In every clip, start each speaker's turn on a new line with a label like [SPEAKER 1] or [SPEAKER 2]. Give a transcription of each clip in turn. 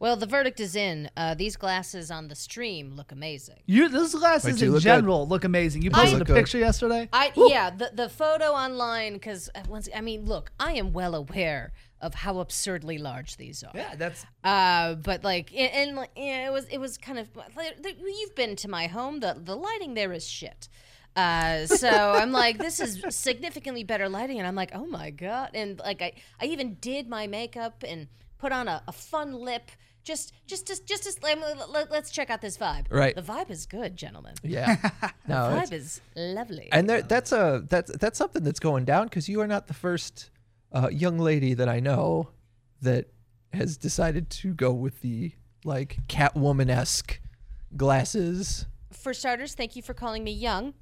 [SPEAKER 1] Well, the verdict is in. Uh, these glasses on the stream look amazing.
[SPEAKER 2] You, those glasses
[SPEAKER 3] do
[SPEAKER 2] in
[SPEAKER 3] look good.
[SPEAKER 2] general look amazing. You
[SPEAKER 1] I-
[SPEAKER 2] posted a
[SPEAKER 3] Look good.
[SPEAKER 2] picture yesterday.
[SPEAKER 1] I yeah, the the photo online because once I mean, look, I am well aware of how absurdly large these are.
[SPEAKER 2] yeah, that's
[SPEAKER 1] Uh, but like, and, and like, yeah, it was it was kind of like, the- you've been to my home. The the lighting there is shit. Uh, so I'm like, this is significantly better lighting, and I'm like, oh my god, and like I I even did my makeup and put on a, a fun lip. Just, just, just, just, just let, let, let's check out this vibe.
[SPEAKER 3] Right.
[SPEAKER 1] The vibe is good, gentlemen.
[SPEAKER 3] Yeah. No. it's-
[SPEAKER 1] vibe is lovely.
[SPEAKER 3] and there, that's a that's that's something that's going down because you are not the first uh, young lady that I know that has decided to go with the like Catwoman esque glasses.
[SPEAKER 1] for starters, thank you for calling me young.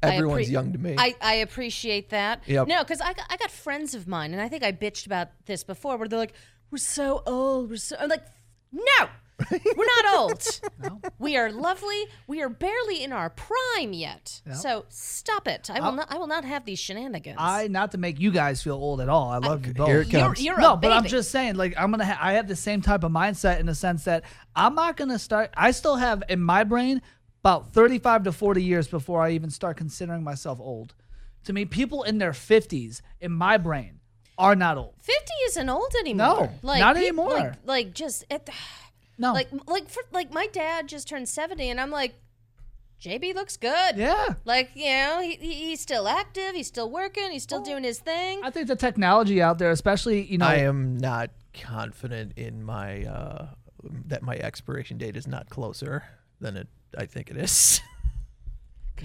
[SPEAKER 1] I
[SPEAKER 3] Everyone's
[SPEAKER 1] appre-
[SPEAKER 3] young to me.
[SPEAKER 1] I, I appreciate that.
[SPEAKER 3] Yep.
[SPEAKER 1] No, because I, got- I got friends of mine, and I think I bitched about this before, where they're like, we're so old. We're so. I'm like, no! We're not old. We are lovely. We are barely in our prime yet. So stop it. I will not. I will not have these shenanigans.
[SPEAKER 2] I not to make you guys feel old at all. I love you both.
[SPEAKER 3] Here it
[SPEAKER 1] you're,
[SPEAKER 3] comes.
[SPEAKER 1] you're
[SPEAKER 2] no,
[SPEAKER 1] a
[SPEAKER 2] but I'm
[SPEAKER 1] baby.
[SPEAKER 2] just saying, like, I'm gonna. Ha- I have the same type of mindset in the sense that I'm not gonna start. I still have in my brain about 35 to 40 years before I even start considering myself old. To me, people in their 50s in my brain are not old.
[SPEAKER 1] Fifty isn't old anymore.
[SPEAKER 2] No, not
[SPEAKER 1] peop-
[SPEAKER 2] anymore.
[SPEAKER 1] Like, like just at the,
[SPEAKER 2] No,
[SPEAKER 1] like like for, like my dad just turned seventy, and I'm like, JB looks good.
[SPEAKER 2] yeah.
[SPEAKER 1] Like, you know, he, he, he's still active. He's still working. He's
[SPEAKER 2] Oh.
[SPEAKER 1] still doing his thing.
[SPEAKER 2] I think the technology out there, especially you know,
[SPEAKER 3] I am not confident in my uh, that my expiration date is not closer than it I think it is.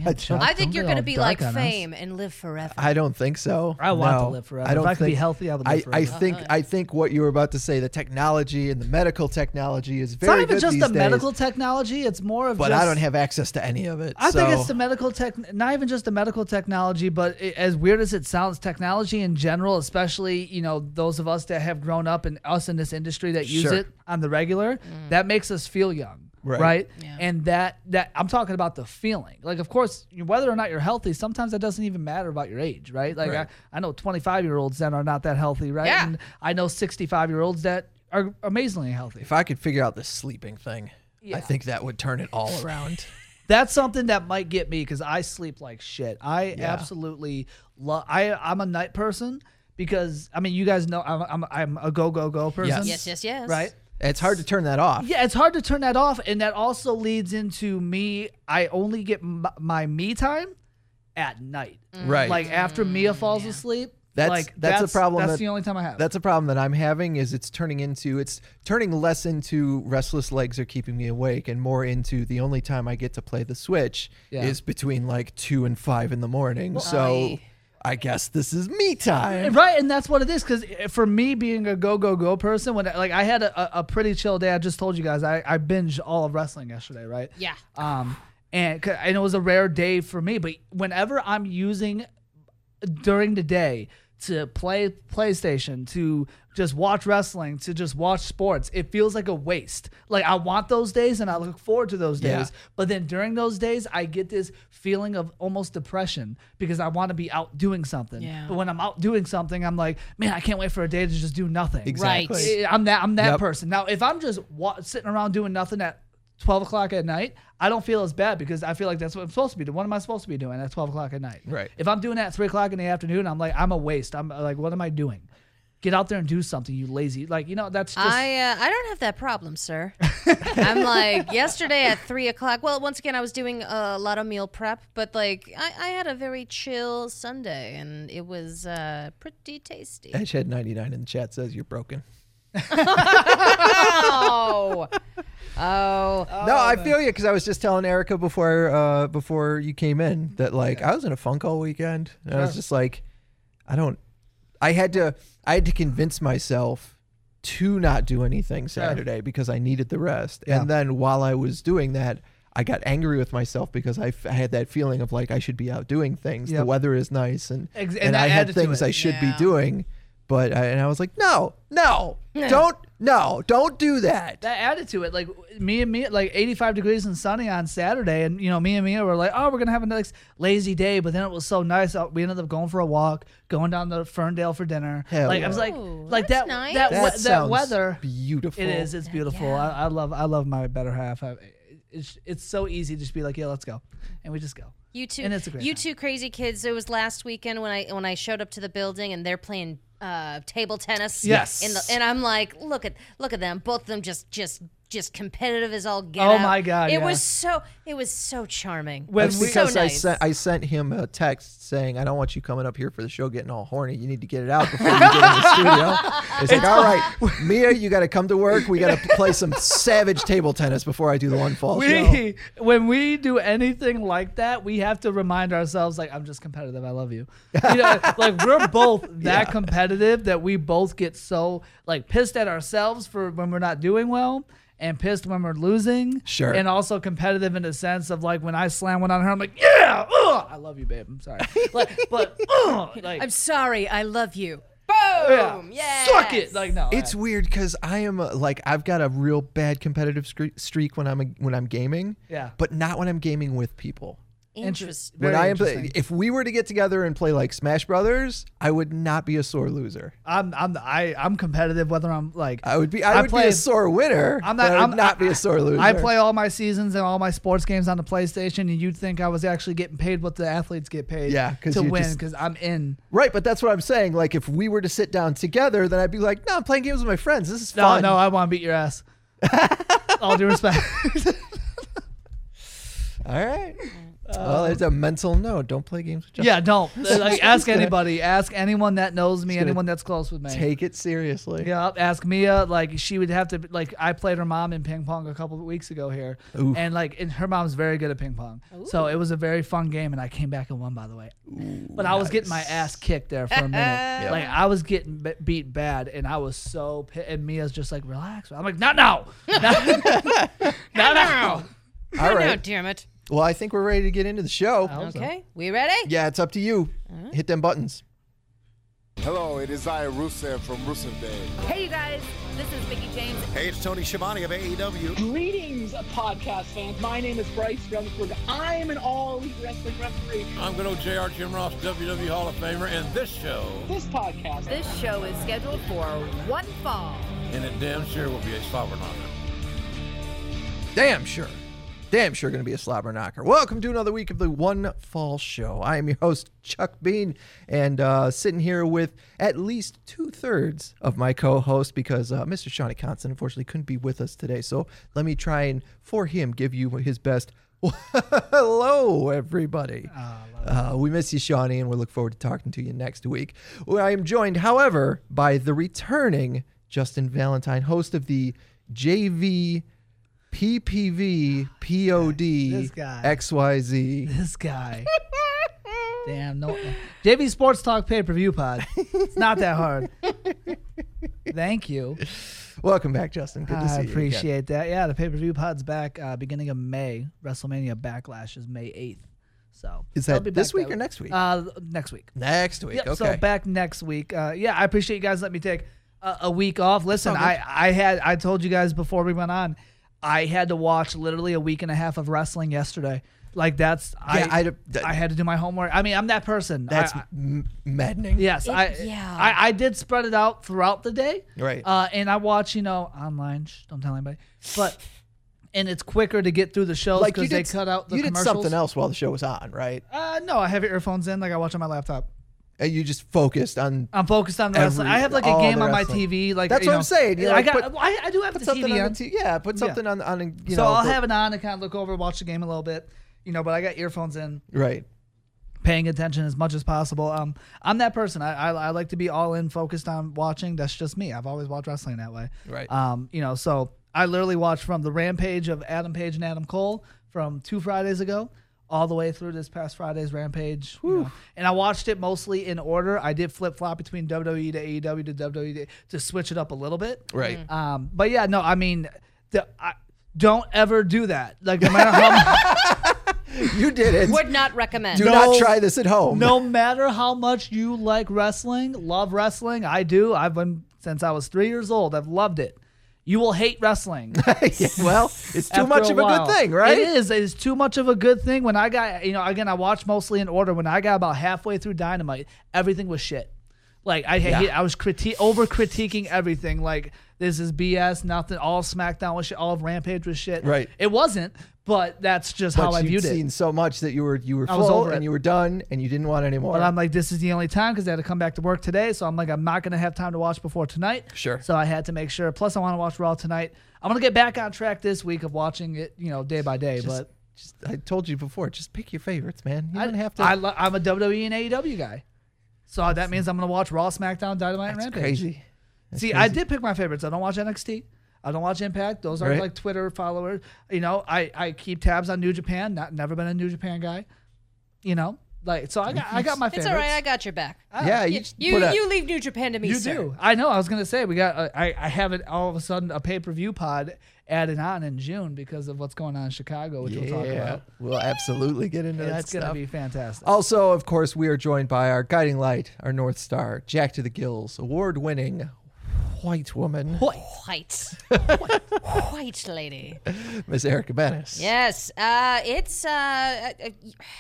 [SPEAKER 2] God, Chuck,
[SPEAKER 1] I
[SPEAKER 2] don't
[SPEAKER 1] think you're
[SPEAKER 2] be
[SPEAKER 1] going to
[SPEAKER 2] all
[SPEAKER 1] be
[SPEAKER 2] dark
[SPEAKER 1] like
[SPEAKER 2] on us.
[SPEAKER 1] fame and live forever.
[SPEAKER 3] I don't think so.
[SPEAKER 2] I want to
[SPEAKER 3] No.
[SPEAKER 2] live forever.
[SPEAKER 3] I don't
[SPEAKER 2] If I could be
[SPEAKER 3] think-
[SPEAKER 2] healthy, I would live
[SPEAKER 3] I
[SPEAKER 2] forever.
[SPEAKER 3] think I think what you were about to say, the technology and the medical technology is
[SPEAKER 2] It's not
[SPEAKER 3] very
[SPEAKER 2] even
[SPEAKER 3] good
[SPEAKER 2] just
[SPEAKER 3] these
[SPEAKER 2] the
[SPEAKER 3] days,
[SPEAKER 2] medical technology; it's more of.
[SPEAKER 3] But
[SPEAKER 2] just-
[SPEAKER 3] I don't have access to any of it.
[SPEAKER 2] I think it's
[SPEAKER 3] so-
[SPEAKER 2] the medical tech, not even just the medical technology, but i as weird as it sounds, technology in general, especially you know those of us that have grown up and us in this industry that use
[SPEAKER 3] Sure.
[SPEAKER 2] it on the regular, that makes us feel young,
[SPEAKER 3] Right.
[SPEAKER 2] right? And that that I'm talking about the feeling. Like, of course, you- whether or not you're healthy, sometimes that doesn't even matter about your age, right? Like,
[SPEAKER 3] Right.
[SPEAKER 2] I, I know 25 year olds that are not that healthy, right?
[SPEAKER 1] Yeah.
[SPEAKER 2] And I know 65 year olds that are amazingly healthy.
[SPEAKER 3] if I could figure out the sleeping thing, I think that would turn it all around.
[SPEAKER 2] That's something that might get me because I sleep like shit. I
[SPEAKER 3] Yeah.
[SPEAKER 2] absolutely love. I I'm a night person because I mean you guys know I'm I'm, I'm a go go go person.
[SPEAKER 3] Yes.
[SPEAKER 1] yes, yes, yes.
[SPEAKER 2] Right.
[SPEAKER 3] it's hard to turn that off.
[SPEAKER 2] Yeah, it's hard to turn that off, and that also leads into me. I only get m- my me time at night.
[SPEAKER 3] Right.
[SPEAKER 2] Like after Mia
[SPEAKER 1] Mm,
[SPEAKER 2] falls asleep.
[SPEAKER 3] That's-
[SPEAKER 2] like,
[SPEAKER 3] that's a problem
[SPEAKER 2] That's
[SPEAKER 3] that-
[SPEAKER 2] the only time I have.
[SPEAKER 3] That's a problem that I'm having is it's turning into it's turning less into restless legs are keeping me awake and more into the only time I get to play the Switch
[SPEAKER 2] Yeah.
[SPEAKER 3] is between like two and five in the morning. so I guess this is me time.
[SPEAKER 2] Right, and that's what it is. Because for me, being a go go go person, when like I had a, a- a pretty chill day, I just told you guys I I binged all of wrestling yesterday, right?
[SPEAKER 1] Yeah.
[SPEAKER 2] Um, and 'cause- and it was a rare day for me, but whenever I'm using during the day to play PlayStation, to just watch wrestling, to just watch sports, it feels like a waste. Like I want those days and I look forward to those days,
[SPEAKER 3] Yeah.
[SPEAKER 2] but then during those days I get this feeling of almost depression because I want to be out doing something.
[SPEAKER 1] Yeah.
[SPEAKER 2] But when I'm out doing something, I'm like, man, I can't wait for a day to just do nothing.
[SPEAKER 3] Exactly.
[SPEAKER 1] Right.
[SPEAKER 2] Eh, I'm that I'm that
[SPEAKER 3] Yep.
[SPEAKER 2] person. Now, if I'm just wa- sitting around doing nothing at 12 o'clock at night, I don't feel as bad because I feel like that's what I'm supposed to be doing. What am I supposed to be doing at 12 o'clock at night?
[SPEAKER 3] Right.
[SPEAKER 2] If I'm doing that at 3 o'clock in the afternoon, I'm like, I'm a waste. I'm like, what am I doing? Get out there and do something, you lazy. Like, you know, that's just.
[SPEAKER 1] I uh, I don't have that problem, sir. I'm like yesterday at three o'clock. Well, once again, I was doing a lot of meal prep, but like I, I had a very chill Sunday, and it was uh, pretty tasty.
[SPEAKER 3] Edgehead 99 in the chat says you're broken.
[SPEAKER 1] oh, oh,
[SPEAKER 3] no, I feel you because I was just telling Erica before uh, before you came in that like I was in a funk all weekend. And I was just like, I don't. I had to I had to convince myself to not do anything Saturday because I needed the rest. And then while I was doing that, I got angry with myself because I, f- I had that feeling of like I should be out doing things. The
[SPEAKER 2] Yep.
[SPEAKER 3] weather is nice and
[SPEAKER 2] Ex- and
[SPEAKER 3] and,
[SPEAKER 2] that
[SPEAKER 3] I had
[SPEAKER 2] added to
[SPEAKER 3] things
[SPEAKER 2] it.
[SPEAKER 3] I should
[SPEAKER 1] Yeah.
[SPEAKER 3] be doing. But I, and I was like, no, no, don't, no, don't do that.
[SPEAKER 2] that added to it. Like me and me, like 85 degrees and sunny on Saturday, and you know me and Mia were like, oh, we're gonna have a nice lazy day. But then it was so nice. out- We ended up going for a walk, going down to Ferndale for dinner.
[SPEAKER 3] Hell
[SPEAKER 2] like
[SPEAKER 3] yeah.
[SPEAKER 2] I was like,
[SPEAKER 1] Ooh,
[SPEAKER 2] like
[SPEAKER 1] that's
[SPEAKER 2] that
[SPEAKER 1] nice.
[SPEAKER 2] that
[SPEAKER 3] That
[SPEAKER 2] we- that
[SPEAKER 3] sounds
[SPEAKER 2] weather
[SPEAKER 3] beautiful.
[SPEAKER 2] It is. It's beautiful.
[SPEAKER 1] Yeah.
[SPEAKER 2] I, I love. I love my better half. I, it's it's so easy to just be like, yeah, let's go, and we just go.
[SPEAKER 1] You two,
[SPEAKER 2] And it's a great
[SPEAKER 1] you
[SPEAKER 2] time.
[SPEAKER 1] two crazy kids. It was last weekend when I when I showed up to the building and they're playing uh, table tennis.
[SPEAKER 2] Yes.
[SPEAKER 1] In the, and I'm like, look at look at them. Both of them just just just competitive as all get.
[SPEAKER 2] Oh
[SPEAKER 1] out.
[SPEAKER 2] my God,
[SPEAKER 1] It
[SPEAKER 2] yeah.
[SPEAKER 1] was so it was so charming.
[SPEAKER 2] When
[SPEAKER 1] It
[SPEAKER 2] we-
[SPEAKER 1] was so
[SPEAKER 3] because I
[SPEAKER 1] nice.
[SPEAKER 3] sent I sent him a text saying I don't want you coming up here for the show getting all horny. You need to get it out before you get in the studio. It's like all right, Mia, you got to come to work. We got to play some savage table tennis before I do the one fall show.
[SPEAKER 2] We when we do anything like that, we have to remind ourselves like, I'm just competitive. I love you. You know, like we're both that competitive that we both get so like pissed at ourselves for when we're not doing well. And pissed when we're losing,
[SPEAKER 3] Sure.
[SPEAKER 2] and also competitive in the sense of like when I slam one on her, I'm like, yeah, ugh, I love you, babe. I'm sorry, like, but ugh, like,
[SPEAKER 1] I'm sorry. I love you.
[SPEAKER 2] Oh, yeah,
[SPEAKER 1] Boom. Yeah.
[SPEAKER 2] suck it, like no,
[SPEAKER 3] It's weird because I am a, like I've got a real bad competitive scre- streak when I'm a, when I'm gaming.
[SPEAKER 2] Yeah.
[SPEAKER 3] but not when I'm gaming with people.
[SPEAKER 1] Interesting.
[SPEAKER 3] When
[SPEAKER 2] Very
[SPEAKER 3] I am, play,
[SPEAKER 2] interesting.
[SPEAKER 3] if we were to get together and play like Smash Brothers, I would not be a sore loser.
[SPEAKER 2] I'm I'm I, I'm competitive whether I'm like
[SPEAKER 3] I would be.
[SPEAKER 2] I
[SPEAKER 3] I, would be
[SPEAKER 2] play-
[SPEAKER 3] a sore winner.
[SPEAKER 2] I'm not-
[SPEAKER 3] I'm not. I would
[SPEAKER 2] I'm-
[SPEAKER 3] not be a sore loser.
[SPEAKER 2] I play all my seasons and all my sports games on the PlayStation, and you'd think I was actually getting paid what the athletes get paid.
[SPEAKER 3] Yeah, 'cause
[SPEAKER 2] to
[SPEAKER 3] you
[SPEAKER 2] win
[SPEAKER 3] just-
[SPEAKER 2] because I'm in.
[SPEAKER 3] right, but that's what I'm saying. Like, if we were to sit down together, then I'd be like, "No, I'm playing games with my friends. This is
[SPEAKER 2] No,
[SPEAKER 3] fun."
[SPEAKER 2] no, I want to beat your ass. all due respect.
[SPEAKER 3] All right.
[SPEAKER 1] Uh,
[SPEAKER 3] well, there's a mental no. Don't play games with. Justin.
[SPEAKER 2] yeah, don't like ask anybody. Ask anyone that knows me.
[SPEAKER 3] gonna
[SPEAKER 2] Anyone that's close with me.
[SPEAKER 3] Take it seriously.
[SPEAKER 2] Yeah, ask Mia. Like she would have to. Like I played her mom in ping pong a couple of weeks ago here,
[SPEAKER 3] Oof.
[SPEAKER 2] and like and her mom's very good at ping pong, so it was a very fun game, and I came back and won by the way. but I was getting my ass kicked there for a minute. Like I was getting be- beat bad, and I was so pissed. And Mia's just like, "Relax." I'm like, "Not now, not, not now."
[SPEAKER 3] All
[SPEAKER 1] No,
[SPEAKER 3] right.
[SPEAKER 1] damn it.
[SPEAKER 3] Well, I think we're ready to get into the show.
[SPEAKER 2] Oh.
[SPEAKER 1] Okay. We ready?
[SPEAKER 3] Yeah, it's up to you. Hit them buttons.
[SPEAKER 4] Hello, it is I, Rusev from Rusev Day.
[SPEAKER 5] Hey, you guys, this is Mickey James.
[SPEAKER 4] Hey, it's Tony Schiavone of AEW.
[SPEAKER 6] Greetings, podcast fans. My name is Bryce Rutherford. I am an all elite wrestling referee.
[SPEAKER 7] I'm good old JR Jim Ross, WWE Hall of Famer, and this show,
[SPEAKER 6] This podcast,
[SPEAKER 5] This show is scheduled for one fall.
[SPEAKER 7] and it damn sure will be a sovereign honor.
[SPEAKER 3] Damn sure. Damn sure going to be a slobber knocker. Welcome to another week of the One Fall Show. I am your host, Chuck Bean, and uh, sitting here with at least two thirds of my co host because uh, Mr. Shawnee Constant unfortunately couldn't be with us today. So let me try and, for him, give you his best. Hello, everybody. Uh, we miss you, Shawnee, and we look forward to talking to you next week. Well, I am joined, however, by the returning Justin Valentine, host of the JV PPV
[SPEAKER 2] This
[SPEAKER 3] POD
[SPEAKER 2] guy.
[SPEAKER 3] XYZ.
[SPEAKER 2] This guy. Damn, no. JV Sports Talk pay per view pod. It's not that hard. Thank you.
[SPEAKER 3] Welcome back, Justin. Good to see
[SPEAKER 2] I
[SPEAKER 3] you. again.
[SPEAKER 2] appreciate that. Yeah, the pay per view pod's back uh, beginning of May. WrestleMania Backlash is May 8th. So
[SPEAKER 3] Is
[SPEAKER 2] I'll
[SPEAKER 3] that
[SPEAKER 2] be
[SPEAKER 3] this
[SPEAKER 2] back
[SPEAKER 3] week
[SPEAKER 2] that
[SPEAKER 3] or next week?
[SPEAKER 2] Uh, next week.
[SPEAKER 3] next week.
[SPEAKER 2] Yep,
[SPEAKER 3] okay.
[SPEAKER 2] So back next week. Uh, yeah, I appreciate you guys letting me take a, a week off. Listen, I, I had I told you guys before we went on, I had to watch literally a week and a half of wrestling yesterday. Like that's
[SPEAKER 3] Yeah,
[SPEAKER 2] I,
[SPEAKER 3] I d- d-
[SPEAKER 2] I had to do my homework. I mean, I'm that person.
[SPEAKER 3] That's
[SPEAKER 2] I-
[SPEAKER 3] m- maddening.
[SPEAKER 2] Yes,
[SPEAKER 1] It-
[SPEAKER 2] I
[SPEAKER 1] yeah.
[SPEAKER 2] I, I did spread it out throughout the day.
[SPEAKER 3] Right.
[SPEAKER 2] Uh, and I watch, you know, online. Shh, don't tell anybody. But and it's quicker to get through the shows
[SPEAKER 3] Like you
[SPEAKER 2] because
[SPEAKER 3] did,
[SPEAKER 2] they cut out the
[SPEAKER 3] you did
[SPEAKER 2] commercials.
[SPEAKER 3] something else while the show was on, right?
[SPEAKER 2] Uh, no, I have earphones in. Like I watch on my laptop.
[SPEAKER 3] And you just focused on.
[SPEAKER 2] I'm focused on wrestling.
[SPEAKER 3] Every-
[SPEAKER 2] I have like a
[SPEAKER 3] all
[SPEAKER 2] game
[SPEAKER 3] the
[SPEAKER 2] on my
[SPEAKER 3] wrestling.
[SPEAKER 2] TV. Like
[SPEAKER 3] That's
[SPEAKER 2] you
[SPEAKER 3] what I'm
[SPEAKER 2] know,
[SPEAKER 3] saying. You know,
[SPEAKER 2] I
[SPEAKER 3] like,
[SPEAKER 2] got.
[SPEAKER 3] put-
[SPEAKER 2] I, I do have
[SPEAKER 3] Put
[SPEAKER 2] the TV
[SPEAKER 3] something
[SPEAKER 2] on.
[SPEAKER 3] on the t- yeah, put something on on you
[SPEAKER 2] so
[SPEAKER 3] know.
[SPEAKER 2] I'll
[SPEAKER 3] the-
[SPEAKER 2] have it on and kind of look over, watch the game a little bit, you know. But I got earphones in,
[SPEAKER 3] right.
[SPEAKER 2] paying attention as much as possible. Um, I'm that person. I, I I like to be all in, focused on watching. That's just me. I've always watched wrestling that way.
[SPEAKER 3] Right.
[SPEAKER 2] Um, you know, so I literally watched from the Rampage of Adam Page and Adam Cole from two Fridays ago. All the way through this past Friday's Rampage, you know. and I watched it mostly in order. I did flip flop between WWE to AEW to WWE to, to switch it up a little bit,
[SPEAKER 3] Right.
[SPEAKER 2] um, but yeah, no, I mean, the, I, don't ever do that. Like no matter how
[SPEAKER 3] You did it.
[SPEAKER 1] Would not recommend.
[SPEAKER 3] Do
[SPEAKER 2] Mm. No.
[SPEAKER 3] not try this at home.
[SPEAKER 2] no matter how much you like wrestling, love wrestling. I do. I've been since I was three years old. I've loved it. You will hate wrestling.
[SPEAKER 3] Yeah, well, it's too
[SPEAKER 2] after
[SPEAKER 3] much of a
[SPEAKER 2] while.
[SPEAKER 3] good thing, right?
[SPEAKER 2] It is. It's too much of a good thing. When I got, you know, again, I watched mostly in order. When I got about halfway through Dynamite, everything was shit. Like I
[SPEAKER 3] Yeah.
[SPEAKER 2] hate, I was critique over critiquing everything. Like this is BS. Nothing. All of SmackDown was shit. All of Rampage was shit.
[SPEAKER 3] Right.
[SPEAKER 2] It wasn't. But that's just how
[SPEAKER 3] But
[SPEAKER 2] I
[SPEAKER 3] you'd
[SPEAKER 2] viewed
[SPEAKER 3] seen
[SPEAKER 2] it.
[SPEAKER 3] so much that you were you were
[SPEAKER 2] I was
[SPEAKER 3] full
[SPEAKER 2] over
[SPEAKER 3] and
[SPEAKER 2] it.
[SPEAKER 3] you were done and you didn't want any more.
[SPEAKER 2] But I'm like, this is the only time because I had to come back to work today. So I'm like, I'm not gonna have time to watch before tonight.
[SPEAKER 3] Sure.
[SPEAKER 2] So I had to make sure. Plus, I want to watch Raw tonight. I'm gonna get back on track this week of watching it, you know, day by day.
[SPEAKER 3] Just-
[SPEAKER 2] but
[SPEAKER 3] just, I told you before, just pick your favorites, man. You
[SPEAKER 2] I,
[SPEAKER 3] don't have to.
[SPEAKER 2] I lo- I'm a WWE and AEW guy, so that means I'm gonna watch Raw, SmackDown, Dynamite, and
[SPEAKER 3] that's
[SPEAKER 2] Rampage.
[SPEAKER 3] crazy.
[SPEAKER 2] See, I did pick my favorites. I don't watch NXT. I don't watch Impact. Those are
[SPEAKER 3] Right.
[SPEAKER 2] like Twitter followers. You know, I, I keep tabs on New Japan. Not never been a New Japan guy. You know, like so I got I got my
[SPEAKER 1] It's
[SPEAKER 2] favorites.
[SPEAKER 1] all right. I got your back.
[SPEAKER 3] Yeah,
[SPEAKER 1] you
[SPEAKER 3] you, just
[SPEAKER 1] you,
[SPEAKER 3] put a-
[SPEAKER 1] you leave New Japan to me,
[SPEAKER 2] you
[SPEAKER 1] sir.
[SPEAKER 2] do. I know. I was gonna say we got. Uh, I I have it all of a sudden a pay per view pod added on in June because of what's going on in Chicago, which we'll talk
[SPEAKER 3] yeah,
[SPEAKER 2] about.
[SPEAKER 3] we'll absolutely get into that
[SPEAKER 2] That's gonna
[SPEAKER 3] stuff.
[SPEAKER 2] be fantastic.
[SPEAKER 3] Also, of course, we are joined by our guiding light, our North Star, Jack to the Gills, award winning white woman,
[SPEAKER 1] White, white lady.
[SPEAKER 3] Miss Erica Bennis.
[SPEAKER 1] Yes, uh, it's uh, uh,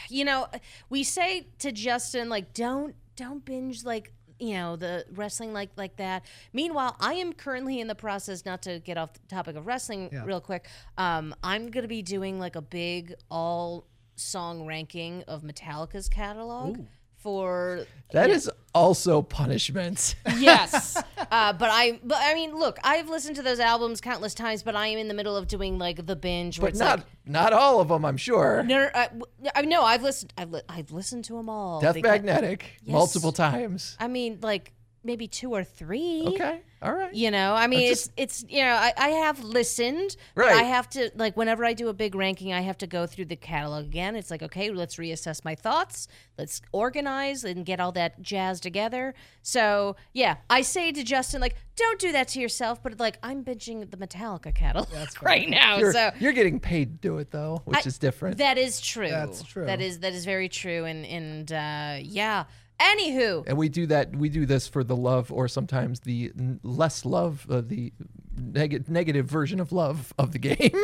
[SPEAKER 1] you know we say to Justin like don't don't binge like you know the wrestling like like that. Meanwhile, I am currently in the process not to get off the topic of wrestling real quick. Um, I'm gonna be doing like a big all song ranking of Metallica's catalog. For
[SPEAKER 3] That is also punishment.
[SPEAKER 1] yes, uh, but I but I mean, look, I've listened to those albums countless times, but I am in the middle of doing like the binge, where
[SPEAKER 3] but
[SPEAKER 1] it's
[SPEAKER 3] not
[SPEAKER 1] like,
[SPEAKER 3] not all of them, I'm sure.
[SPEAKER 1] no, no, I, w- I- no, I've listened. I've, li- I've listened to them all.
[SPEAKER 3] Death
[SPEAKER 1] because-
[SPEAKER 3] Magnetic, multiple times.
[SPEAKER 1] I mean, like maybe two or three.
[SPEAKER 3] Okay, all right.
[SPEAKER 1] You know, I mean,
[SPEAKER 3] I just-
[SPEAKER 1] it's it's you know, I, I have listened. but
[SPEAKER 3] Right.
[SPEAKER 1] I have to like whenever I do a big ranking, I have to go through the catalog again. It's like okay, let's reassess my thoughts. Let's organize and get all that jazz together. So yeah, I say to Justin like, don't do that to yourself. But like, I'm binging the Metallica catalog right now.
[SPEAKER 3] You're,
[SPEAKER 1] so
[SPEAKER 3] you're getting paid to do it though, which
[SPEAKER 1] I-
[SPEAKER 3] is different.
[SPEAKER 1] That is true.
[SPEAKER 2] That's true.
[SPEAKER 1] That is that is very true. And and uh, yeah. Anywho,
[SPEAKER 3] and we do that. We do this for the love, or sometimes the n- less love, uh, the neg- negative version of love of the game.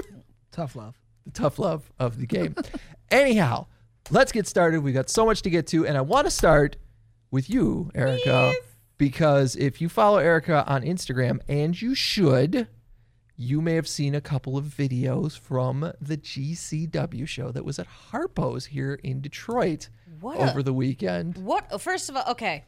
[SPEAKER 2] Tough love.
[SPEAKER 3] the tough love of the game. Anyhow, let's get started. We've got so much to get to, and I want to start with you, Erica, because if you follow Erica on Instagram, and you should, you may have seen a couple of videos from the GCW show that was at Harpo's here in Detroit
[SPEAKER 1] What a-
[SPEAKER 3] over the weekend.
[SPEAKER 1] what? First of all, okay.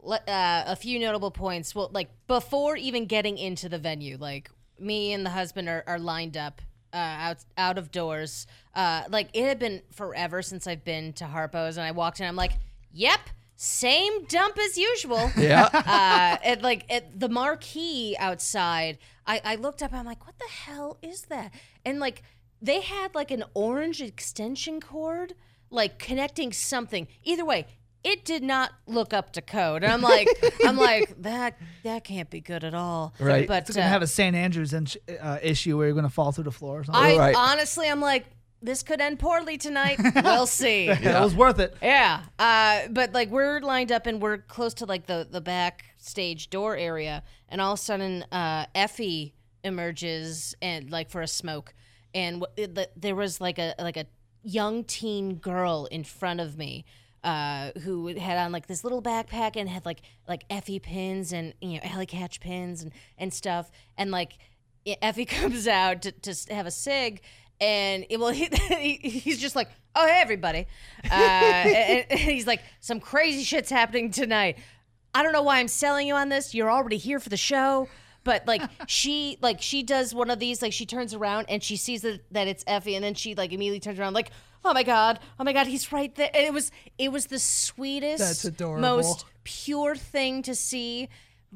[SPEAKER 1] Let, uh, a few notable points. Well, like before even getting into the venue, like me and the husband are, are lined up uh, out out of doors. Uh, like it had been forever since I've been to Harpo's, and I walked in. I'm like, yep, same dump as usual.
[SPEAKER 3] Yeah.
[SPEAKER 1] uh, at like at the marquee outside, I, I looked up. I'm like, what the hell is that? And like, they had like an orange extension cord, like connecting something. Either way, it did not look up to code. And I'm like, I'm like that that can't be good at all.
[SPEAKER 3] Right.
[SPEAKER 1] But
[SPEAKER 2] It's gonna
[SPEAKER 1] uh,
[SPEAKER 2] have a St. Andrews in- uh, issue where you're gonna fall through the floor. Or something.
[SPEAKER 1] I
[SPEAKER 3] Right.
[SPEAKER 1] honestly, I'm like, this could end poorly tonight. we'll see.
[SPEAKER 2] yeah, it was worth it.
[SPEAKER 1] Yeah. Uh, but like we're lined up and we're close to like the the backstage door area, and all of a sudden uh, Effie emerges and like for a smoke, and w- it, the, there was like a like a young teen girl in front of me. Uh, who had on like this little backpack and had like like Effie pins and you know Alley Catch pins and and stuff and like yeah, Effie comes out to, to s- have a cig, and it, well, he, he, he's just like, "Oh, hey, everybody," uh, and, and he's like, "Some crazy shit's happening tonight. I don't know why I'm selling you on this. You're already here for the show." But like she like she does one of these like she turns around and she sees that, that it's Effie and then she like immediately turns around like oh my god oh my god he's right there and it was it was the sweetest
[SPEAKER 3] That's adorable.
[SPEAKER 1] most pure thing to see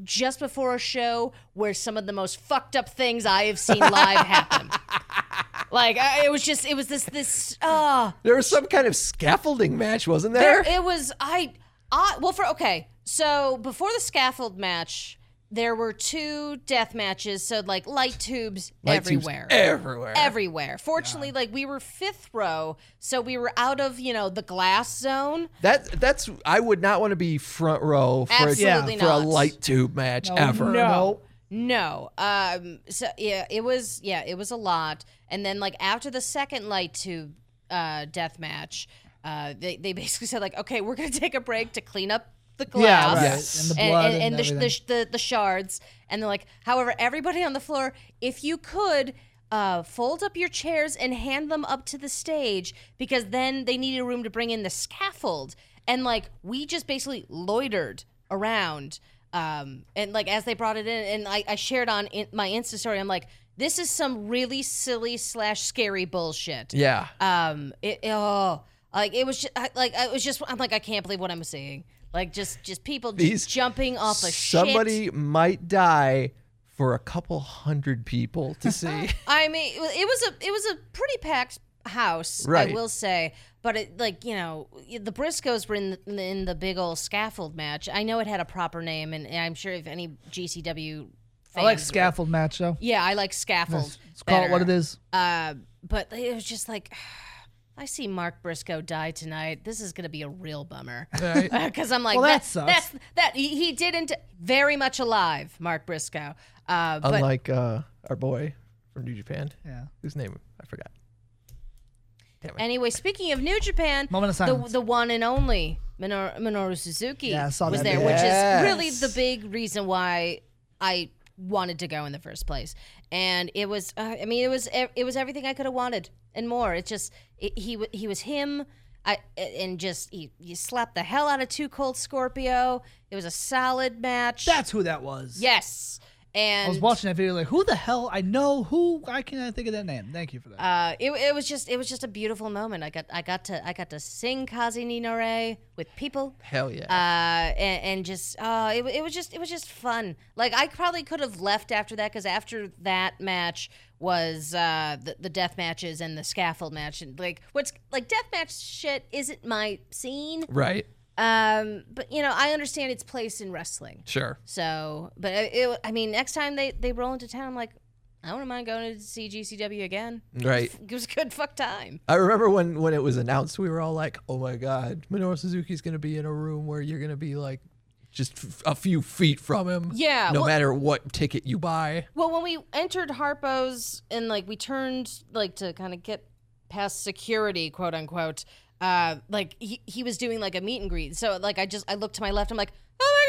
[SPEAKER 1] just before a show where some of the most fucked up things I have seen live happen. Like I, it was just it was this this uh
[SPEAKER 3] there was some kind of scaffolding match, wasn't there?
[SPEAKER 1] there, it was I I well for okay. So before the scaffold match, there were two death matches, so like light tubes
[SPEAKER 3] Light tubes
[SPEAKER 1] everywhere.
[SPEAKER 3] Everywhere.
[SPEAKER 1] Everywhere. Fortunately, like we were fifth row, so we were out of, you know, the glass zone.
[SPEAKER 3] That that's I would not want to be front row for, a,
[SPEAKER 1] Absolutely
[SPEAKER 3] for a
[SPEAKER 1] not.
[SPEAKER 3] light tube match ever.
[SPEAKER 2] No.
[SPEAKER 1] No. Um so yeah, it was yeah, it was a lot. And then like after the second light tube uh death match, uh they, they basically said like, okay, we're gonna take a break to clean up the glass
[SPEAKER 2] right.
[SPEAKER 3] Yes.
[SPEAKER 2] And the
[SPEAKER 1] and,
[SPEAKER 2] blood
[SPEAKER 1] and, and
[SPEAKER 2] and
[SPEAKER 1] the, sh- the,
[SPEAKER 2] everything.
[SPEAKER 1] sh- the the shards and they're like however everybody on the floor if you could uh, fold up your chairs and hand them up to the stage because then they needed room to bring in the scaffold and like we just basically loitered around um, and like as they brought it in and i, I shared on in my insta story i'm like this is some really silly slash scary bullshit
[SPEAKER 3] Yeah.
[SPEAKER 1] um it, it- oh like it was just I, like I was just i'm like i can't believe what i'm seeing like just just people just
[SPEAKER 3] These-
[SPEAKER 1] jumping off a
[SPEAKER 3] Somebody
[SPEAKER 1] shit.
[SPEAKER 3] might die for a couple hundred people to see.
[SPEAKER 1] i mean it was- it was a it was a pretty packed house i
[SPEAKER 3] Right.
[SPEAKER 1] will say but it like you know the briscoes were in the, in the big old scaffold match i know it had a proper name and, and i'm sure if any gcw fans
[SPEAKER 2] I like
[SPEAKER 1] were-
[SPEAKER 2] scaffold match though.
[SPEAKER 1] yeah i like scaffold
[SPEAKER 2] Let's call it what it
[SPEAKER 1] better.
[SPEAKER 2] is.
[SPEAKER 1] Uh, but it was just like, I see Mark Briscoe die tonight. This is gonna be a real bummer because I'm like,
[SPEAKER 2] Well, that
[SPEAKER 1] that,
[SPEAKER 2] sucks.
[SPEAKER 1] that's that he, he didn't very much alive, Mark Briscoe. Uh, but
[SPEAKER 3] Unlike uh, our boy from New Japan,
[SPEAKER 2] Yeah.
[SPEAKER 3] whose name I forgot.
[SPEAKER 1] anyway, speaking of New Japan,
[SPEAKER 2] Moment of
[SPEAKER 1] the,
[SPEAKER 2] silence.
[SPEAKER 1] the one and only Minoru, Minoru Suzuki
[SPEAKER 2] Yeah, I saw
[SPEAKER 1] was
[SPEAKER 2] that
[SPEAKER 1] there,
[SPEAKER 2] video.
[SPEAKER 1] which is really
[SPEAKER 3] Yes.
[SPEAKER 1] the big reason why I wanted to go in the first place. And it was, uh, I mean, it was it was everything I could have wanted and more. It's just it, he wa- he was him. I, and just he, you slapped the hell out of Two Cold Scorpio. It was a solid match.
[SPEAKER 2] That's who that was.
[SPEAKER 1] yes. And
[SPEAKER 2] I was watching that video like, who the hell? I know who. I can't think of that name. Thank you for that.
[SPEAKER 1] uh, it, it was just it was just a beautiful moment. I got I got to I got to sing Kazi ni no Re with people.
[SPEAKER 3] Hell yeah.
[SPEAKER 1] Uh, and, and just uh, it, wa- it was just it was just fun. Like I probably could have left after that because after that match was uh, the the death matches and the scaffold match and like what's like death match shit isn't my scene.
[SPEAKER 3] right.
[SPEAKER 1] Um, but you know I understand its place in wrestling.
[SPEAKER 3] Sure.
[SPEAKER 1] So, but it, it, I mean, next time they they roll into town, I'm like, I wouldn't mind going to see GCW again.
[SPEAKER 3] Right.
[SPEAKER 1] It was a good fuck time.
[SPEAKER 3] I remember when when it was announced, we were all like, "Oh my God, Minoru Suzuki's gonna be in a room where you're gonna be like." Just f- a few feet from him.
[SPEAKER 1] Yeah,
[SPEAKER 3] No
[SPEAKER 1] well-
[SPEAKER 3] matter what ticket you buy.
[SPEAKER 1] Well, when we entered Harpo's and like we turned like to kind of get past security, quote unquote, uh, like he, he was doing like a meet and greet. So like I just I looked to my left, I'm like, oh my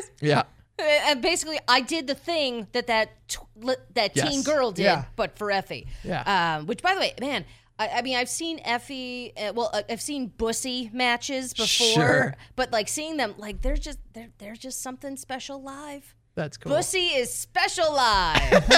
[SPEAKER 1] god, there he is.
[SPEAKER 3] Yeah.
[SPEAKER 1] And basically, I did the thing that that tw- li- that
[SPEAKER 3] Yes.
[SPEAKER 1] teen girl did,
[SPEAKER 2] Yeah.
[SPEAKER 1] but for Effie.
[SPEAKER 3] Yeah.
[SPEAKER 1] Um, which, by the way, man, I, I mean, I've seen Effie. Uh, well, uh, I've seen Bussy matches before,
[SPEAKER 3] Sure.
[SPEAKER 1] but like seeing them, like they're just they're they're just something special live.
[SPEAKER 3] That's cool.
[SPEAKER 1] Bussy is special live.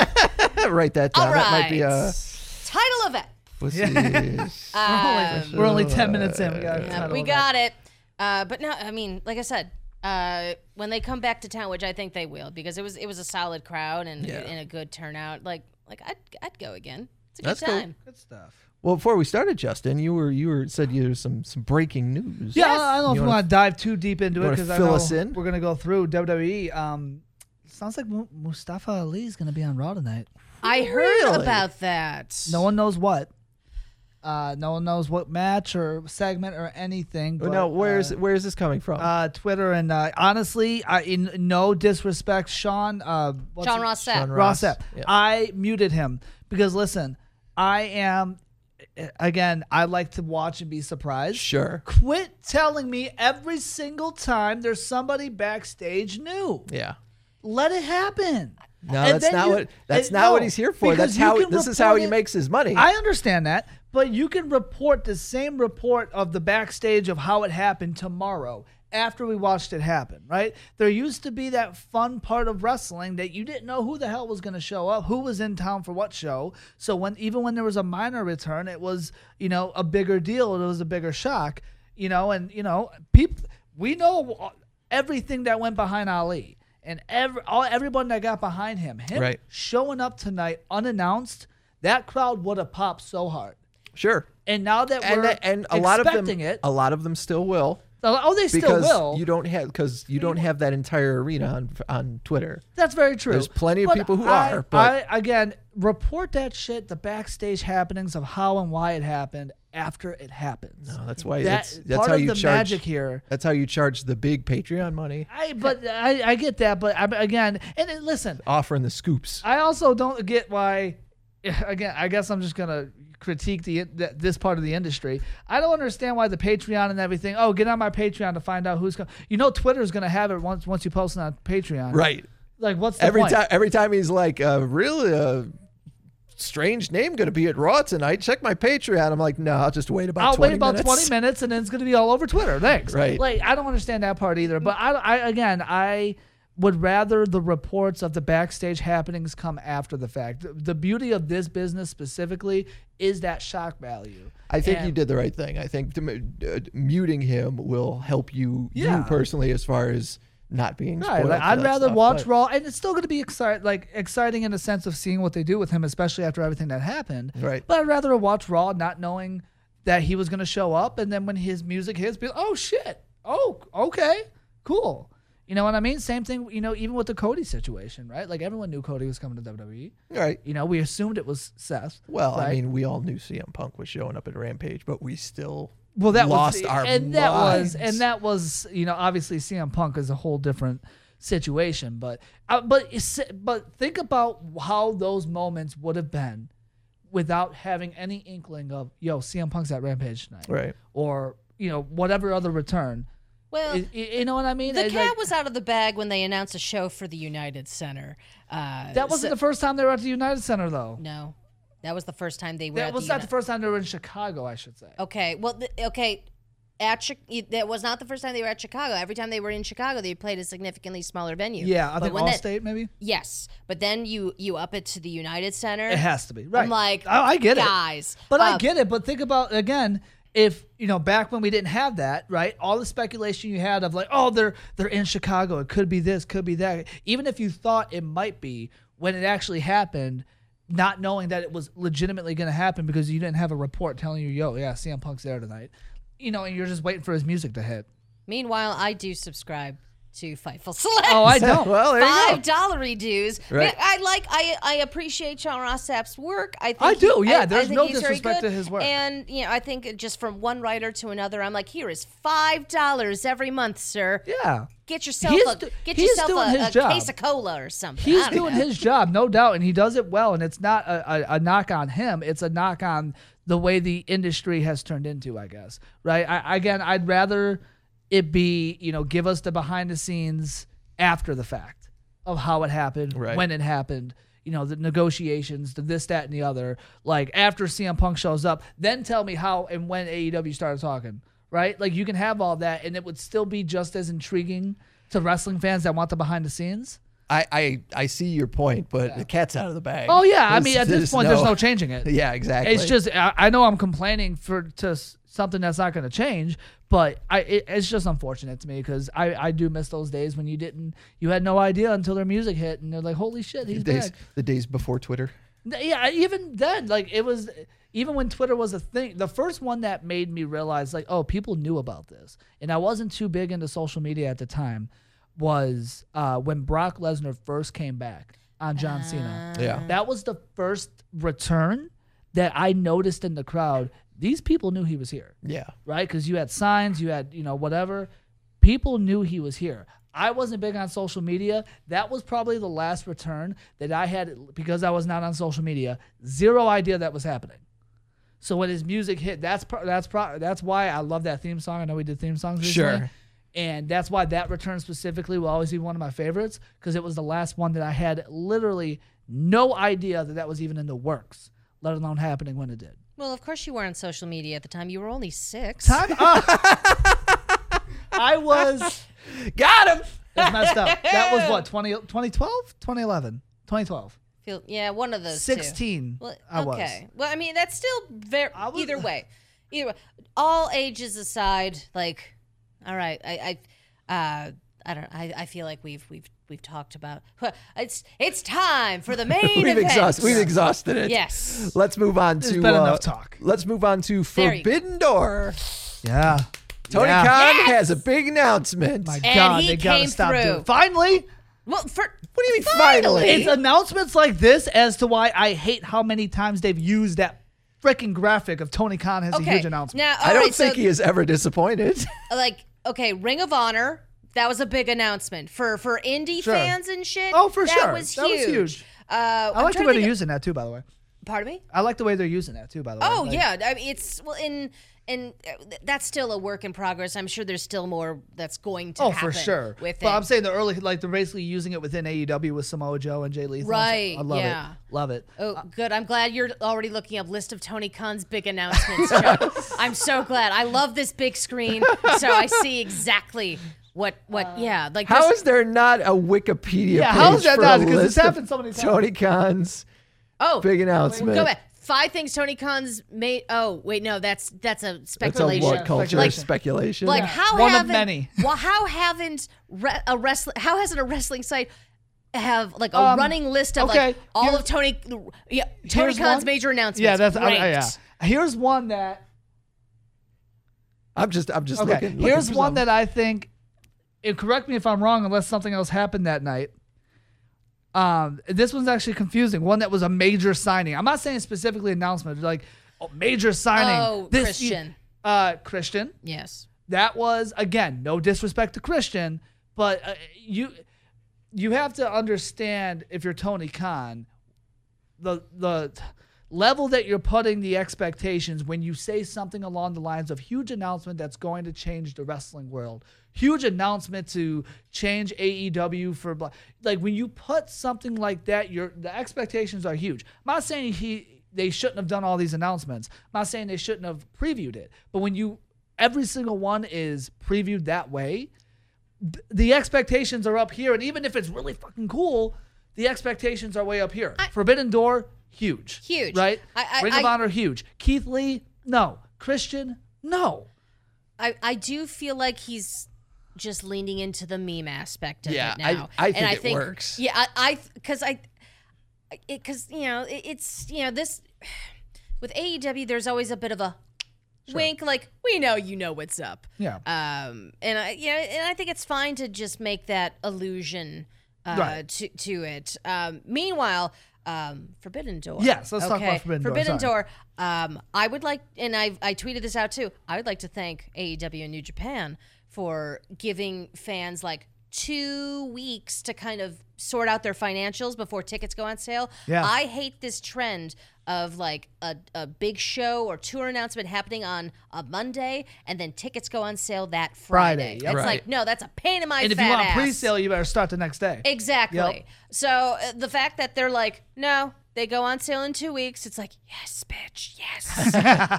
[SPEAKER 3] Write that down.
[SPEAKER 1] All
[SPEAKER 3] That might be uh, a.
[SPEAKER 1] right. Title of it.
[SPEAKER 3] Pussy.
[SPEAKER 2] We're only- we're only ten minutes in. We got,
[SPEAKER 1] Yeah, we got it. Uh, but no, I mean, like I said, uh, when they come back to town, which I think they will, because it was it was a solid crowd and,
[SPEAKER 3] Yeah.
[SPEAKER 1] and a good turnout. Like like I'd I'd go again. It's a
[SPEAKER 3] That's
[SPEAKER 1] good
[SPEAKER 3] cool.
[SPEAKER 1] time.
[SPEAKER 2] Good stuff.
[SPEAKER 3] Well, before we started, Justin, you were you were said you there was some some breaking news.
[SPEAKER 2] Yeah, I don't know if
[SPEAKER 3] You
[SPEAKER 2] we
[SPEAKER 3] wanna-
[SPEAKER 2] want to dive too deep into
[SPEAKER 3] you
[SPEAKER 2] it
[SPEAKER 3] wanna
[SPEAKER 2] because I
[SPEAKER 3] fill
[SPEAKER 2] know
[SPEAKER 3] us in?
[SPEAKER 2] we're gonna go through WWE. Um, sounds like Mu- Mustafa Ali is gonna be on Raw tonight.
[SPEAKER 1] I heard
[SPEAKER 3] Really?
[SPEAKER 1] about that.
[SPEAKER 2] No one knows what. Uh, no one knows what match or segment or anything.
[SPEAKER 3] Well,
[SPEAKER 2] but,
[SPEAKER 3] now, where's
[SPEAKER 2] uh,
[SPEAKER 3] where is this coming from?
[SPEAKER 2] uh, Twitter and uh, honestly, I, in no disrespect, Sean. Uh, what's
[SPEAKER 1] John
[SPEAKER 2] his-
[SPEAKER 1] Ross
[SPEAKER 3] John
[SPEAKER 1] Sapp.
[SPEAKER 3] Ross.
[SPEAKER 2] Ross Sapp.
[SPEAKER 3] Yeah.
[SPEAKER 2] I muted him because listen, I am again. I like to watch and be surprised.
[SPEAKER 3] sure.
[SPEAKER 2] Quit telling me every single time there's somebody backstage new.
[SPEAKER 3] Yeah.
[SPEAKER 2] Let it happen.
[SPEAKER 3] No,
[SPEAKER 2] And
[SPEAKER 3] that's
[SPEAKER 2] then
[SPEAKER 3] not
[SPEAKER 2] you-
[SPEAKER 3] what that's
[SPEAKER 2] and
[SPEAKER 3] not
[SPEAKER 2] no,
[SPEAKER 3] what he's here for.
[SPEAKER 2] because
[SPEAKER 3] That's
[SPEAKER 2] you
[SPEAKER 3] how
[SPEAKER 2] can
[SPEAKER 3] this is how
[SPEAKER 2] report
[SPEAKER 3] he
[SPEAKER 2] it-
[SPEAKER 3] makes his money.
[SPEAKER 2] I understand that, but you can report the same report of the backstage of how it happened tomorrow after we watched it happen, right? There used to be that fun part of wrestling that you didn't know who the hell was going to show up, who was in town for what show. So when even when there was a minor return, it was, you know, a bigger deal, it was a bigger shock, you know, and you know, people we know everything that went behind Ali. And every all everyone that got behind him, him
[SPEAKER 3] Right.
[SPEAKER 2] showing up tonight unannounced, that crowd would have popped so hard.
[SPEAKER 3] sure.
[SPEAKER 2] And now that
[SPEAKER 3] And
[SPEAKER 2] we're
[SPEAKER 3] that- and a lot of them
[SPEAKER 2] expecting it,
[SPEAKER 3] a lot of them still will
[SPEAKER 2] oh, they still
[SPEAKER 3] because
[SPEAKER 2] will.
[SPEAKER 3] you don't have because you don't have that entire arena on on Twitter.
[SPEAKER 2] That's very true.
[SPEAKER 3] There's plenty of
[SPEAKER 2] But
[SPEAKER 3] people who
[SPEAKER 2] I-
[SPEAKER 3] are, but-
[SPEAKER 2] I, again, report that shit, the backstage happenings of how and why it happened after it happens.
[SPEAKER 3] No, that's why
[SPEAKER 2] That-
[SPEAKER 3] it's, that's
[SPEAKER 2] part
[SPEAKER 3] how
[SPEAKER 2] of
[SPEAKER 3] you
[SPEAKER 2] the
[SPEAKER 3] charge
[SPEAKER 2] magic here.
[SPEAKER 3] That's how you charge the big Patreon money,
[SPEAKER 2] I but I, I get that, but I, again, and it, listen,
[SPEAKER 3] offering the scoops.
[SPEAKER 2] I also don't get why again, I guess I'm just gonna critique the th- this part of the industry. I don't understand why the Patreon and everything. Oh, get on my Patreon to find out who's going. You know, Twitter's gonna have it once once you post it on Patreon.
[SPEAKER 3] Right.
[SPEAKER 2] Like, what's the
[SPEAKER 3] Every
[SPEAKER 2] point?
[SPEAKER 3] time, every time he's like, uh, really, uh, strange name going to be at Raw tonight. Check my Patreon. I'm like, no, I'll just wait about.
[SPEAKER 2] I'll
[SPEAKER 3] 20
[SPEAKER 2] wait about
[SPEAKER 3] minutes.
[SPEAKER 2] 20 minutes and then it's going to be all over Twitter. Thanks.
[SPEAKER 3] Right.
[SPEAKER 2] Like, I don't understand that part either. But I, I, again, I would rather the reports of the backstage happenings come after the fact. The, the beauty of this business specifically is that shock value.
[SPEAKER 3] I think you
[SPEAKER 2] And-
[SPEAKER 3] did the right thing. I think to, mu- uh, muting him will help you,
[SPEAKER 2] Yeah.
[SPEAKER 3] you personally, as far as not being.
[SPEAKER 2] Right,
[SPEAKER 3] spoiled
[SPEAKER 2] like,
[SPEAKER 3] for
[SPEAKER 2] I'd
[SPEAKER 3] that
[SPEAKER 2] rather
[SPEAKER 3] stuff,
[SPEAKER 2] watch
[SPEAKER 3] but-
[SPEAKER 2] Raw, and it's still going to be exciting, like exciting in the sense of seeing what they do with him, especially after everything that happened.
[SPEAKER 3] Right.
[SPEAKER 2] But I'd rather watch Raw, not knowing that he was going to show up, and then when his music hits, be like, "Oh shit! Oh, okay, cool." You know what I mean? Same thing. You know, even with the Cody situation, right? Like everyone knew Cody was coming to WWE.
[SPEAKER 3] Right.
[SPEAKER 2] You know, we assumed it was Seth.
[SPEAKER 3] Well, I
[SPEAKER 2] right?
[SPEAKER 3] mean, we all knew CM Punk was showing up at Rampage, but we still
[SPEAKER 2] well that
[SPEAKER 3] lost
[SPEAKER 2] was,
[SPEAKER 3] our
[SPEAKER 2] and that was
[SPEAKER 3] minds.
[SPEAKER 2] and that was you know obviously CM Punk is a whole different situation but uh, but it's- but think about how those moments would have been without having any inkling of yo CM Punk's at Rampage tonight
[SPEAKER 3] Right.
[SPEAKER 2] or you know whatever other return
[SPEAKER 1] Well,
[SPEAKER 2] I- I- you know what I mean
[SPEAKER 1] the
[SPEAKER 2] It's
[SPEAKER 1] cat
[SPEAKER 2] like-
[SPEAKER 1] was out of the bag when they announced a show for the United Center. Uh,
[SPEAKER 2] that wasn't
[SPEAKER 1] so-
[SPEAKER 2] the first time they were at the United Center though
[SPEAKER 1] no. That was the first time they were.
[SPEAKER 2] that
[SPEAKER 1] at
[SPEAKER 2] was
[SPEAKER 1] the Oh,
[SPEAKER 2] not the
[SPEAKER 1] Uni-
[SPEAKER 2] first time they were in Chicago I should say
[SPEAKER 1] Okay. Well, th- okay. At Chi- y- that was not the first time they were at Chicago. Every time they were in Chicago, they played a significantly smaller venue.
[SPEAKER 2] yeah I
[SPEAKER 1] But
[SPEAKER 2] think
[SPEAKER 1] when that-
[SPEAKER 2] Allstate maybe
[SPEAKER 1] Yes, but then you you up it to the United Center.
[SPEAKER 2] It has to be right.
[SPEAKER 1] like,
[SPEAKER 2] I, I get
[SPEAKER 1] guys,
[SPEAKER 2] it, but I
[SPEAKER 1] uh,
[SPEAKER 2] get it. But think about again, if you know, back when we didn't have that, right? All the speculation you had of like, oh, they're they're in Chicago. It could be this, could be that. Even if you thought it might be, when it actually happened, not knowing that it was legitimately going to happen because you didn't have a report telling you, yo, yeah, CM Punk's there tonight. You know, and you're just waiting for his music to hit.
[SPEAKER 1] Meanwhile, I do subscribe to Fightful Select.
[SPEAKER 2] Oh, I don't.
[SPEAKER 3] Well, there you
[SPEAKER 1] Five
[SPEAKER 3] go.
[SPEAKER 1] dollar dues.
[SPEAKER 3] Right.
[SPEAKER 1] I like. I I appreciate Sean Rossap's work. I think
[SPEAKER 2] I
[SPEAKER 1] he-
[SPEAKER 2] do, yeah, there's
[SPEAKER 1] think
[SPEAKER 2] no
[SPEAKER 1] he's very
[SPEAKER 2] disrespect
[SPEAKER 1] good.
[SPEAKER 2] to his work.
[SPEAKER 1] And you know, I think just from one writer to another, I'm like, here is five dollars every month, sir.
[SPEAKER 2] yeah.
[SPEAKER 1] Get yourself
[SPEAKER 2] He's
[SPEAKER 1] a
[SPEAKER 2] do-
[SPEAKER 1] get
[SPEAKER 2] he's
[SPEAKER 1] yourself
[SPEAKER 2] doing his
[SPEAKER 1] a, a
[SPEAKER 2] job.
[SPEAKER 1] case of cola or something.
[SPEAKER 2] He's
[SPEAKER 1] I don't
[SPEAKER 2] doing
[SPEAKER 1] know.
[SPEAKER 2] his job, no doubt, and he does it well. And it's not a, a, a knock on him; it's a knock on the way the industry has turned into, I guess. Right? I, again, I'd rather it be you know give us the behind the scenes after the fact of how it happened,
[SPEAKER 3] Right.
[SPEAKER 2] when it happened. You know the negotiations, the this, that, and the other. Like after CM Punk shows up, then tell me how and when AEW started talking. Right? Like you can have all that, and it would still be just as intriguing to wrestling fans that want the behind the scenes.
[SPEAKER 3] I, I, I see your point, but the cat's out of the bag.
[SPEAKER 2] Oh yeah, I
[SPEAKER 3] There's-
[SPEAKER 2] mean at this point, there's no changing it.
[SPEAKER 3] Yeah, exactly.
[SPEAKER 2] It's just I, I know I'm complaining for to s- something that's not going to change, but I it, it's just unfortunate to me because I I do miss those days when you didn't you had no idea until their music hit and they're like holy shit
[SPEAKER 3] the
[SPEAKER 2] he's
[SPEAKER 3] days,
[SPEAKER 2] back.
[SPEAKER 3] the days before Twitter.
[SPEAKER 2] Th- Yeah, I- even then like it was even when Twitter was a thing, the first one that made me realize like oh people knew about this and I wasn't too big into social media at the time was uh, when Brock Lesnar first came back on John Cena.
[SPEAKER 3] Yeah.
[SPEAKER 2] Mm-hmm. That was the first return that I noticed in the crowd. These people knew he was here,
[SPEAKER 3] Yeah.
[SPEAKER 2] right? Because you had signs, you had, you know, whatever. People knew he was here. I wasn't big on social media. That was probably the last return that I had because I was not on social media. Zero idea that was happening. So when his music hit, that's pro- that's pro- that's why I love that theme song. I know we did theme songs recently.
[SPEAKER 3] Sure.
[SPEAKER 2] And that's why that return specifically will always be one of my favorites because it was the last one that I had literally no idea that that was even in the works, let alone happening when it did.
[SPEAKER 1] Well, of course you were on social media at the time. You were only six.
[SPEAKER 2] Time up. I was.
[SPEAKER 3] Got him.
[SPEAKER 2] That's messed up. That was what, 20, 2012? 2011. 2012.
[SPEAKER 1] Feel- yeah, one of those. two.
[SPEAKER 2] 16.
[SPEAKER 1] Well,
[SPEAKER 2] I was.
[SPEAKER 1] okay. Well, I mean, that's still very.
[SPEAKER 2] I was-
[SPEAKER 1] either way, either way, all ages aside, like, all right, I, I, uh, I don't. I, I feel like we've we've we've talked about. It's it's time for the main
[SPEAKER 3] We've
[SPEAKER 1] event.
[SPEAKER 3] exhausted. We've exhausted it.
[SPEAKER 1] Yes.
[SPEAKER 3] Let's move on
[SPEAKER 2] There's
[SPEAKER 3] to
[SPEAKER 2] been
[SPEAKER 3] uh,
[SPEAKER 2] enough talk.
[SPEAKER 3] Let's move on to
[SPEAKER 1] There you go.
[SPEAKER 3] Forbidden Door.
[SPEAKER 2] Yeah.
[SPEAKER 3] Tony
[SPEAKER 2] Yeah.
[SPEAKER 3] Khan has a big announcement.
[SPEAKER 2] My
[SPEAKER 1] And
[SPEAKER 2] God,
[SPEAKER 1] he
[SPEAKER 2] they gotta
[SPEAKER 1] came
[SPEAKER 2] stop doing
[SPEAKER 1] through.
[SPEAKER 2] it. Finally,
[SPEAKER 1] Well, for
[SPEAKER 3] What do you mean finally?
[SPEAKER 2] it's announcements like this as to why I hate how many times they've used that freaking graphic of Tony Khan has
[SPEAKER 1] okay.
[SPEAKER 2] a huge announcement.
[SPEAKER 1] Now,
[SPEAKER 3] I don't
[SPEAKER 1] alright, so
[SPEAKER 3] think he is ever disappointed.
[SPEAKER 1] like okay, Ring of Honor. That was a big announcement for for indie
[SPEAKER 2] Sure.
[SPEAKER 1] fans and shit.
[SPEAKER 2] Oh, for
[SPEAKER 1] that
[SPEAKER 2] sure.
[SPEAKER 1] Was
[SPEAKER 2] That was
[SPEAKER 1] huge.
[SPEAKER 2] huge.
[SPEAKER 1] Uh,
[SPEAKER 2] I like the way they're using that too, by the way.
[SPEAKER 1] Pardon me.
[SPEAKER 2] I like the way they're using that too. By the way.
[SPEAKER 1] Oh
[SPEAKER 2] Like,
[SPEAKER 1] yeah, I mean, it's well, and and uh, th- that's still a work in progress. I'm sure there's still more that's going to
[SPEAKER 2] Oh,
[SPEAKER 1] happen.
[SPEAKER 2] for sure.
[SPEAKER 1] With
[SPEAKER 2] but
[SPEAKER 1] it.
[SPEAKER 2] I'm saying the early, like they're basically using it within AEW with Samoa Joe and Jay Lethal.
[SPEAKER 1] Right,
[SPEAKER 2] I love
[SPEAKER 1] yeah.
[SPEAKER 2] it. Love it.
[SPEAKER 1] Oh, good. I'm glad you're already looking up list of Tony Khan's big announcements. Chuck. I'm so glad. I love this big screen, so I see exactly what what.
[SPEAKER 2] Uh,
[SPEAKER 1] yeah, like
[SPEAKER 3] How
[SPEAKER 1] there's-
[SPEAKER 3] is there not a Wikipedia
[SPEAKER 2] Yeah,
[SPEAKER 3] page
[SPEAKER 2] how is that
[SPEAKER 3] for
[SPEAKER 2] not?
[SPEAKER 3] a
[SPEAKER 2] 'Cause it's
[SPEAKER 3] list of
[SPEAKER 2] happened so many times.
[SPEAKER 3] Tony Khan's
[SPEAKER 1] oh
[SPEAKER 3] big announcement.
[SPEAKER 1] Go back. Five things Tony Khan's made. Oh wait, no, that's that's a
[SPEAKER 3] That's a
[SPEAKER 1] speculation.
[SPEAKER 3] what culture
[SPEAKER 2] Like-
[SPEAKER 3] speculation.
[SPEAKER 1] Like how
[SPEAKER 2] One of
[SPEAKER 1] haven't
[SPEAKER 2] many.
[SPEAKER 1] well how haven't re- a wrestling how hasn't a wrestling site have like a
[SPEAKER 2] Um,
[SPEAKER 1] running list of
[SPEAKER 2] okay,
[SPEAKER 1] like all
[SPEAKER 2] here-
[SPEAKER 1] of Tony yeah Tony
[SPEAKER 2] Here's
[SPEAKER 1] Khan's
[SPEAKER 2] one.
[SPEAKER 1] major announcements.
[SPEAKER 2] Yeah, that's I- I- yeah.
[SPEAKER 1] ranked.
[SPEAKER 2] Here's one that
[SPEAKER 3] I'm just I'm just
[SPEAKER 2] okay.
[SPEAKER 3] looking.
[SPEAKER 2] here's
[SPEAKER 3] looking for
[SPEAKER 2] one
[SPEAKER 3] something.
[SPEAKER 2] that I think. And correct me if I'm wrong, unless something else happened that night. Um, this one's actually confusing. One that was a major signing. I'm not saying specifically announcement. Like oh, major signing.
[SPEAKER 1] Oh,
[SPEAKER 2] This- e-
[SPEAKER 1] Christian.
[SPEAKER 2] Uh, Christian.
[SPEAKER 1] Yes.
[SPEAKER 2] that was again no disrespect to christian but uh, you you have to understand if you're tony khan the the level that you're putting the expectations when you say something along the lines of huge announcement that's going to change the wrestling world huge announcement to change AEW for blah. like when you put something like that your the expectations are huge I'm not saying he they shouldn't have done all these announcements I'm not saying they shouldn't have previewed it but when you every single one is previewed that way th- the expectations are up here and even if it's really fucking cool the expectations are way up here forbidden door huge
[SPEAKER 1] Huge.
[SPEAKER 2] right
[SPEAKER 1] I- I-
[SPEAKER 2] ring of
[SPEAKER 1] I-
[SPEAKER 2] honor huge keith lee no christian no
[SPEAKER 1] I, I do feel like he's just leaning into the meme aspect of
[SPEAKER 3] Yeah,
[SPEAKER 1] it
[SPEAKER 3] I-
[SPEAKER 1] now.
[SPEAKER 3] I think it works.
[SPEAKER 1] Yeah, I because I because you know it, it's you know this with AEW. There's always a bit of a wink, like we know you know what's up.
[SPEAKER 2] Yeah.
[SPEAKER 1] Um, and I yeah, and I think it's fine to just make that illusion uh,
[SPEAKER 2] Right.
[SPEAKER 1] to to it. Um, meanwhile. Um, Forbidden Door.
[SPEAKER 2] Yes, let's talk about Forbidden Door,
[SPEAKER 1] Forbidden
[SPEAKER 2] sorry.
[SPEAKER 1] Door. Um, I would like, and I I tweeted this out too. I would like to thank AEW and New Japan for giving fans like two weeks to kind of sort out their financials before tickets go on sale.
[SPEAKER 2] Yeah.
[SPEAKER 1] I hate this trend of like a, a big show or tour announcement happening on a Monday and then tickets go on sale that Friday.
[SPEAKER 2] Friday, yep.
[SPEAKER 1] It's
[SPEAKER 3] Right.
[SPEAKER 1] like no, that's a pain in my
[SPEAKER 2] and if
[SPEAKER 1] fat
[SPEAKER 2] you want
[SPEAKER 1] ass.
[SPEAKER 2] pre-sale you better start the next day
[SPEAKER 1] Exactly.
[SPEAKER 2] Yep.
[SPEAKER 1] So uh, the fact that they're like, no, they go on sale in two weeks. It's like, yes, bitch, yes,
[SPEAKER 3] got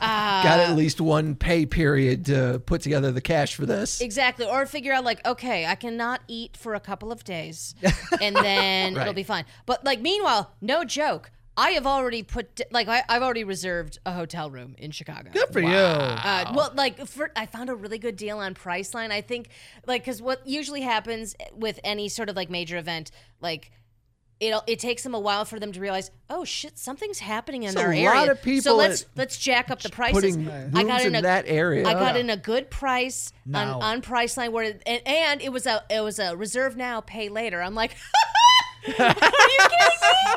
[SPEAKER 1] uh,
[SPEAKER 3] at least one pay period to put together the cash for this.
[SPEAKER 1] exactly. Or figure out like, okay, I cannot eat for a couple of days, and then it'll
[SPEAKER 3] Right.
[SPEAKER 1] be fine. But like, meanwhile, no joke, I have already put like I, I've already reserved a hotel room in Chicago.
[SPEAKER 2] good for you
[SPEAKER 1] Uh, well, like for, I found a really good deal on Priceline. I think, like, because what usually happens with any sort of like major event, like. It, it takes them a while for them to realize, oh shit, something's happening in
[SPEAKER 3] It's a
[SPEAKER 1] their
[SPEAKER 3] lot
[SPEAKER 1] area.
[SPEAKER 3] of people
[SPEAKER 1] so let's
[SPEAKER 3] at-
[SPEAKER 1] let's jack up the prices.
[SPEAKER 3] Putting
[SPEAKER 1] I
[SPEAKER 3] rooms
[SPEAKER 1] got in,
[SPEAKER 3] in
[SPEAKER 1] a,
[SPEAKER 3] that area.
[SPEAKER 1] I got in a good price
[SPEAKER 2] Now.
[SPEAKER 1] on, on Priceline where and, and it was a it was a reserve now, pay later. I'm like, are you kidding me?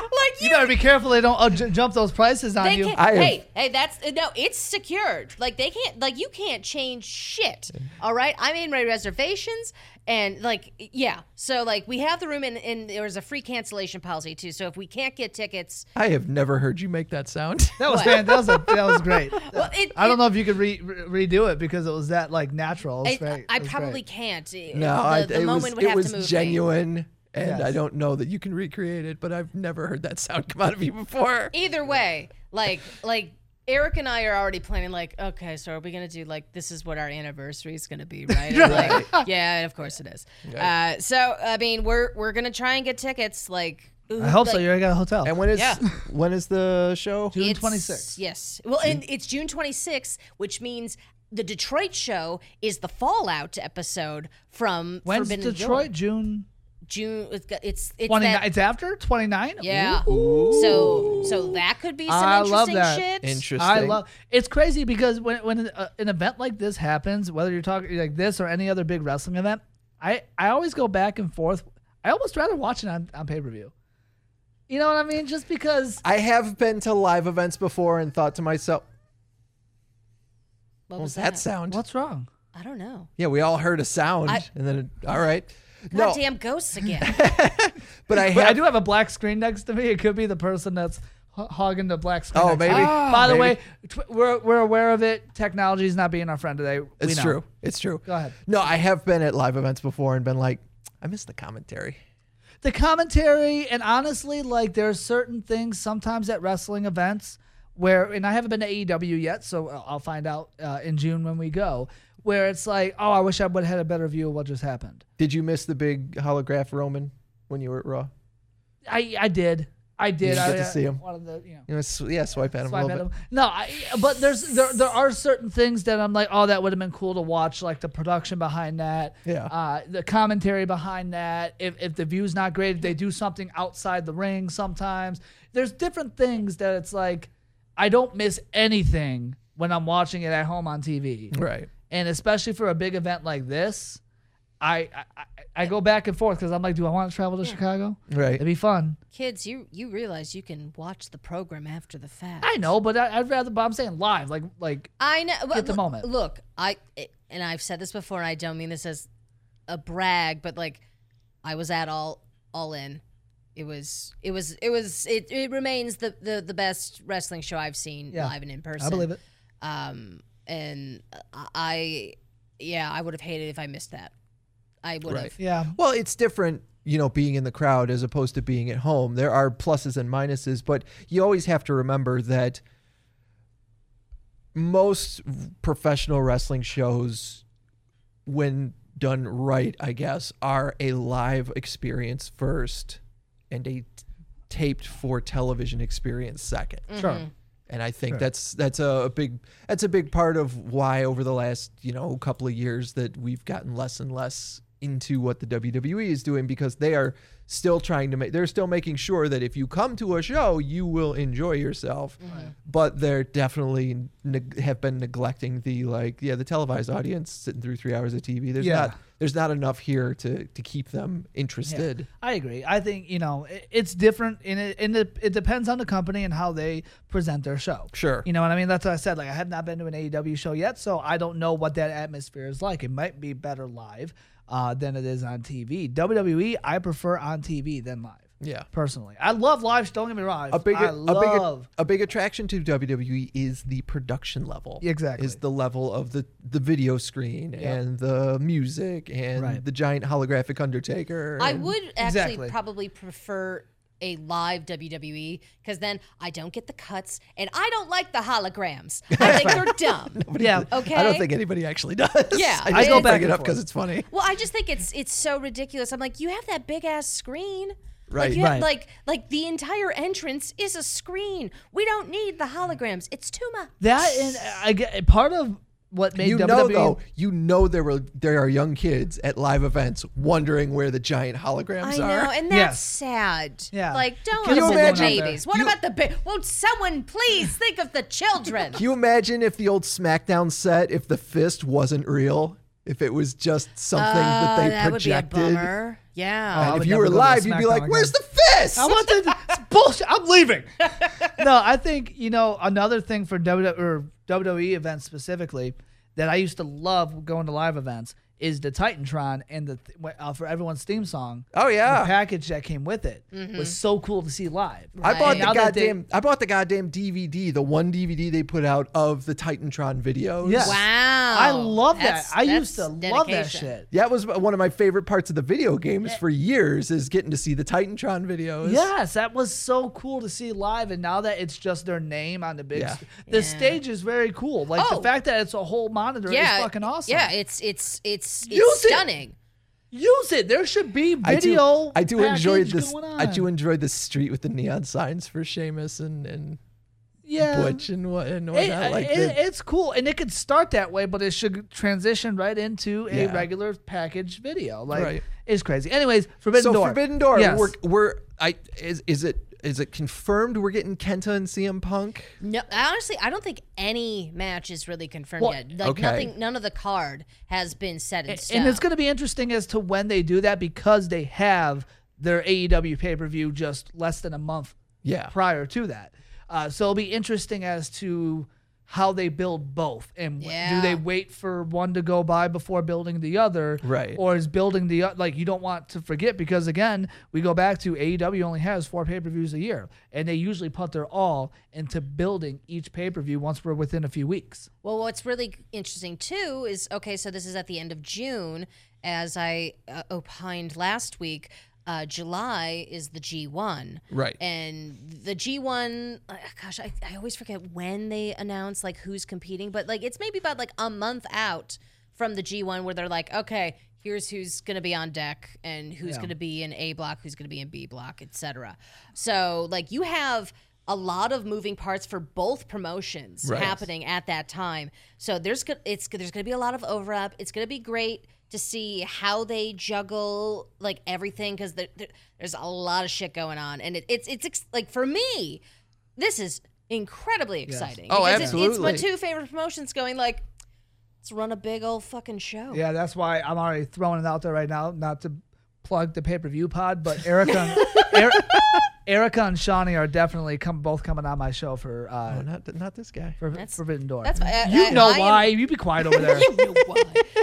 [SPEAKER 1] Like
[SPEAKER 2] you better be careful they don't uh, j- jump those prices on
[SPEAKER 1] they
[SPEAKER 2] you
[SPEAKER 1] can't.
[SPEAKER 3] I have-
[SPEAKER 1] hey, hey, that's no. It's secured. Like they can't. Like you can't change shit. All right. I made my reservations, and like yeah. So like we have the room, and, and there was a free cancellation policy too. So if we can't get tickets,
[SPEAKER 3] I have never heard you make that sound.
[SPEAKER 2] that was fan- that was a, that was great
[SPEAKER 1] well, it,
[SPEAKER 2] I don't
[SPEAKER 1] it-
[SPEAKER 2] know if you could re- re- redo it because it was that like natural. It was
[SPEAKER 1] I,
[SPEAKER 2] great.
[SPEAKER 1] I
[SPEAKER 2] It was
[SPEAKER 1] probably
[SPEAKER 2] great.
[SPEAKER 1] can't.
[SPEAKER 3] no,
[SPEAKER 1] the,
[SPEAKER 3] I,
[SPEAKER 1] the
[SPEAKER 3] it
[SPEAKER 1] moment
[SPEAKER 3] was
[SPEAKER 1] would
[SPEAKER 3] it
[SPEAKER 1] have
[SPEAKER 3] was
[SPEAKER 1] to move me.
[SPEAKER 3] genuine, and I
[SPEAKER 2] Yes.
[SPEAKER 3] don't know that you can recreate it. But I've never heard that sound come out of you before.
[SPEAKER 1] Either way, like like. Eric and I are already planning, like, okay, so are we gonna do like this is what our anniversary is gonna be, right? And, like, yeah, of course it is. Uh, so I mean, we're we're gonna try and get tickets. Like,
[SPEAKER 2] I hope so.
[SPEAKER 1] like,
[SPEAKER 2] You already got a hotel.
[SPEAKER 3] And when is
[SPEAKER 1] Yeah.
[SPEAKER 3] when is the show?
[SPEAKER 2] June
[SPEAKER 1] It's-
[SPEAKER 2] 26th.
[SPEAKER 1] Yes. Well, and it's June 26th, which means the Detroit show is the fallout episode from
[SPEAKER 2] When's
[SPEAKER 1] Forbidden
[SPEAKER 2] Detroit?
[SPEAKER 1] Door.
[SPEAKER 2] June
[SPEAKER 1] June. It's got- it's it's
[SPEAKER 2] 29.
[SPEAKER 1] that,
[SPEAKER 2] it's after 29?
[SPEAKER 1] yeah. So so that could be some
[SPEAKER 2] I
[SPEAKER 1] interesting
[SPEAKER 2] love that.
[SPEAKER 1] shit.
[SPEAKER 3] Interesting.
[SPEAKER 2] I love It's crazy because when when uh, an event like this happens, whether you're talking like this or any other big wrestling event, I I always go back and forth. I almost rather watch it on, on pay-per-view. You know what I mean? Just because
[SPEAKER 3] I have been to live events before and thought to myself,
[SPEAKER 1] what
[SPEAKER 3] "What
[SPEAKER 1] was
[SPEAKER 3] was that sound?"
[SPEAKER 2] what's wrong?
[SPEAKER 1] I don't know.
[SPEAKER 3] Yeah, we all heard a sound,
[SPEAKER 1] I-
[SPEAKER 3] and then it, all right. no,
[SPEAKER 1] Goddamn ghosts again.
[SPEAKER 2] But
[SPEAKER 3] but I
[SPEAKER 2] I
[SPEAKER 3] have
[SPEAKER 2] do have a black screen next to me. It could be the person that's ho- hogging the black skin.
[SPEAKER 3] Oh,
[SPEAKER 2] next
[SPEAKER 3] maybe.
[SPEAKER 2] week.
[SPEAKER 3] Ah,
[SPEAKER 2] By the
[SPEAKER 3] maybe.
[SPEAKER 2] way, tw- we're we're aware of it. Technology's not being our friend today. We
[SPEAKER 3] It's
[SPEAKER 2] know.
[SPEAKER 3] true. It's true.
[SPEAKER 2] Go ahead.
[SPEAKER 3] No, I have been at live events before and been like, I miss the commentary.
[SPEAKER 2] the commentary and honestly like there are certain things sometimes at wrestling events where and i haven't been to aew yet so I'll- i'll find out uh, in june when we go where it's like oh i wish i would have had a better view of what just happened
[SPEAKER 3] Did you miss the big holograph Roman when you were at Raw?
[SPEAKER 2] i i did i did
[SPEAKER 3] didn't
[SPEAKER 2] I,
[SPEAKER 3] get to
[SPEAKER 2] I
[SPEAKER 3] see 'em.
[SPEAKER 2] wanted to, you know
[SPEAKER 3] You know, s- yeah, swipe at him
[SPEAKER 2] swipe
[SPEAKER 3] a
[SPEAKER 2] at
[SPEAKER 3] little
[SPEAKER 2] 'em.
[SPEAKER 3] bit.
[SPEAKER 2] No, I, but there's there there are certain things that I'm like, oh, that would have been cool to watch, like the production behind that,
[SPEAKER 3] Yeah.
[SPEAKER 2] uh, the commentary behind that. If if the view's not great, if they do something outside the ring, sometimes there's different things that it's like, I don't miss anything when I'm watching it at home on TV,
[SPEAKER 3] Right.
[SPEAKER 2] and especially for a big event like this. I, I- I, I go back and forth because I'm like, do I want to travel to Chicago?
[SPEAKER 3] Right.
[SPEAKER 2] It'd be fun.
[SPEAKER 1] Kids, you you realize you can watch the program after the fact.
[SPEAKER 2] I know, but I, I'd rather. But I'm saying live, like like
[SPEAKER 1] I know. But
[SPEAKER 2] Get the
[SPEAKER 1] look,
[SPEAKER 2] moment.
[SPEAKER 1] Look, I it, and I've said this before, and I don't mean this as a brag, but like I was at all all in. It was it was it was it, it remains the, the the best wrestling show I've seen
[SPEAKER 2] Yeah.
[SPEAKER 1] live and in person.
[SPEAKER 2] I believe it.
[SPEAKER 1] Um, and I yeah, I would have hated if I missed that. I would have.
[SPEAKER 2] Yeah.
[SPEAKER 3] Well, it's different, you know, being in the crowd as opposed to being at home. There are pluses and minuses, but you always have to remember that most professional wrestling shows, when done right, I guess, are a live experience first and a t- taped for television experience second.
[SPEAKER 2] Sure.
[SPEAKER 3] And I think that's that's a big that's a big part of why over the last you know couple of years that we've gotten less and less into what the WWE is doing because they are still trying to make they're still making sure that if you come to a show you will enjoy yourself, but they're definitely neg- have been neglecting the like yeah the televised audience sitting through three hours of TV. There's
[SPEAKER 2] Yeah.
[SPEAKER 3] not there's not enough here to to keep them interested.
[SPEAKER 2] I agree. I think you know i- it's different, and it and it, it depends on the company and how they present their show.
[SPEAKER 3] Sure.
[SPEAKER 2] you know what I mean. That's what I said. Like I have not been to an AEW show yet, so I don't know what that atmosphere is like. It might be better live uh, than it is on TV. WWE, E, I prefer on TV than live.
[SPEAKER 3] Yeah.
[SPEAKER 2] personally, I love live. Don't get me wrong.
[SPEAKER 3] a big
[SPEAKER 2] I
[SPEAKER 3] a big
[SPEAKER 2] love.
[SPEAKER 3] a big attraction to WWE is the production level.
[SPEAKER 2] Exactly.
[SPEAKER 3] Is the level of the the video screen and the music and
[SPEAKER 2] Right.
[SPEAKER 3] the giant holographic Undertaker.
[SPEAKER 1] I
[SPEAKER 3] and-
[SPEAKER 1] would actually
[SPEAKER 2] Exactly.
[SPEAKER 1] probably prefer a live WWE because then I don't get the cuts and I don't like the holograms. I think they're dumb.
[SPEAKER 2] yeah,
[SPEAKER 1] Okay.
[SPEAKER 3] I don't think anybody actually does.
[SPEAKER 1] Yeah,
[SPEAKER 3] I just
[SPEAKER 1] I go
[SPEAKER 3] don't
[SPEAKER 2] back
[SPEAKER 3] bring it
[SPEAKER 2] and
[SPEAKER 3] up because
[SPEAKER 2] forth.
[SPEAKER 3] it's funny.
[SPEAKER 1] Well, I just think it's it's so ridiculous. I'm like, you have that big ass screen.
[SPEAKER 3] Right.
[SPEAKER 1] Like, you have-
[SPEAKER 2] Right.
[SPEAKER 1] like like the entire entrance is a screen. We don't need the holograms. It's too much.
[SPEAKER 2] that and uh, I get part of what made E
[SPEAKER 3] You
[SPEAKER 2] WWE.
[SPEAKER 3] know though, you know there were there are young kids at live events wondering where the giant holograms
[SPEAKER 1] I
[SPEAKER 3] are.
[SPEAKER 1] know, and that's
[SPEAKER 2] Yes.
[SPEAKER 1] sad.
[SPEAKER 2] Yeah.
[SPEAKER 1] Like, don't
[SPEAKER 2] Can
[SPEAKER 1] Can
[SPEAKER 2] you
[SPEAKER 1] the
[SPEAKER 2] imagine-
[SPEAKER 1] babies. What
[SPEAKER 3] You-
[SPEAKER 1] about the ba- Won't someone please think of the children?
[SPEAKER 3] Can you imagine if the old SmackDown set, if the fist wasn't real, if it was just something that they
[SPEAKER 1] Uh, that would be a
[SPEAKER 3] projected?
[SPEAKER 1] bummer. Yeah.
[SPEAKER 2] Oh, I
[SPEAKER 3] And
[SPEAKER 2] would
[SPEAKER 3] if you
[SPEAKER 2] never
[SPEAKER 3] were
[SPEAKER 2] go to a
[SPEAKER 3] live, you'd be
[SPEAKER 2] SmackDown
[SPEAKER 3] like,
[SPEAKER 2] again.
[SPEAKER 3] "Where's the fist?"
[SPEAKER 2] I want to. It's bullshit. I'm leaving. no, I think you know another thing for WWE or WWE events specifically that I used to love going to live events is the Titantron and the th- wh- uh, for everyone's theme song.
[SPEAKER 3] Oh, yeah.
[SPEAKER 2] the package that came with it was so cool to see live.
[SPEAKER 3] I bought
[SPEAKER 1] Right.
[SPEAKER 3] the
[SPEAKER 2] Now that they-
[SPEAKER 3] goddamn I bought the goddamn DVD, the one DVD they put out of the Titantron videos.
[SPEAKER 2] Yes.
[SPEAKER 1] Wow.
[SPEAKER 2] I love
[SPEAKER 1] That's-
[SPEAKER 2] that. I used to
[SPEAKER 1] that's
[SPEAKER 2] love that
[SPEAKER 1] dedication.
[SPEAKER 2] shit.
[SPEAKER 3] That was one of my favorite parts of the video games for years is getting to see the Titantron videos.
[SPEAKER 2] Yes, that was so cool to see live, and now that it's just their name on the big,
[SPEAKER 3] Yeah.
[SPEAKER 2] st- the stage is very cool. Like
[SPEAKER 1] Oh.
[SPEAKER 2] the fact that it's a whole monitor is fucking awesome.
[SPEAKER 1] Yeah, it's it's it's
[SPEAKER 2] Use
[SPEAKER 1] it's
[SPEAKER 2] it.
[SPEAKER 1] stunning.
[SPEAKER 2] Use it. There should be
[SPEAKER 3] I
[SPEAKER 2] video.
[SPEAKER 3] do, I do enjoy
[SPEAKER 2] package
[SPEAKER 3] this
[SPEAKER 2] going
[SPEAKER 3] I do
[SPEAKER 2] on.
[SPEAKER 3] enjoy the street with the neon signs for Seamus and, and
[SPEAKER 2] Yeah.
[SPEAKER 3] Butch and what and
[SPEAKER 2] It-
[SPEAKER 3] whatnot. like
[SPEAKER 2] it-
[SPEAKER 3] the-
[SPEAKER 2] it's cool, and it could start that way, but it should transition right into a
[SPEAKER 3] Yeah.
[SPEAKER 2] regular package video. Like
[SPEAKER 3] Right.
[SPEAKER 2] it's crazy. Anyways, Forbidden
[SPEAKER 3] so
[SPEAKER 2] Door.
[SPEAKER 3] Forbidden Door,
[SPEAKER 2] Yes.
[SPEAKER 3] we're, we're I is is it is it confirmed we're getting Kenta and CM Punk?
[SPEAKER 1] No, honestly, I don't think any match is really confirmed
[SPEAKER 2] Well,
[SPEAKER 1] yet. Like
[SPEAKER 3] okay.
[SPEAKER 1] nothing, none of the card has been set in stone.
[SPEAKER 2] and it's going to be interesting as to when they do that because they have their E AEW pay per view just less than a month
[SPEAKER 3] Yeah.
[SPEAKER 2] prior to that. Uh, so it'll be interesting as to how they build both and w-
[SPEAKER 1] Yeah.
[SPEAKER 2] do they wait for one to go by before building the other
[SPEAKER 3] Right.
[SPEAKER 2] or is building the o- like you don't want to forget because again we go back to AEW only has four pay-per-views a year and they usually put their all into building each pay-per-view once we're within a few weeks
[SPEAKER 1] Well, what's really interesting too is okay, so this is at the end of June. As I uh, opined last week, uh, July is the G1.
[SPEAKER 3] Right.
[SPEAKER 1] And the G1, uh, gosh, I, I always forget when they announce like who's competing, but like it's maybe about like a month out from the G1 where they're like, okay, here's who's going to be on deck and who's going to be in A block, who's going to be in B block, etc. So like you have a lot of moving parts for both promotions
[SPEAKER 3] Right.
[SPEAKER 1] happening happening at that time. So there's go- it's there's going to be a lot of overlap. It's going to be great to see how they juggle like everything because there, there- there's a lot of shit going on, and it, it's it's ex- like for me, this is incredibly exciting.
[SPEAKER 3] Oh,
[SPEAKER 1] because it- It's my
[SPEAKER 3] absolutely.
[SPEAKER 1] two favorite promotions going like. Let's run a big old fucking show.
[SPEAKER 2] yeah that's why I'm already throwing it out there right now not to plug the pay-per-view pod but Erica and, Eri- Erica and Shawnee are definitely come both coming on my show for uh,
[SPEAKER 3] Oh, not not this guy.
[SPEAKER 2] for Forbidden Door.
[SPEAKER 1] that's fi- I-
[SPEAKER 2] you
[SPEAKER 1] I-
[SPEAKER 2] know
[SPEAKER 1] I am-
[SPEAKER 2] why. you be quiet over there.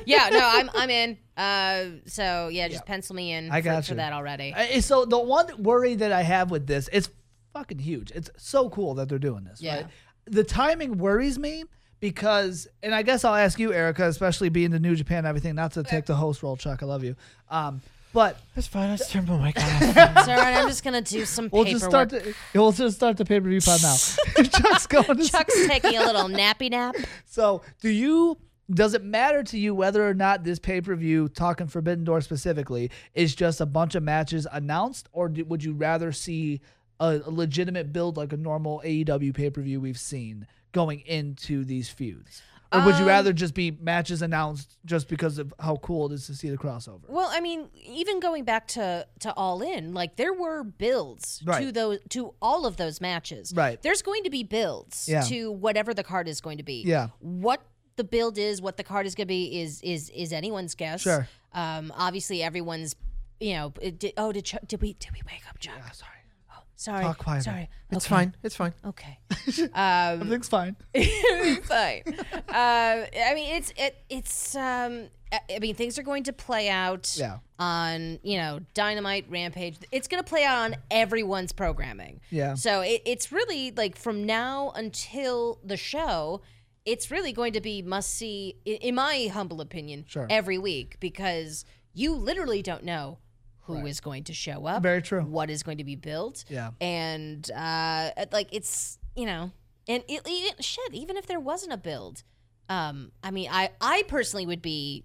[SPEAKER 1] yeah, no, I'm I'm in. Uh, so yeah, just pencil me in
[SPEAKER 2] I
[SPEAKER 1] for,
[SPEAKER 2] got
[SPEAKER 1] for
[SPEAKER 2] you.
[SPEAKER 1] that already.
[SPEAKER 2] I- so the one worry that I have with this, it's fucking huge. It's so cool that they're doing this.
[SPEAKER 1] Yeah.
[SPEAKER 2] Right? The timing worries me because, and I guess I'll ask you, Erica, especially being the New Japan and everything, not to take the host role, Chuck. I love you. Um, but
[SPEAKER 3] That's fine. I just turned my mic off.
[SPEAKER 1] so all right, I'm just gonna do some
[SPEAKER 2] we'll
[SPEAKER 1] paperwork.
[SPEAKER 2] just start. The, we'll just start the pay per view pod now. Chuck's going. To
[SPEAKER 1] Chuck's taking a little nappy nap.
[SPEAKER 2] So, do you? Does it matter to you whether or not this pay per view, talking Forbidden Door specifically, is just a bunch of matches announced, or do, would you rather see a, a legitimate build like a normal AEW pay per view we've seen going into these feuds? Or would you rather just be matches announced just because of how cool it is to see the crossover?
[SPEAKER 1] Well, I mean, even going back to to All In, like there were builds to
[SPEAKER 2] Right.
[SPEAKER 1] those to all of those matches.
[SPEAKER 2] Right.
[SPEAKER 1] There's going to be builds
[SPEAKER 2] Yeah.
[SPEAKER 1] to whatever the card is going to be.
[SPEAKER 2] Yeah.
[SPEAKER 1] What the build is, what the card is going to be, is is is anyone's guess.
[SPEAKER 2] Sure.
[SPEAKER 1] Um. Obviously, everyone's. You know. It did, oh, did Chuck, did we did we wake up Chuck?
[SPEAKER 2] Sorry,
[SPEAKER 1] sorry.
[SPEAKER 2] talk quieter.
[SPEAKER 1] Sorry.
[SPEAKER 3] It's
[SPEAKER 1] Okay.
[SPEAKER 3] fine. It's fine.
[SPEAKER 1] Okay.
[SPEAKER 2] everything's fine.
[SPEAKER 1] fine. Uh, I mean, it's it, it's. Um, I I mean, things are going to play out
[SPEAKER 2] Yeah.
[SPEAKER 1] on you know Dynamite, Rampage. It's going to play out on everyone's programming.
[SPEAKER 2] Yeah.
[SPEAKER 1] So it, it's really like from now until the show, it's really going to be must see, i- in my humble opinion,
[SPEAKER 2] Sure.
[SPEAKER 1] every week because you literally don't know who is going to show up.
[SPEAKER 2] Very true.
[SPEAKER 1] What is going to be built?
[SPEAKER 2] Yeah.
[SPEAKER 1] and uh, it- like it's you know, and it, it, shit. Even if there wasn't a build, um, I mean, I I personally would be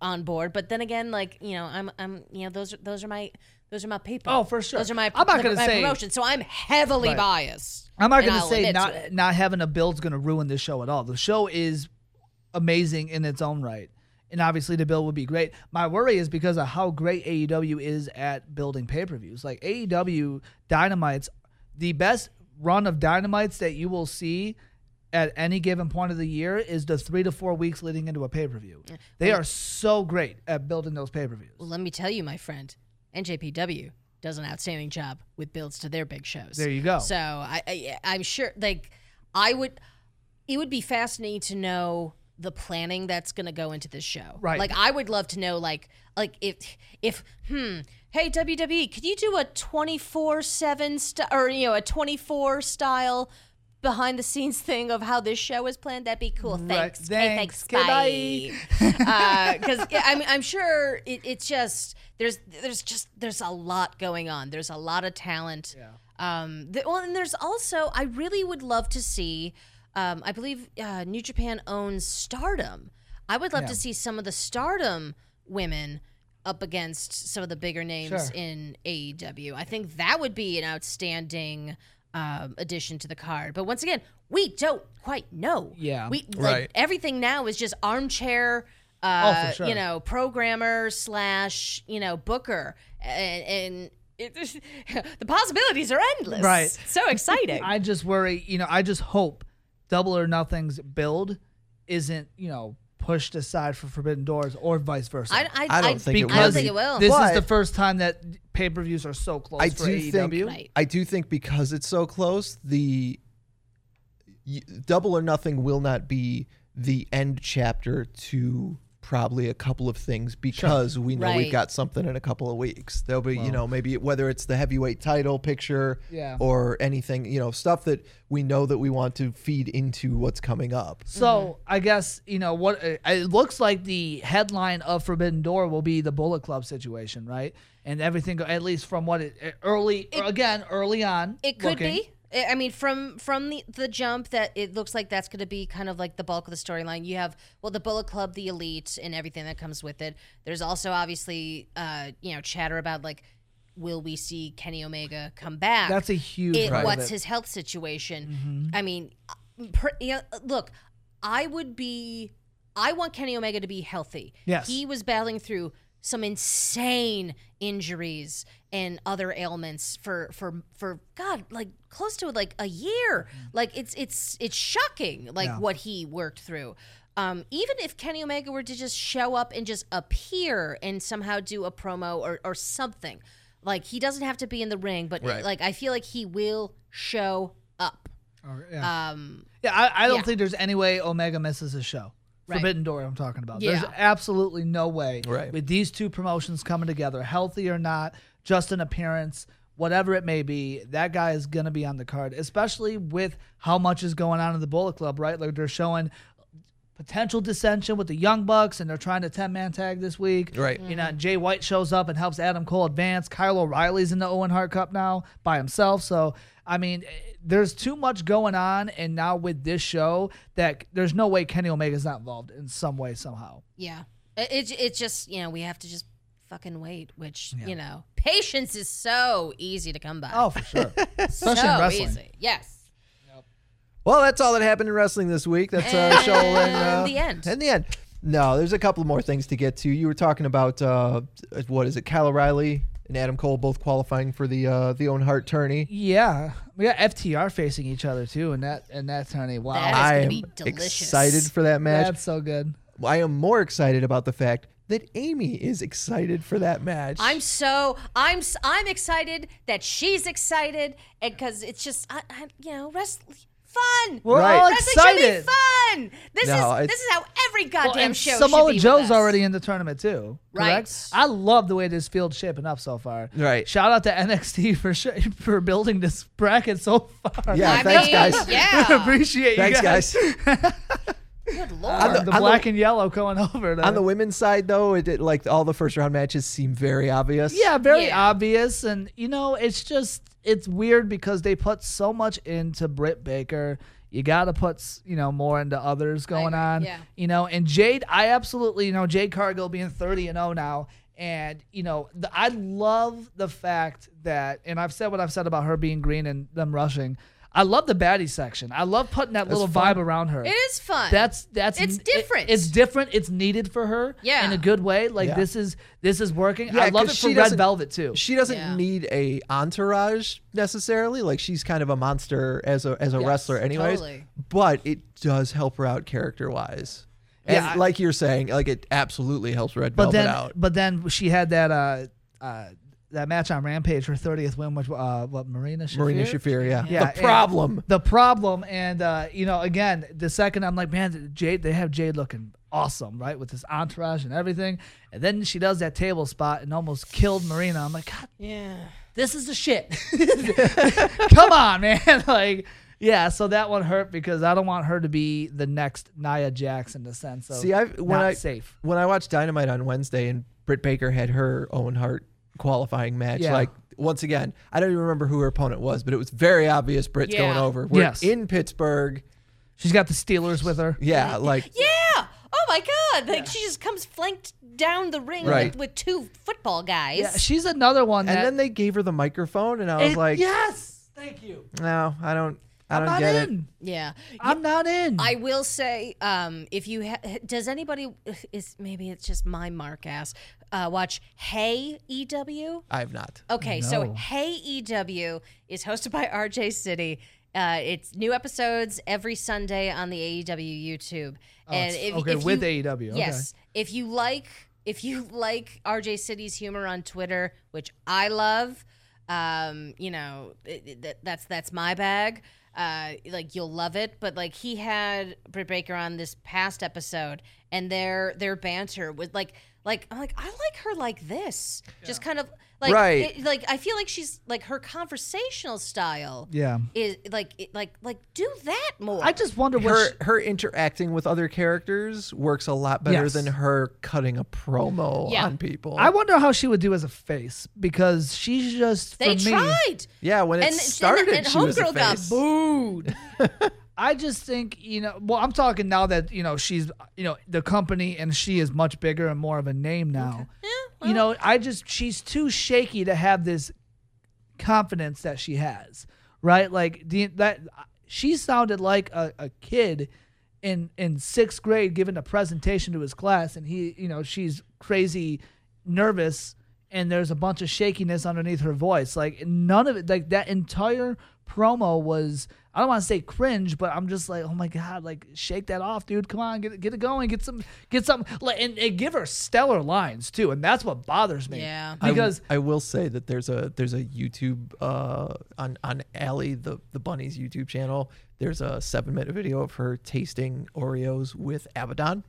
[SPEAKER 1] on board, but then again, like you know, I'm I'm you know those are those are my those are my people.
[SPEAKER 2] Oh, for sure.
[SPEAKER 1] Those are my
[SPEAKER 2] I'm not gonna
[SPEAKER 1] my
[SPEAKER 2] say-
[SPEAKER 1] promotion, so I'm heavily
[SPEAKER 2] Right.
[SPEAKER 1] biased.
[SPEAKER 2] I'm not
[SPEAKER 1] and
[SPEAKER 2] going to
[SPEAKER 1] I'll
[SPEAKER 2] say
[SPEAKER 1] admit to
[SPEAKER 2] not
[SPEAKER 1] it.
[SPEAKER 2] not having a build's going to ruin this show at all. The show is amazing in its own right, and obviously the build would be great. My worry is because of how great AEW is at building pay per views. Like AEW Dynamite's the best run of Dynamites that you will see at any given point of the year is the three to four weeks leading into a pay per view. They are so great at building those pay per views.
[SPEAKER 1] Well, let me tell you, my friend, NJPW does an outstanding job with builds to their big shows.
[SPEAKER 2] There you go.
[SPEAKER 1] So I, I I'm sure like I would it would be fascinating to know the planning that's going to go into this show.
[SPEAKER 2] Right.
[SPEAKER 1] Like I would love to know like like if if hmm hey WWE could you do a 24/7 st- or you know a 24 style behind the scenes thing of how this show is planned that'd be cool.
[SPEAKER 2] Right.
[SPEAKER 1] Thanks. Hey,
[SPEAKER 2] Thanks.
[SPEAKER 1] thanks.
[SPEAKER 2] Goodbye.
[SPEAKER 1] Bye because Uh, yeah, I'm, I'm sure it, it's just there's there's just there's a lot going on. There's a lot of talent. Um, the, well, and there's also I really would love to see. Um, I believe uh, New Japan owns Stardom. I would love to see some of the Stardom women up against some of the bigger names
[SPEAKER 2] Sure.
[SPEAKER 1] in AEW. I think that would be an outstanding um, addition to the card. But once again, we don't quite know.
[SPEAKER 2] Yeah.
[SPEAKER 1] we like,
[SPEAKER 3] Right.
[SPEAKER 1] everything now is just armchair uh,
[SPEAKER 2] Oh, for sure.
[SPEAKER 1] you know programmer slash you know booker and, and it, the possibilities are endless
[SPEAKER 2] Right.
[SPEAKER 1] so exciting
[SPEAKER 2] I just worry, you know, I just hope Double or Nothing's build isn't, you know, pushed aside for Forbidden Doors or vice versa.
[SPEAKER 1] I, I,
[SPEAKER 3] I don't think it
[SPEAKER 1] I don't
[SPEAKER 3] will
[SPEAKER 1] think
[SPEAKER 3] be.
[SPEAKER 1] it will
[SPEAKER 2] This is
[SPEAKER 3] But-
[SPEAKER 2] the first time that pay per views are so close
[SPEAKER 3] I
[SPEAKER 2] for E
[SPEAKER 3] do
[SPEAKER 2] AEW.
[SPEAKER 3] think
[SPEAKER 1] Right.
[SPEAKER 3] I do think because it's so close, the y- Double or Nothing will not be the end chapter to probably a couple of things because we know
[SPEAKER 1] Right.
[SPEAKER 3] we've got something in a couple of weeks. There'll be, you know, maybe whether it's the heavyweight title picture
[SPEAKER 2] Yeah.
[SPEAKER 3] or anything, you know, stuff that we know that we want to feed into what's coming up.
[SPEAKER 2] So
[SPEAKER 3] Mhm.
[SPEAKER 2] I guess you know what uh, it looks like. The headline of Forbidden Door will be the Bullet Club situation, right? And everything, at least from what it uh, early or again early on.
[SPEAKER 1] It could
[SPEAKER 2] looking.
[SPEAKER 1] be. I I mean, from from the the jump, that it looks like that's going to be kind of like the bulk of the storyline. You have well, the Bullet Club, the Elite, and everything that comes with it. There's also obviously, uh, you know, chatter about like, will we see Kenny Omega come back?
[SPEAKER 2] That's a huge
[SPEAKER 1] It,
[SPEAKER 2] part of
[SPEAKER 1] what's
[SPEAKER 2] it. Mm-hmm.
[SPEAKER 1] his health situation? I mean, uh, per, you know, look, I would be. I want Kenny Omega to be healthy.
[SPEAKER 2] Yes.
[SPEAKER 1] He was battling through some insane injuries and other ailments for for for god like close to like a year like it's it's it's shocking like what he worked through um even if kenny omega were to just show up and just appear and somehow do a promo or or something like he doesn't have to be in the ring but
[SPEAKER 3] Right.
[SPEAKER 1] like i feel like he will show up
[SPEAKER 3] Oh,
[SPEAKER 2] Or- yeah,
[SPEAKER 1] um
[SPEAKER 2] yeah I, I don't
[SPEAKER 1] yeah.
[SPEAKER 2] think there's any way Omega misses a show.
[SPEAKER 1] Right.
[SPEAKER 2] Forbidden Door, I'm talking about. There's
[SPEAKER 1] Yeah.
[SPEAKER 2] absolutely no way
[SPEAKER 3] Right.
[SPEAKER 2] with these two promotions coming together, healthy or not, just an appearance, whatever it may be, that guy is going to be on the card, especially with how much is going on in the Bullet Club, right? Like they're showing potential dissension with the Young Bucks, and they're trying to 10 man tag this week.
[SPEAKER 3] Right.
[SPEAKER 2] You know, and Jay White shows up and helps Adam Cole advance. Kyle O'Reilly's in the Owen Hart Cup now by himself. So, I mean, eh, there's too much going on. And now with this show, that there's no way Kenny Omega's not involved in some way, somehow.
[SPEAKER 1] yeah it, it, it's just you know we have to just fucking wait which you know patience is so easy to come by
[SPEAKER 2] Oh, for sure. Especially
[SPEAKER 1] so
[SPEAKER 2] in wrestling.
[SPEAKER 1] easy yes
[SPEAKER 3] Well, that's all that happened in wrestling this week. That's uh, show and uh,
[SPEAKER 1] And the end.
[SPEAKER 3] And the end. No, there's a couple more things to get to. You were talking about uh, what is it? Kyle O'Reilly and Adam Cole both qualifying for the uh, the Owen Hart tourney.
[SPEAKER 2] Yeah, we got FTR facing each other too, and that and that's honey, wow,
[SPEAKER 1] That is-
[SPEAKER 3] I
[SPEAKER 1] gonna
[SPEAKER 3] am
[SPEAKER 1] be delicious.
[SPEAKER 3] excited for that match.
[SPEAKER 2] that's so good.
[SPEAKER 3] I am more excited about the fact that Amy is excited for that match.
[SPEAKER 1] I'm so I'm s- I'm excited that she's excited, and because it's just I, I, you know wrestling fun.
[SPEAKER 2] We're
[SPEAKER 3] Right.
[SPEAKER 2] all
[SPEAKER 1] Wrestling should be
[SPEAKER 2] excited.
[SPEAKER 1] fun. This
[SPEAKER 3] No,
[SPEAKER 1] is
[SPEAKER 3] it's-
[SPEAKER 1] this is how every
[SPEAKER 2] Well,
[SPEAKER 1] goddamn
[SPEAKER 2] and
[SPEAKER 1] show.
[SPEAKER 2] Samoa
[SPEAKER 1] should be
[SPEAKER 2] Joe's
[SPEAKER 1] with us.
[SPEAKER 2] already in the tournament too. Correct?
[SPEAKER 1] Right.
[SPEAKER 2] I love the way this field's shaping up so far.
[SPEAKER 3] Right.
[SPEAKER 2] Shout out to NXT for sh- for building this bracket so far.
[SPEAKER 3] Yeah,
[SPEAKER 1] I
[SPEAKER 3] thanks,
[SPEAKER 1] mean,
[SPEAKER 3] guys.
[SPEAKER 1] Yeah.
[SPEAKER 2] appreciate
[SPEAKER 3] Thanks,
[SPEAKER 2] you guys.
[SPEAKER 3] guys.
[SPEAKER 1] Good lord.
[SPEAKER 2] The,
[SPEAKER 3] the- on the-
[SPEAKER 2] black and yellow going over. there.
[SPEAKER 3] On the women's side, though, it, it like all the first round matches seem very obvious.
[SPEAKER 2] Yeah, very
[SPEAKER 1] Yeah.
[SPEAKER 2] obvious, and you know, it's just it's weird because they put so much into Britt Baker. You got to put s- you know more into others going
[SPEAKER 1] agree,
[SPEAKER 2] on.
[SPEAKER 1] yeah.
[SPEAKER 2] You know, and Jade, I absolutely you know Jade Cargill being thirty and zero now, and you know the, I love the fact that, and I've said what I've said about her being green and them rushing. I love the baddie section. I love putting that little
[SPEAKER 3] fun.
[SPEAKER 2] vibe around her.
[SPEAKER 1] it is fun.
[SPEAKER 2] That's that's
[SPEAKER 1] It's
[SPEAKER 2] it-
[SPEAKER 1] different.
[SPEAKER 2] it's different. It's needed for her.
[SPEAKER 1] Yeah.
[SPEAKER 2] in a good way. Like
[SPEAKER 3] Yeah.
[SPEAKER 2] this is this is working.
[SPEAKER 3] Yeah,
[SPEAKER 2] I love
[SPEAKER 3] 'cause
[SPEAKER 2] it for
[SPEAKER 3] she
[SPEAKER 2] Red
[SPEAKER 3] doesn't-
[SPEAKER 2] Velvet too.
[SPEAKER 3] she doesn't
[SPEAKER 1] Yeah.
[SPEAKER 3] need a entourage necessarily. Like she's kind of a monster as a as a wrestler, anyways.
[SPEAKER 1] totally.
[SPEAKER 3] But it does help her out character wise. And
[SPEAKER 2] Yeah, I-
[SPEAKER 3] like you're saying, like it absolutely helps Red
[SPEAKER 2] but
[SPEAKER 3] Velvet
[SPEAKER 2] then
[SPEAKER 3] out.
[SPEAKER 2] but then she had that uh uh that match on Rampage her thirtieth win, which uh what Marina Shafir?
[SPEAKER 3] Marina Shafir, yeah.
[SPEAKER 2] Yeah,
[SPEAKER 3] the
[SPEAKER 2] and-
[SPEAKER 3] problem.
[SPEAKER 2] The problem, and uh, you know, again, the second I'm like, man, Jade, they have Jade looking awesome, right, with this entourage and everything, and then she does that table spot and almost killed Marina. I'm like, God
[SPEAKER 1] yeah.
[SPEAKER 2] this is the shit. Come on, man. Like, yeah. So that one hurt because I don't want her to be the next Nia Jax in the sense of
[SPEAKER 3] See, I've when
[SPEAKER 2] Oh, not
[SPEAKER 3] I
[SPEAKER 2] safe.
[SPEAKER 3] when I watched Dynamite on Wednesday and Britt Baker had her Owen Hart qualifying match,
[SPEAKER 2] Yeah.
[SPEAKER 3] like once again, I don't even remember who her opponent was, but it was very obvious Britt's going
[SPEAKER 1] Yeah.
[SPEAKER 3] over. We're
[SPEAKER 2] Yes.
[SPEAKER 3] in Pittsburgh.
[SPEAKER 2] She's got the Steelers with her.
[SPEAKER 3] Yeah, like
[SPEAKER 1] Yeah. Oh my god. Like she just comes flanked down the ring
[SPEAKER 3] Right.
[SPEAKER 1] with, with two football guys.
[SPEAKER 2] Yeah, she's another one.
[SPEAKER 3] and
[SPEAKER 2] that,
[SPEAKER 3] then they gave her the microphone and I was
[SPEAKER 2] It-
[SPEAKER 3] like,
[SPEAKER 2] yes, thank you.
[SPEAKER 3] No, I don't I
[SPEAKER 2] I'm
[SPEAKER 3] don't
[SPEAKER 2] not
[SPEAKER 3] get
[SPEAKER 2] in.
[SPEAKER 3] it.
[SPEAKER 1] yeah.
[SPEAKER 2] I'm not in.
[SPEAKER 1] I will say, um, if you ha- does anybody is maybe it's just my mark ass uh, watch Hey EW.
[SPEAKER 3] I have not.
[SPEAKER 1] Okay,
[SPEAKER 2] No.
[SPEAKER 1] so Hey EW is hosted by RJ City. Uh, it's new episodes every Sunday on the AEW YouTube. and
[SPEAKER 2] Oh, it's- okay, with AEW, okay.
[SPEAKER 1] Yes, if you like if you like RJ City's humor on Twitter, which I love, Um, you know, it, it- that, that's that's my bag. Uh, like you'll love it, but like he had Britt Baker on this past episode, and their their banter was like like I'm like I like her like this, just kind of like
[SPEAKER 3] Right.
[SPEAKER 1] it- like I feel like she's like her conversational style
[SPEAKER 2] Yeah.
[SPEAKER 1] is like it- like like do that more.
[SPEAKER 2] I just wonder what.
[SPEAKER 3] her
[SPEAKER 2] she-
[SPEAKER 3] her interacting with other characters works a lot better
[SPEAKER 2] Yes.
[SPEAKER 3] than her cutting a promo
[SPEAKER 1] Yeah.
[SPEAKER 3] on people.
[SPEAKER 2] I wonder how she would do as a face because she's just. For
[SPEAKER 1] they
[SPEAKER 2] me,
[SPEAKER 1] tried.
[SPEAKER 3] yeah, when it
[SPEAKER 1] And,
[SPEAKER 3] started,
[SPEAKER 1] and, and
[SPEAKER 3] she was a
[SPEAKER 1] Homegirl got
[SPEAKER 3] face.
[SPEAKER 1] booed.
[SPEAKER 2] I just think you know. Well, I'm talking now that you know she's you know the company and she is much bigger and more of a name now.
[SPEAKER 1] Yeah,
[SPEAKER 2] you know, I just she's too shaky to have this confidence that she has, right? Like the, that she sounded like a, a kid in in sixth grade giving a presentation to his class, and he, you know, she's crazy nervous, and there's a bunch of shakiness underneath her voice. Like none of it, like that entire promo was. I don't want to say cringe, but I'm just like, oh my god, like shake that off, dude. Come on, get it- get it going, get some, get some, like, and, and give her stellar lines too, and that's what bothers me.
[SPEAKER 1] Yeah.
[SPEAKER 3] I w-
[SPEAKER 2] because
[SPEAKER 3] I, will say that there's a there's a YouTube uh, on on Allie the the bunny's YouTube channel. There's a seven minute video of her tasting Oreos with Abaddon.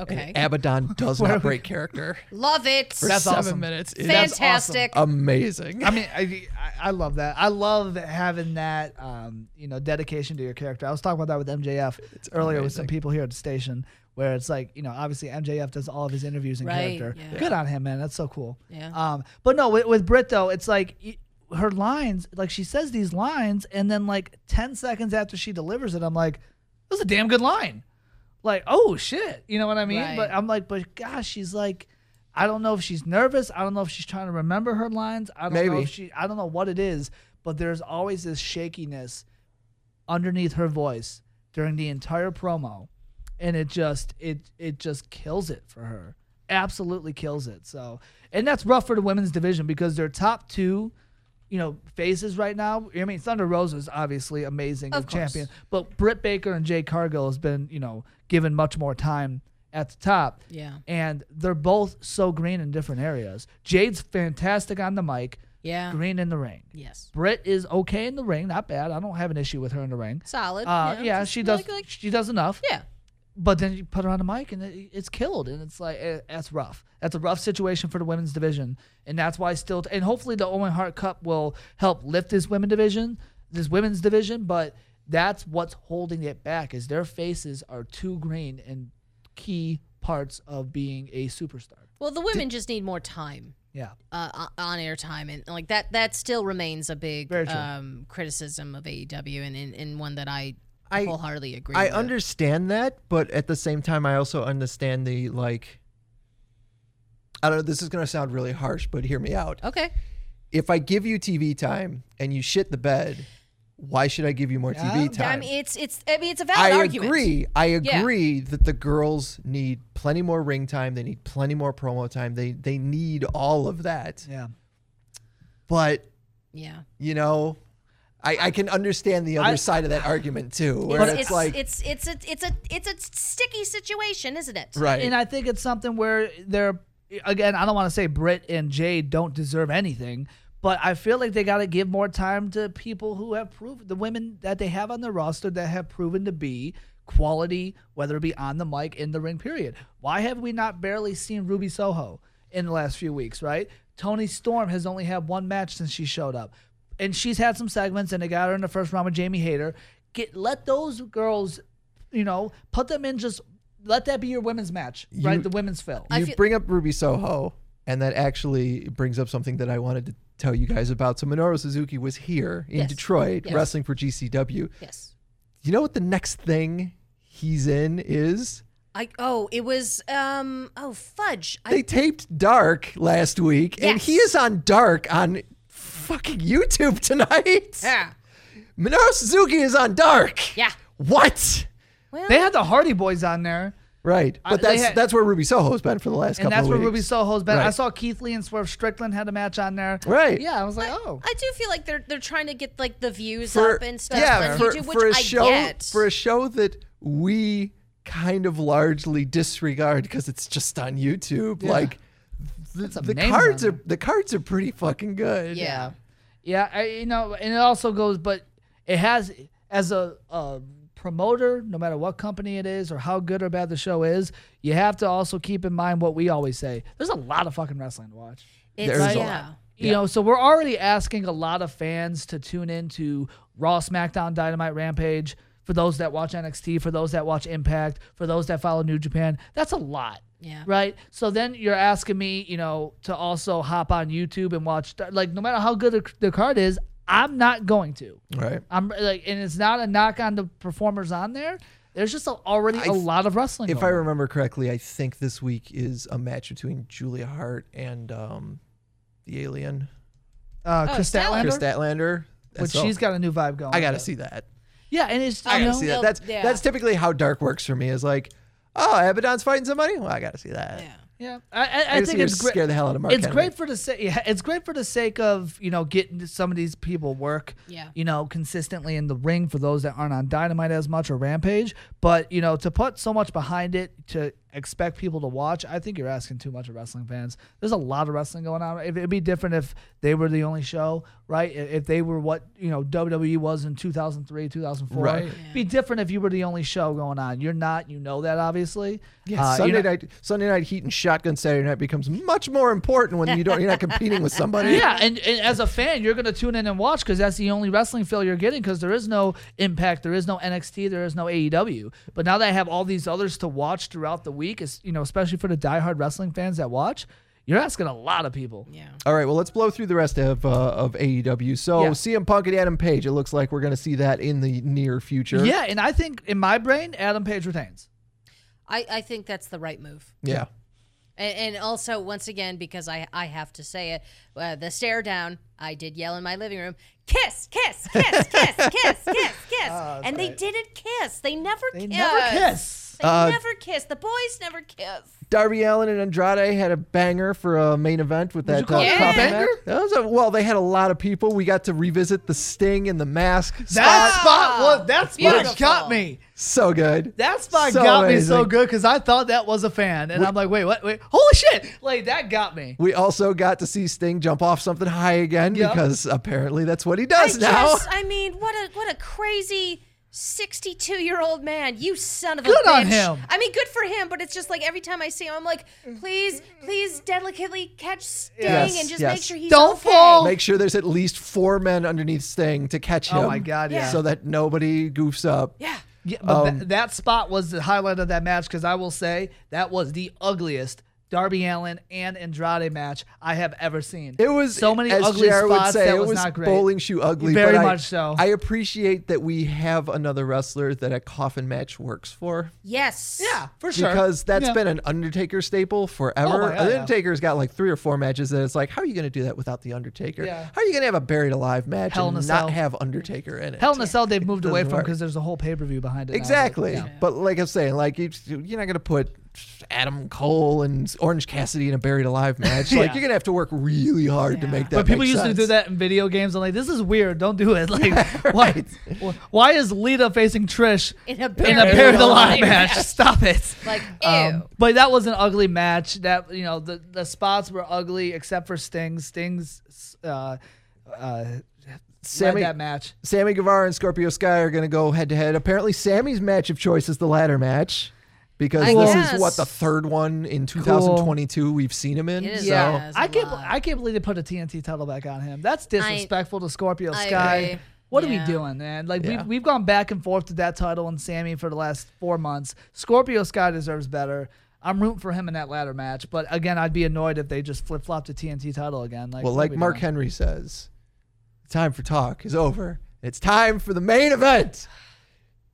[SPEAKER 1] Okay.
[SPEAKER 3] Abaddon does not break character.
[SPEAKER 1] Love it.
[SPEAKER 3] For
[SPEAKER 2] That's
[SPEAKER 3] seven
[SPEAKER 2] awesome.
[SPEAKER 3] minutes. It is
[SPEAKER 1] Fantastic.
[SPEAKER 3] amazing.
[SPEAKER 2] I mean, I, I I love that. I love having that, um, you know, dedication to your character. I was talking about that with MJF earlier with some
[SPEAKER 3] amazing.
[SPEAKER 2] people here at the station, where it's like, you know, obviously MJF does all of his interviews in
[SPEAKER 1] Right,
[SPEAKER 2] character.
[SPEAKER 1] yeah.
[SPEAKER 2] Good on him, man. That's so cool.
[SPEAKER 1] Yeah.
[SPEAKER 2] Um, but no, with, with Brit though, it's like y- her lines, like she says these lines, and then like ten seconds after she delivers it, I'm like, that was a damn good line. Like, oh shit, you know what I mean?
[SPEAKER 1] Right.
[SPEAKER 2] But I'm like, but gosh, she's like. I don't know if she's nervous. I don't know if she's trying to remember her lines. I don't know
[SPEAKER 3] Maybe.
[SPEAKER 2] if she I don't know what it is, but there's always this shakiness underneath her voice during the entire promo. And it just it it just kills it for her. Absolutely kills it. So and that's rough for the women's division because their top two, you know, faces right now. I mean Thunder Rosa's obviously amazing
[SPEAKER 1] Of
[SPEAKER 2] and champion.
[SPEAKER 1] course.
[SPEAKER 2] But Britt Baker and Jay Cargill has been, you know, given much more time at the top
[SPEAKER 1] Yeah.
[SPEAKER 2] and they're both so green in different areas. Jade's fantastic on the mic,
[SPEAKER 1] yeah.
[SPEAKER 2] green in the ring.
[SPEAKER 1] Yes.
[SPEAKER 2] Britt is okay in the ring, not bad. I don't have an issue with her in the ring.
[SPEAKER 1] Solid.
[SPEAKER 2] Uh, yeah,
[SPEAKER 1] just
[SPEAKER 2] she does.
[SPEAKER 1] like- like-
[SPEAKER 2] she does enough.
[SPEAKER 1] yeah.
[SPEAKER 2] But then you put her on the mic and it, it's killed, and it's like eh, that's rough. That's a rough situation for the women's division, and that's why still. And hopefully, the Owen Hart Cup will help lift this women division, this women's division. But that's what's holding it back is their faces are too green in key parts of being a superstar.
[SPEAKER 1] Well, the women just need more time.
[SPEAKER 2] Yeah.
[SPEAKER 1] Uh, on air time and like that that still remains a big
[SPEAKER 2] Very true.
[SPEAKER 1] um, criticism of AEW and, and, and one that I,
[SPEAKER 3] I-
[SPEAKER 1] wholeheartedly agree
[SPEAKER 3] I
[SPEAKER 1] with.
[SPEAKER 3] understand that, but at the same time, I also understand the like. I don't know. This is gonna sound really harsh, but hear me out.
[SPEAKER 1] okay
[SPEAKER 3] If I give you TV time and you shit the bed, why should I give you more TV time?
[SPEAKER 1] I mean it's it's I mean it's a
[SPEAKER 3] I
[SPEAKER 1] valid argument
[SPEAKER 3] agree. I
[SPEAKER 1] Yeah.
[SPEAKER 3] agree that the girls need plenty more ring time. They need plenty more promo time. They they need all of that.
[SPEAKER 2] Yeah.
[SPEAKER 3] But
[SPEAKER 1] yeah
[SPEAKER 3] you know, I, I can understand the other
[SPEAKER 2] I-
[SPEAKER 3] side of that argument too, where
[SPEAKER 1] it's,
[SPEAKER 3] it's,
[SPEAKER 1] it's,
[SPEAKER 3] like
[SPEAKER 1] it's it's a it's a it's a sticky situation isn't it
[SPEAKER 3] right.
[SPEAKER 2] And I think it's something where they're again, I don't want to say Britt and Jade don't deserve anything, but I feel like they got to give more time to people who have proven the women that they have on the roster that have proven to be quality, whether it be on the mic in the ring period. Why have we not barely seen Ruby Soho in the last few weeks, right? Tony Storm has only had one match since she showed up. And she's had some segments and they got her in the first round with Jamie Hayter. Get let those girls, you know, put them in just let that be your women's match, right? The women's fill.
[SPEAKER 1] I
[SPEAKER 3] you
[SPEAKER 1] feel-
[SPEAKER 3] bring up Ruby Soho, and that actually brings up something that I wanted to tell you guys about. So Minoru Suzuki was here in
[SPEAKER 1] Yes.
[SPEAKER 3] Detroit
[SPEAKER 1] Yes.
[SPEAKER 3] wrestling for GCW.
[SPEAKER 1] yes
[SPEAKER 3] You know what the next thing he's in is?
[SPEAKER 1] I oh it was um oh fudge I
[SPEAKER 3] They taped Dark last week, and he
[SPEAKER 1] Yes.
[SPEAKER 3] is on Dark on fucking YouTube tonight.
[SPEAKER 1] yeah
[SPEAKER 3] Minoru Suzuki is on Dark.
[SPEAKER 1] Yeah.
[SPEAKER 3] What?
[SPEAKER 1] well
[SPEAKER 2] They had the Hardy Boys on there,
[SPEAKER 3] Right,
[SPEAKER 2] Uh,
[SPEAKER 3] but
[SPEAKER 2] they
[SPEAKER 3] that's
[SPEAKER 2] had-
[SPEAKER 3] that's where Ruby Soho's been for the last
[SPEAKER 2] and
[SPEAKER 3] couple
[SPEAKER 2] that's
[SPEAKER 3] of
[SPEAKER 2] where
[SPEAKER 3] weeks.
[SPEAKER 2] Ruby Soho's been. I
[SPEAKER 3] Right.
[SPEAKER 2] saw Keith Lee and Swerve Strickland had a match on there.
[SPEAKER 3] Right.
[SPEAKER 2] Yeah, I was like, oh.
[SPEAKER 1] I do feel like they're they're trying to get like the views
[SPEAKER 3] for
[SPEAKER 1] up and stuff
[SPEAKER 3] yeah
[SPEAKER 1] on
[SPEAKER 3] for,
[SPEAKER 1] YouTube, which
[SPEAKER 3] for a
[SPEAKER 1] I
[SPEAKER 3] show
[SPEAKER 1] get.
[SPEAKER 3] for a show that we kind of largely disregard because it's just on YouTube. Like the,
[SPEAKER 2] some
[SPEAKER 3] the
[SPEAKER 2] names
[SPEAKER 3] cards
[SPEAKER 2] on
[SPEAKER 3] are
[SPEAKER 2] there.
[SPEAKER 3] the cards are pretty fucking good.
[SPEAKER 1] Yeah.
[SPEAKER 2] Yeah, I, you know, and it also goes, but it has as a, a promoter, no matter what company it is or how good or bad the show is, you have to also keep in mind what we always say. There's a lot of fucking wrestling to watch.
[SPEAKER 1] It's,
[SPEAKER 3] There's a
[SPEAKER 1] yeah.
[SPEAKER 2] You know, so we're already asking a lot of fans to tune into Raw, SmackDown, Dynamite, Rampage. For those that watch NXT, for those that watch Impact, for those that follow New Japan, that's a lot.
[SPEAKER 1] Yeah.
[SPEAKER 2] Right. So then you're asking me, you know, to also hop on YouTube and watch. Like, no matter how good the- the card is, I'm not going to.
[SPEAKER 3] Right.
[SPEAKER 2] I'm like, and it's not a knock on the performers on there. There's just a, already a
[SPEAKER 3] I-
[SPEAKER 2] lot of wrestling.
[SPEAKER 3] If I
[SPEAKER 2] going on.
[SPEAKER 3] remember correctly, I think this week is a match between Julia Hart and um, the alien
[SPEAKER 2] uh,
[SPEAKER 1] Oh,
[SPEAKER 2] Chris
[SPEAKER 1] Statlander?
[SPEAKER 2] Statlander,
[SPEAKER 3] Chris Statlander.
[SPEAKER 2] which
[SPEAKER 3] That's all.
[SPEAKER 2] she's got a new vibe going.
[SPEAKER 3] I gotta
[SPEAKER 2] but-
[SPEAKER 3] see that.
[SPEAKER 2] Yeah, and it's
[SPEAKER 3] I
[SPEAKER 2] you
[SPEAKER 3] gotta
[SPEAKER 2] know,
[SPEAKER 3] see
[SPEAKER 1] they'll-
[SPEAKER 3] that. That's
[SPEAKER 1] yeah.
[SPEAKER 3] that's typically how dark works for me. Is like, oh, Abaddon's fighting somebody. Well, I gotta see that.
[SPEAKER 1] Yeah.
[SPEAKER 2] Yeah, I, I, I,
[SPEAKER 3] I,
[SPEAKER 2] think it's great.
[SPEAKER 3] scare the hell out of Mark.
[SPEAKER 2] It's
[SPEAKER 3] Henry.
[SPEAKER 2] great for the sake. Yeah, it's great for the sake of you know getting some of these people work.
[SPEAKER 1] Yeah.
[SPEAKER 2] you know consistently in the ring for those that aren't on Dynamite as much or Rampage. But you know to put so much behind it to expect people to watch, I think you're asking too much of wrestling fans. There's a lot of wrestling going on. It- It'd be different if they were the only show, right? I- If they were what you know WWE was in 2003, 2004.
[SPEAKER 3] Right.
[SPEAKER 2] Be different if you were the only show going on. You're not. You know that obviously.
[SPEAKER 3] Yeah,
[SPEAKER 2] Uh, you
[SPEAKER 3] Sunday
[SPEAKER 2] know-
[SPEAKER 3] night, Sunday night heat and shotgun Saturday night becomes much more important when you don't you're not competing with somebody.
[SPEAKER 2] Yeah, and, and as a fan, you're gonna tune in and watch because that's the only wrestling feel you're getting. Because there is no Impact, there is no NXT, there is no AEW. But now that I have all these others to watch throughout the week, is you know, especially for the diehard wrestling fans that watch, you're asking a lot of people.
[SPEAKER 1] Yeah.
[SPEAKER 3] All right, well, let's blow through the rest of uh, of AEW. So
[SPEAKER 2] Yeah.
[SPEAKER 3] CM Punk and Adam Page. It looks like we're going to see that in the near future.
[SPEAKER 2] Yeah, and I think in my brain, Adam Page retains.
[SPEAKER 1] I, I think that's the right move.
[SPEAKER 3] yeah.
[SPEAKER 1] And, and also, once again, because I, I have to say it, uh, the stare down, I did yell in my living room, kiss, kiss, kiss, kiss, kiss, kiss, kiss. and they didn't kiss. They never
[SPEAKER 2] Oh, They
[SPEAKER 1] kiss.
[SPEAKER 2] never kiss.
[SPEAKER 1] They
[SPEAKER 3] Uh,
[SPEAKER 1] never kiss. The boys never kiss.
[SPEAKER 3] Darby Allen and Andrade had a banger for a main event with that.
[SPEAKER 2] you call
[SPEAKER 1] it a
[SPEAKER 3] prop
[SPEAKER 2] banger?
[SPEAKER 3] event. That was a, well, they had a lot of people. We got to revisit the Sting and the Mask.
[SPEAKER 2] That
[SPEAKER 3] spot.
[SPEAKER 2] spot was that spot
[SPEAKER 1] Beautiful.
[SPEAKER 2] got me.
[SPEAKER 3] so good.
[SPEAKER 2] That spot
[SPEAKER 3] So
[SPEAKER 2] got me so
[SPEAKER 3] amazing.
[SPEAKER 2] good because I thought that was a fan, and I'm like, wait, what? Wait, holy shit! Like that got me.
[SPEAKER 3] We also got to see Sting jump off something high again
[SPEAKER 2] Yep.
[SPEAKER 3] because apparently that's what he
[SPEAKER 1] I
[SPEAKER 3] does now.
[SPEAKER 1] just, I mean, what a what a crazy 62 year old man. You son of a
[SPEAKER 2] Good
[SPEAKER 1] bitch.
[SPEAKER 2] on him.
[SPEAKER 1] I mean, good for him, but it's just like every time I see him, I'm like, please, please delicately catch Sting
[SPEAKER 3] Yes,
[SPEAKER 1] and just
[SPEAKER 3] yes.
[SPEAKER 1] make sure he's
[SPEAKER 2] Don't
[SPEAKER 1] okay.
[SPEAKER 2] fall.
[SPEAKER 3] Make sure there's at least four men underneath Sting to catch him.
[SPEAKER 2] Oh my God, yeah.
[SPEAKER 3] So that nobody goofs up.
[SPEAKER 1] Yeah.
[SPEAKER 2] Yeah, but
[SPEAKER 3] Um,
[SPEAKER 2] tha- that spot was the highlight of that match because I will say that was the ugliest Darby Allen and Andrade match I have ever seen.
[SPEAKER 3] It was
[SPEAKER 2] so many
[SPEAKER 3] as
[SPEAKER 2] ugly
[SPEAKER 3] JR
[SPEAKER 2] spots
[SPEAKER 3] Would say,
[SPEAKER 2] that
[SPEAKER 3] it
[SPEAKER 2] was,
[SPEAKER 3] was
[SPEAKER 2] not great.
[SPEAKER 3] Bowling shoe ugly.
[SPEAKER 2] Very
[SPEAKER 3] but I-
[SPEAKER 2] much so.
[SPEAKER 3] I appreciate that we have another wrestler that a coffin match works for
[SPEAKER 1] Yes.
[SPEAKER 2] yeah, for sure.
[SPEAKER 3] because that's
[SPEAKER 2] Yeah.
[SPEAKER 3] been an Undertaker staple
[SPEAKER 2] Oh
[SPEAKER 3] forever.
[SPEAKER 2] my God,
[SPEAKER 3] the
[SPEAKER 2] yeah.
[SPEAKER 3] Undertaker's got like three or four matches that it's like, how are you going to do that without the Undertaker?
[SPEAKER 2] Yeah.
[SPEAKER 3] How are you going to have a buried alive match
[SPEAKER 2] Hell in
[SPEAKER 3] and
[SPEAKER 2] a
[SPEAKER 3] not
[SPEAKER 2] Cell.
[SPEAKER 3] have Undertaker in it?
[SPEAKER 2] Hell in a Cell they've moved away
[SPEAKER 3] doesn't
[SPEAKER 2] from
[SPEAKER 3] work.
[SPEAKER 2] because there's a whole pay per view behind it. now, but-
[SPEAKER 3] Exactly.
[SPEAKER 2] Yeah.
[SPEAKER 3] But like I'm saying, like you, you're not gonna put Adam Cole and Orange Cassidy in a buried alive match. Like
[SPEAKER 2] Yeah.
[SPEAKER 3] you're gonna have to work really hard to make that.
[SPEAKER 2] But people
[SPEAKER 3] make
[SPEAKER 2] used to
[SPEAKER 3] sense.
[SPEAKER 2] do that in video games. I'm like, this is weird. Don't do it. Like, why? wh- Why is Lita facing Trish
[SPEAKER 1] In a
[SPEAKER 2] in a
[SPEAKER 1] barrel
[SPEAKER 2] pair of the
[SPEAKER 1] line
[SPEAKER 2] line match? Stop it.
[SPEAKER 1] Like, ew.
[SPEAKER 2] Um, but that was an ugly match. That you know the the spots were ugly except for Sting's. Sting's uh, uh,
[SPEAKER 3] Sammy,
[SPEAKER 2] led that match.
[SPEAKER 3] Sammy Guevara and Scorpio Sky are gonna go head to head. Apparently, Sammy's match of choice is the ladder match. Because
[SPEAKER 1] I
[SPEAKER 3] this
[SPEAKER 1] guess.
[SPEAKER 3] is what the third one in 2022 we've seen him in.
[SPEAKER 1] It is
[SPEAKER 3] so
[SPEAKER 1] a- That's
[SPEAKER 2] I can't.
[SPEAKER 1] lot.
[SPEAKER 2] I can't believe they put a TNT title back on him. That's disrespectful to Scorpio
[SPEAKER 1] I agree.
[SPEAKER 2] Sky. What are
[SPEAKER 1] Yeah.
[SPEAKER 2] we doing, man? Like
[SPEAKER 3] Yeah.
[SPEAKER 2] we've, we've gone back and forth to that title and Sammy for the last four months. Scorpio Sky deserves better. I'm rooting for him in that ladder match, but again, I'd be annoyed if they just flip flopped the TNT title again. Like,
[SPEAKER 3] well,
[SPEAKER 2] what are
[SPEAKER 3] like
[SPEAKER 2] we
[SPEAKER 3] Mark
[SPEAKER 2] doing?
[SPEAKER 3] Henry says, time for talk is over. It's time for the main event.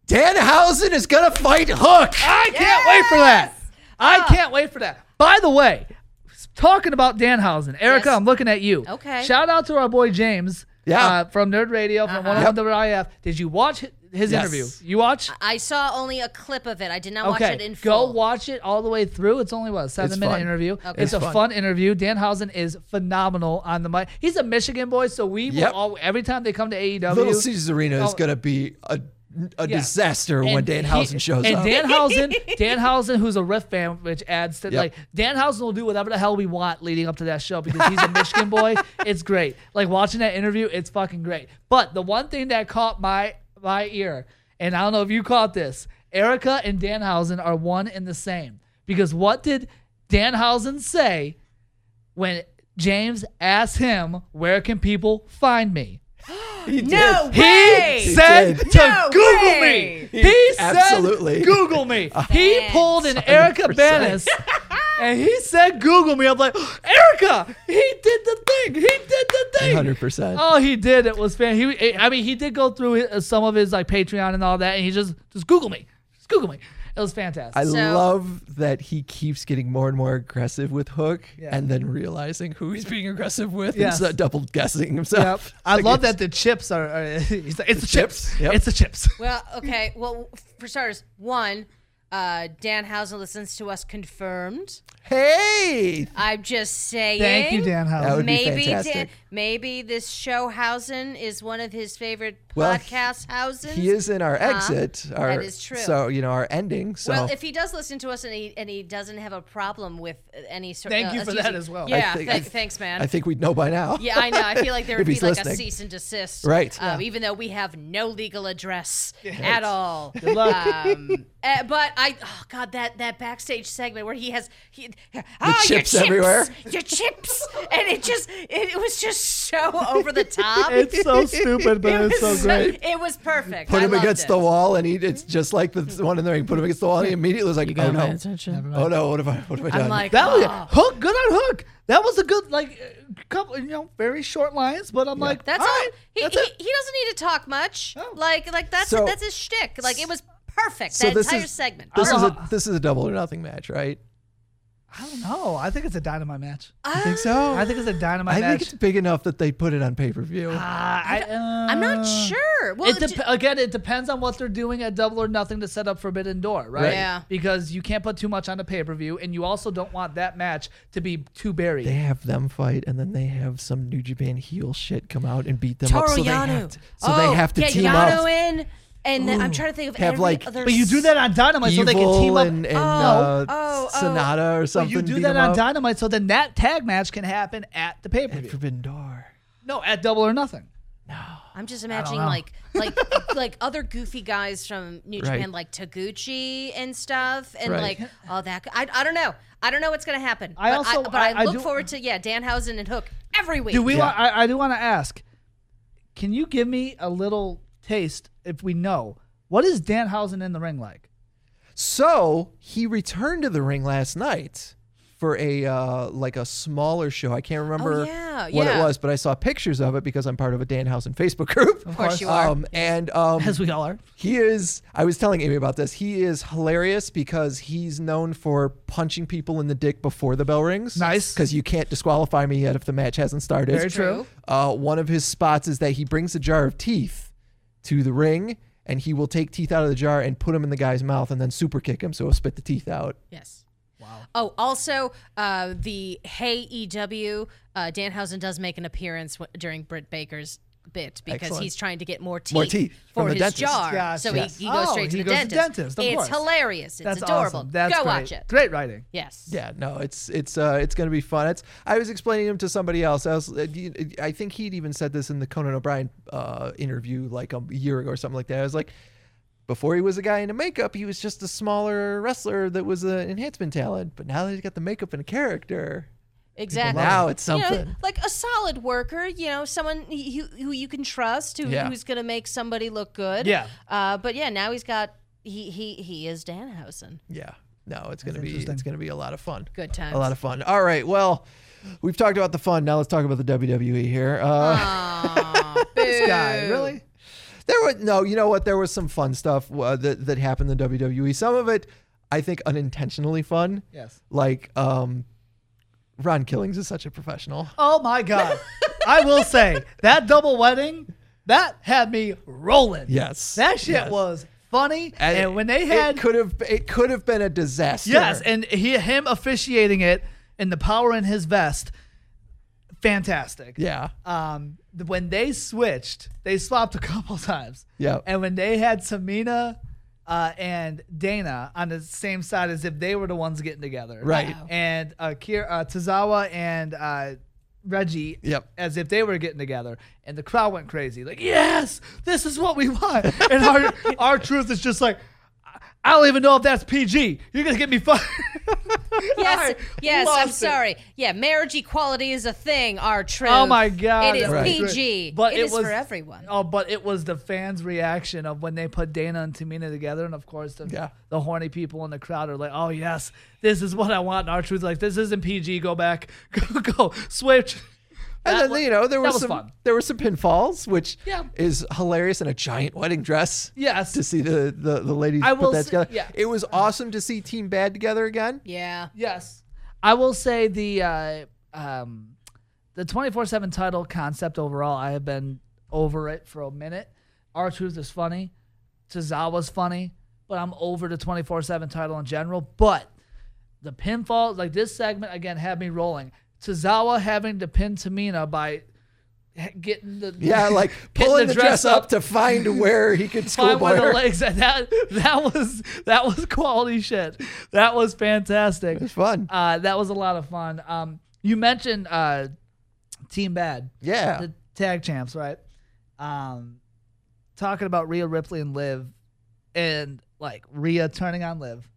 [SPEAKER 3] Danhausen is gonna fight Hook.
[SPEAKER 2] I can't wait for that.
[SPEAKER 1] Ah.
[SPEAKER 2] I can't wait for that. By the way, s- talking about Danhausen, Erica,
[SPEAKER 1] Yes.
[SPEAKER 2] I'm looking at you.
[SPEAKER 1] Okay.
[SPEAKER 2] Shout out to our boy James.
[SPEAKER 3] Yeah.
[SPEAKER 2] Uh, from Nerd Radio, from
[SPEAKER 1] Uh-huh.
[SPEAKER 2] 101 WIF. Did you watch hi- his
[SPEAKER 3] Yes.
[SPEAKER 2] interview? You watch?
[SPEAKER 1] I saw only a clip of it. I did not watch
[SPEAKER 2] okay.
[SPEAKER 1] it in
[SPEAKER 2] Go
[SPEAKER 1] full.
[SPEAKER 2] watch it all the way through. It's only what a seven minute
[SPEAKER 3] fun.
[SPEAKER 2] interview.
[SPEAKER 1] Okay.
[SPEAKER 2] It's,
[SPEAKER 1] It's
[SPEAKER 2] a
[SPEAKER 3] fun.
[SPEAKER 2] fun. interview. Danhausen is phenomenal on the mic. He's a Michigan boy, so we will
[SPEAKER 3] Yep.
[SPEAKER 2] all, every time they come to E AEW,
[SPEAKER 3] Little Caesars Arena is
[SPEAKER 2] Oh.
[SPEAKER 3] going to be a a
[SPEAKER 2] Yeah.
[SPEAKER 3] disaster when
[SPEAKER 2] And
[SPEAKER 3] Danhausen
[SPEAKER 2] he-
[SPEAKER 3] shows
[SPEAKER 2] and
[SPEAKER 3] up.
[SPEAKER 2] Danhausen, Danhausen, who's a Riff fan, which adds to
[SPEAKER 3] Yep.
[SPEAKER 2] like Danhausen will do whatever the hell we want leading up to that show because he's a Michigan boy. It's great. Like watching that interview, it's fucking great. But the one thing that caught my my ear, and I don't know if you caught this, Erica and Danhausen are one and the same because what did Danhausen say when James asked him where can people find me?
[SPEAKER 3] He did.
[SPEAKER 1] No
[SPEAKER 2] He
[SPEAKER 1] way.
[SPEAKER 2] said
[SPEAKER 3] did.
[SPEAKER 2] to
[SPEAKER 1] No
[SPEAKER 2] Google
[SPEAKER 1] way.
[SPEAKER 2] me. He
[SPEAKER 3] Absolutely.
[SPEAKER 2] said Google me. He pulled an Erica Bennis and he said Google me. I'm like, Erica, he did the thing. He did the thing.
[SPEAKER 3] 100%.
[SPEAKER 2] Oh, he did. It was fan. He, I mean, he did go through his, some of his like Patreon and all that, and he just just Google me. Just Google me. It was fantastic.
[SPEAKER 3] I
[SPEAKER 1] So-
[SPEAKER 3] love that he keeps getting more and more aggressive with Hook and then realizing who he's being aggressive with
[SPEAKER 2] Yes.
[SPEAKER 3] and so double guessing himself.
[SPEAKER 2] I love that
[SPEAKER 3] Like,
[SPEAKER 2] the chips are. are he's like, it's the
[SPEAKER 3] chips?
[SPEAKER 2] chips.
[SPEAKER 3] Yep.
[SPEAKER 2] It's the chips.
[SPEAKER 1] Well, okay. Well, for starters, one, uh, Dan Housen listens to us confirmed.
[SPEAKER 3] Hey!
[SPEAKER 1] I'm just saying.
[SPEAKER 2] Thank you, Dan Housen.
[SPEAKER 3] That would be
[SPEAKER 1] maybe
[SPEAKER 3] fantastic.
[SPEAKER 1] maybe this show Housen is one of his favorite
[SPEAKER 3] Well,
[SPEAKER 1] podcast Housen.
[SPEAKER 3] He is in our exit. our,
[SPEAKER 1] That is true.
[SPEAKER 3] So, you know, our ending. So
[SPEAKER 1] Well, if he does listen to us and he and he doesn't have a problem with any sort,
[SPEAKER 2] Thank
[SPEAKER 1] uh,
[SPEAKER 2] you for
[SPEAKER 1] us
[SPEAKER 2] that
[SPEAKER 1] using-
[SPEAKER 2] as well. I
[SPEAKER 1] Yeah,
[SPEAKER 3] think- I
[SPEAKER 1] thank,
[SPEAKER 3] th-
[SPEAKER 1] thanks, man.
[SPEAKER 3] I think we'd know by now.
[SPEAKER 1] yeah, I know. I feel like there would
[SPEAKER 3] If
[SPEAKER 1] be
[SPEAKER 3] he's
[SPEAKER 1] like a
[SPEAKER 3] listening.
[SPEAKER 1] cease and desist,
[SPEAKER 3] Right.
[SPEAKER 1] Um, Even though we have no legal address at all.
[SPEAKER 2] luck.
[SPEAKER 1] Um, uh, but I, oh god, that that backstage segment where he has he, "Ah, your
[SPEAKER 3] chips everywhere."
[SPEAKER 1] your chips, and it just it, was just so over the top.
[SPEAKER 2] It's so stupid, but it's so
[SPEAKER 1] was
[SPEAKER 2] great.
[SPEAKER 1] It was perfect.
[SPEAKER 3] Put
[SPEAKER 1] I
[SPEAKER 3] him
[SPEAKER 1] loved
[SPEAKER 3] against
[SPEAKER 1] it.
[SPEAKER 3] the wall, and he, it's just like the one in there. He put him against the wall, and he immediately was like, oh no. Oh no, what have I, what have I done?
[SPEAKER 1] I'm like,
[SPEAKER 2] That was
[SPEAKER 1] "Oh."
[SPEAKER 2] hook. Good on hook. That was a good like uh, couple. You know, very short lines, but I'm like,
[SPEAKER 1] That's all.
[SPEAKER 2] all right,
[SPEAKER 1] He,
[SPEAKER 2] that's
[SPEAKER 1] he,
[SPEAKER 2] it.
[SPEAKER 1] he doesn't need to talk much.
[SPEAKER 2] Oh.
[SPEAKER 1] Like like that's
[SPEAKER 3] So-
[SPEAKER 1] that's his shtick. Like it was perfect.
[SPEAKER 3] So
[SPEAKER 1] that
[SPEAKER 3] this
[SPEAKER 1] entire
[SPEAKER 3] is-
[SPEAKER 1] segment.
[SPEAKER 3] This is, a,
[SPEAKER 2] Uh-huh.
[SPEAKER 3] this is a double or nothing match, right?
[SPEAKER 2] I don't know. I think it's a dynamite match.
[SPEAKER 3] You think
[SPEAKER 1] Ah.
[SPEAKER 3] so?
[SPEAKER 2] I think it's a dynamite
[SPEAKER 3] I
[SPEAKER 2] match.
[SPEAKER 3] think it's big enough that they put it on pay per view.
[SPEAKER 1] Ah.
[SPEAKER 2] Uh, I,
[SPEAKER 1] I'm
[SPEAKER 2] uh,
[SPEAKER 1] not sure. Well,
[SPEAKER 2] it dep again, it depends on what they're doing at Double or Nothing to set up Forbidden Door, right?
[SPEAKER 3] Right.
[SPEAKER 1] Yeah.
[SPEAKER 2] Because you can't put too much on the pay per view, and you also don't want that match to be too buried.
[SPEAKER 3] They have them fight, and then they have some New Japan heel shit come out and beat them up. So
[SPEAKER 1] Toru
[SPEAKER 3] they
[SPEAKER 1] Yano.
[SPEAKER 3] have to, so they
[SPEAKER 1] Oh,
[SPEAKER 3] have to
[SPEAKER 1] get
[SPEAKER 3] team
[SPEAKER 1] Yano
[SPEAKER 3] up.
[SPEAKER 1] in, and then I'm trying to think of
[SPEAKER 3] Have,
[SPEAKER 1] every
[SPEAKER 3] like-
[SPEAKER 1] other.
[SPEAKER 2] But you do that on Dynamite so they can team
[SPEAKER 3] Evil
[SPEAKER 2] up.
[SPEAKER 3] and, and
[SPEAKER 1] Oh,
[SPEAKER 3] uh,
[SPEAKER 1] oh, oh.
[SPEAKER 3] Sonata or
[SPEAKER 2] But
[SPEAKER 3] something.
[SPEAKER 2] you do
[SPEAKER 3] beat
[SPEAKER 2] that
[SPEAKER 3] 'em
[SPEAKER 2] on
[SPEAKER 3] up.
[SPEAKER 2] Dynamite, so then that tag match can happen at the pay per
[SPEAKER 3] At
[SPEAKER 2] view.
[SPEAKER 3] Forbidden Door.
[SPEAKER 2] No, at Double or Nothing.
[SPEAKER 1] I'm just imagining
[SPEAKER 2] know.
[SPEAKER 1] like like like other goofy guys from New
[SPEAKER 3] Right.
[SPEAKER 1] Japan, like Taguchi and stuff, and
[SPEAKER 3] Right.
[SPEAKER 1] like all that. I, I don't know. I don't know what's gonna happen.
[SPEAKER 2] I
[SPEAKER 1] but
[SPEAKER 2] also-
[SPEAKER 1] I, but
[SPEAKER 2] I-
[SPEAKER 1] I,
[SPEAKER 2] I
[SPEAKER 1] look
[SPEAKER 2] do-
[SPEAKER 1] forward to yeah Danhausen and Hook every week.
[SPEAKER 2] Do we?
[SPEAKER 3] Yeah.
[SPEAKER 2] Want, I, I do want to ask. Can you give me a little taste, if we know, what is Danhausen in the ring like?
[SPEAKER 3] So he returned to the ring last night for a uh, like a smaller show. I can't remember
[SPEAKER 1] Oh, yeah,
[SPEAKER 3] what it
[SPEAKER 1] yeah.
[SPEAKER 3] was, but I saw pictures of it because I'm part of a Danhausen Facebook group. Of
[SPEAKER 1] course you are.
[SPEAKER 3] Um, and um,
[SPEAKER 2] As we all are.
[SPEAKER 3] He is. I was telling Amy about this. He is hilarious because he's known for punching people in the dick before the bell rings.
[SPEAKER 2] Nice.
[SPEAKER 3] Because you can't disqualify me yet if the match hasn't started.
[SPEAKER 2] Very true.
[SPEAKER 3] Uh, one of his spots is that he brings a jar of teeth to the ring, and he will take teeth out of the jar and put them in the guy's mouth, and then super kick him, so he'll spit the teeth out.
[SPEAKER 1] Yes. Wow. Oh, also uh, the Hey EW uh, Danhausen does make an appearance w- during Britt Baker's bit because
[SPEAKER 3] Excellent.
[SPEAKER 1] he's trying to get more teeth,
[SPEAKER 3] More teeth
[SPEAKER 1] for
[SPEAKER 3] from the
[SPEAKER 1] his
[SPEAKER 3] dentist.
[SPEAKER 1] jar.
[SPEAKER 2] Gotcha.
[SPEAKER 1] So
[SPEAKER 2] Yes.
[SPEAKER 1] he, he goes
[SPEAKER 2] Oh,
[SPEAKER 1] straight to
[SPEAKER 2] he
[SPEAKER 1] the
[SPEAKER 2] goes to
[SPEAKER 1] dentist.
[SPEAKER 2] dentist, of
[SPEAKER 1] it's
[SPEAKER 2] course.
[SPEAKER 1] hilarious. It's
[SPEAKER 2] That's
[SPEAKER 1] adorable.
[SPEAKER 2] awesome. That's
[SPEAKER 1] Go
[SPEAKER 2] great.
[SPEAKER 1] watch it.
[SPEAKER 2] Great writing.
[SPEAKER 1] Yes.
[SPEAKER 3] Yeah, no, it's it's uh it's gonna be fun. It's I was explaining him to somebody else. I, was, uh, you- I think he'd even said this in the Conan O'Brien uh interview like a year ago or something like that. I was like, before he was a guy into makeup, he was just a smaller wrestler that was an enhancement talent. But now that he's got the makeup and a character,
[SPEAKER 1] Exactly.
[SPEAKER 3] Now it's
[SPEAKER 1] You know,
[SPEAKER 3] something.
[SPEAKER 1] like a solid worker, you know, someone who, who you can trust, who,
[SPEAKER 3] Yeah.
[SPEAKER 1] who's going to make somebody look good.
[SPEAKER 2] Yeah.
[SPEAKER 1] Uh, but yeah, now he's got he he he is Danhausen.
[SPEAKER 3] yeah, no, it's gonna be
[SPEAKER 2] interesting.
[SPEAKER 3] it's gonna be a lot of fun.
[SPEAKER 1] Good times.
[SPEAKER 3] A lot of fun. All right, well, we've talked about the fun. Now let's talk about the WWE here.
[SPEAKER 1] Ah.
[SPEAKER 3] Uh,
[SPEAKER 2] This guy, really?
[SPEAKER 3] There was no, you know what? There was some fun stuff uh, that that happened in WWE. Some of it, I think, unintentionally fun.
[SPEAKER 2] Yes.
[SPEAKER 3] Like, um, Ron Killings is such a professional.
[SPEAKER 2] Oh my God. I will say that double wedding, that had me rolling.
[SPEAKER 3] Yes.
[SPEAKER 2] That shit
[SPEAKER 3] Yes.
[SPEAKER 2] was funny. And, when they
[SPEAKER 3] it-
[SPEAKER 2] had
[SPEAKER 3] it could have it could have been a disaster.
[SPEAKER 2] Yes, and he him officiating it and the power in his vest fantastic.
[SPEAKER 3] Yeah.
[SPEAKER 2] Um, th- when they switched, they swapped a couple times.
[SPEAKER 3] Yep.
[SPEAKER 2] And when they had Samina uh, and Dana on the same side as if they were the ones getting together.
[SPEAKER 3] Right. Wow.
[SPEAKER 2] And uh, Kier, uh, Tozawa and uh, Reggie
[SPEAKER 3] Yep.
[SPEAKER 2] as if they were getting together. And the crowd went crazy. Like, yes, this is what we want. And our, our truth is just like, "I- I don't even know if that's PG. You're going to get me fired.
[SPEAKER 1] Yes,
[SPEAKER 2] I
[SPEAKER 1] yes. I'm
[SPEAKER 2] lost it.
[SPEAKER 1] sorry. Yeah, marriage equality is a thing. Our truth.
[SPEAKER 2] Oh my God,
[SPEAKER 1] It is
[SPEAKER 2] that was
[SPEAKER 3] great.
[SPEAKER 1] PG.
[SPEAKER 2] But
[SPEAKER 1] it
[SPEAKER 2] it
[SPEAKER 1] is
[SPEAKER 2] was-
[SPEAKER 1] for everyone.
[SPEAKER 2] Oh, but it was the fans' reaction of when they put Dana and Tamina together, and of course the,
[SPEAKER 3] Yeah.
[SPEAKER 2] the horny people in the crowd are like, "Oh yes, this is what I want." And our truth like, "This isn't PG. Go back, go go switch." That
[SPEAKER 3] And
[SPEAKER 2] wa-
[SPEAKER 3] then you know there
[SPEAKER 2] that
[SPEAKER 3] was,
[SPEAKER 2] was
[SPEAKER 3] some
[SPEAKER 2] fun.
[SPEAKER 3] there were some pinfalls, which
[SPEAKER 2] Yeah.
[SPEAKER 3] is hilarious in a giant wedding dress.
[SPEAKER 2] Yes.
[SPEAKER 3] to see the the, the ladies
[SPEAKER 2] I
[SPEAKER 3] put
[SPEAKER 2] will
[SPEAKER 3] that
[SPEAKER 2] say-
[SPEAKER 3] together.
[SPEAKER 2] yeah.
[SPEAKER 3] it was awesome to see Team Bad together again.
[SPEAKER 1] yeah.
[SPEAKER 2] Yes, I will say the uh, um, the twenty four seven title concept overall. I have been over it for a minute. Our truth is funny, Tozawa's funny, but I'm over the twenty four seven title in general. But the pinfall, like this segment again, had me rolling. Tozawa having to pin Tamina by h- getting the
[SPEAKER 3] Yeah, like
[SPEAKER 2] getting
[SPEAKER 3] pulling the, dress, up, to find where he could
[SPEAKER 2] find
[SPEAKER 3] schoolboy
[SPEAKER 2] one of the
[SPEAKER 3] her.
[SPEAKER 2] legs. And that that was that was quality shit. That was fantastic.
[SPEAKER 3] It was fun.
[SPEAKER 2] Uh, that was a lot of fun. Um, you mentioned uh, Team Bad,
[SPEAKER 3] yeah,
[SPEAKER 2] the tag champs, right? Um, talking about Rhea Ripley and Liv, and like Rhea turning on Liv.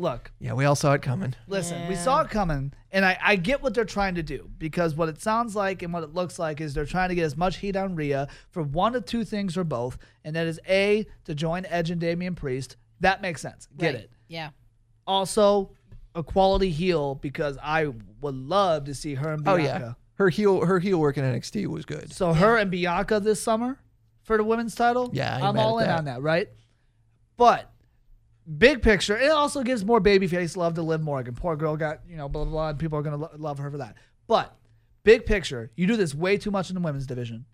[SPEAKER 2] Look,
[SPEAKER 3] yeah, we all saw it coming.
[SPEAKER 2] listen, we saw it coming, and I, I get what they're trying to do because what it sounds like and what it looks like is they're trying to get as much heat on Rhea for one of two things or both, and that is A, to join Edge and Damian Priest. That makes sense. Get
[SPEAKER 1] Right.
[SPEAKER 2] it
[SPEAKER 1] Yeah.
[SPEAKER 2] also a quality heel because I would love to see her and
[SPEAKER 3] Oh
[SPEAKER 2] Bianca.
[SPEAKER 3] yeah, her heel her heel work in NXT was good.
[SPEAKER 2] So her and Bianca this summer for the women's title.
[SPEAKER 3] Yeah, I ain't
[SPEAKER 2] I'm
[SPEAKER 3] mad
[SPEAKER 2] all
[SPEAKER 3] at
[SPEAKER 2] in
[SPEAKER 3] that.
[SPEAKER 2] on that, right? But big picture, it also gives more babyface love to Liv Morgan. Poor girl got you know blah blah, blah and people are gonna lo- love her for that. But big picture, you do this way too much in the women's division.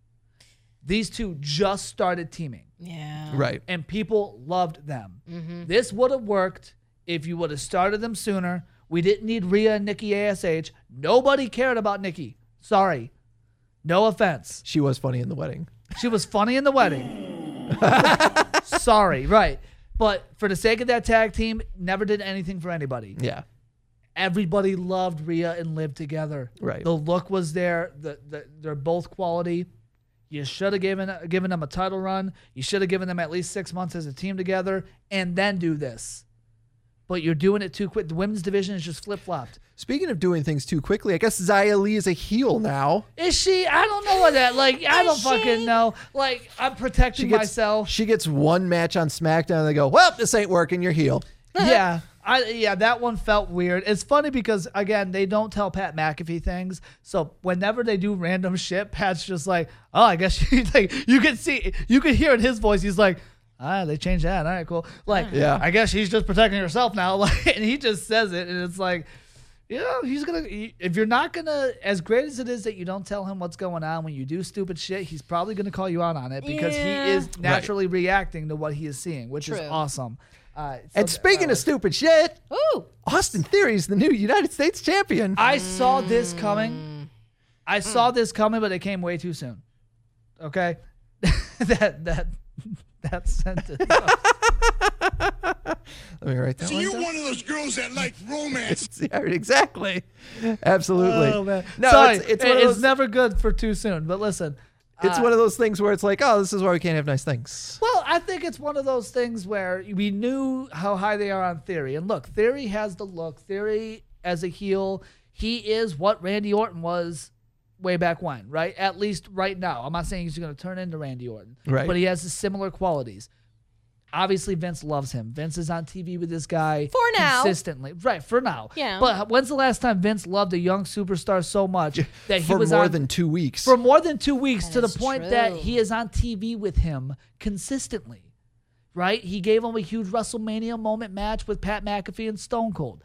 [SPEAKER 2] These two just started teaming
[SPEAKER 1] Yeah.
[SPEAKER 3] Right.
[SPEAKER 2] and people loved them. This would have worked if you would have started them sooner. We didn't need Rhea and Nikki ASH. Nobody cared about Nikki. Sorry. No offense.
[SPEAKER 3] She was funny in the wedding.
[SPEAKER 2] She was funny in the wedding. Sorry, right. But for the sake of that tag team, never did anything for anybody.
[SPEAKER 3] Yeah.
[SPEAKER 2] Everybody loved Rhea and Liv together.
[SPEAKER 3] Right.
[SPEAKER 2] The look was there. The, the they're both quality. You should have given given them a title run. You should have given them at least six months as a team together, and then do this. But you're doing it too quick. The women's division is just flip flopped.
[SPEAKER 3] Speaking of doing things too quickly, I guess Zia Lee is a heel now.
[SPEAKER 2] Is she? I don't know what that. Like I
[SPEAKER 1] Is
[SPEAKER 2] don't
[SPEAKER 1] she?
[SPEAKER 2] fucking know. Like I'm protecting myself.
[SPEAKER 3] She gets one match on SmackDown. And they go, well, this ain't working. You're heel.
[SPEAKER 2] yeah. I, yeah, that one felt weird. It's funny because again, they don't tell Pat McAfee things. So whenever they do random shit, Pat's just like, "Oh, I guess you like you can see you can hear in his voice. He's like, "Ah, they changed that. All right, cool." Like,
[SPEAKER 3] Yeah.
[SPEAKER 2] I guess he's just protecting herself now. Like, and he just says it, and it's like, you know, he's gonna. If you're not gonna, as great as it is that you don't tell him what's going on when you do stupid shit, he's probably gonna call you out on it because
[SPEAKER 1] Yeah.
[SPEAKER 2] he is naturally reacting to what he is seeing, which is
[SPEAKER 1] True.
[SPEAKER 2] awesome. Uh, so th-
[SPEAKER 3] And speaking of stupid shit,
[SPEAKER 1] Ooh.
[SPEAKER 3] Austin Theory is the new United States champion.
[SPEAKER 2] I saw this
[SPEAKER 3] Mm.
[SPEAKER 2] coming. I saw this coming, but it came way too soon. Okay, that that that sentence.
[SPEAKER 3] Let me write that one down.
[SPEAKER 4] one of those girls that like romance.
[SPEAKER 3] Yeah, exactly. Absolutely.
[SPEAKER 2] oh man,
[SPEAKER 3] No,
[SPEAKER 2] Sorry.
[SPEAKER 3] it's, it's,
[SPEAKER 2] It-
[SPEAKER 3] one of
[SPEAKER 2] it's
[SPEAKER 3] those,
[SPEAKER 2] never good for too soon. But listen,
[SPEAKER 3] it's one of those things where it's like, oh, this is why we can't have nice things.
[SPEAKER 2] Well, I think it's one of those things where we knew how high they are on Theory. And look, Theory has the look. Theory as a heel, he is what Randy Orton was way back when, right? At least right now. I'm not saying he's going to turn into Randy Orton,
[SPEAKER 3] Right.
[SPEAKER 2] But he has the similar qualities. Obviously, Vince loves him. Vince is on TV with this guy
[SPEAKER 1] For now.
[SPEAKER 2] consistently, right? For now,
[SPEAKER 1] Yeah.
[SPEAKER 2] But when's the last time Vince loved a young superstar so much that he
[SPEAKER 3] For
[SPEAKER 2] was
[SPEAKER 3] more
[SPEAKER 2] on
[SPEAKER 3] than two weeks.
[SPEAKER 2] for more than two weeks
[SPEAKER 1] That
[SPEAKER 2] to the
[SPEAKER 1] is
[SPEAKER 2] point that
[SPEAKER 1] true.
[SPEAKER 2] he is on TV with him consistently. Right? He gave him a huge WrestleMania moment match with Pat McAfee and Stone Cold.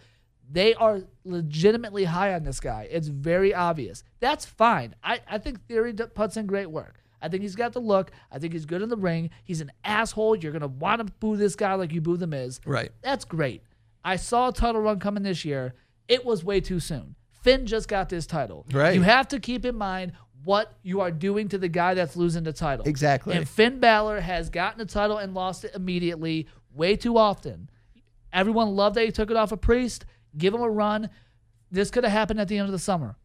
[SPEAKER 2] They are legitimately high on this guy. It's very obvious. That's fine. I, I think Theory d- puts in great work. I think he's got the look. I think he's good in the ring. He's an asshole. You're going to want to boo this guy like you boo The Miz.
[SPEAKER 3] right.
[SPEAKER 2] That's great. I saw a title run coming this year. It was way too soon. Finn just got this title.
[SPEAKER 3] Right.
[SPEAKER 2] You have to keep in mind what you are doing to the guy that's losing the title.
[SPEAKER 3] Exactly.
[SPEAKER 2] And Finn Balor has gotten the title and lost it immediately way too often. Everyone loved that he took it off a priest. Give him a run. This could have happened at the end of the summer.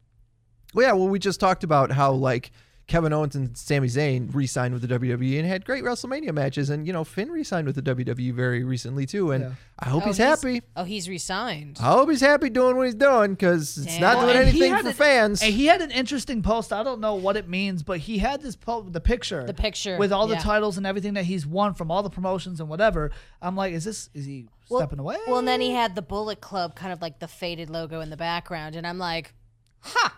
[SPEAKER 3] Well, yeah, well, we just talked about how like Kevin Owens and Sami Zayn re-signed with the WWE and had great WrestleMania matches, and you know Finn re-signed with the WWE very recently too, and I hope
[SPEAKER 1] Oh,
[SPEAKER 3] he's happy.
[SPEAKER 1] Oh, he's resigned.
[SPEAKER 2] Uh,
[SPEAKER 3] I hope he's happy doing what he's doing because it's
[SPEAKER 1] Damn.
[SPEAKER 3] not
[SPEAKER 1] Well,
[SPEAKER 3] doing
[SPEAKER 2] and he
[SPEAKER 3] anything
[SPEAKER 2] had
[SPEAKER 3] for
[SPEAKER 2] an-
[SPEAKER 3] fans.
[SPEAKER 2] And he had an interesting post. I don't know what it means, but he had this po- the picture,
[SPEAKER 1] The picture,
[SPEAKER 2] with all the
[SPEAKER 1] yeah.
[SPEAKER 2] titles and everything that he's won from all the promotions and whatever. I'm like, is this is he stepping away?
[SPEAKER 1] Well, and then he had the Bullet Club, kind of like the faded logo in the background, and I'm like, ha!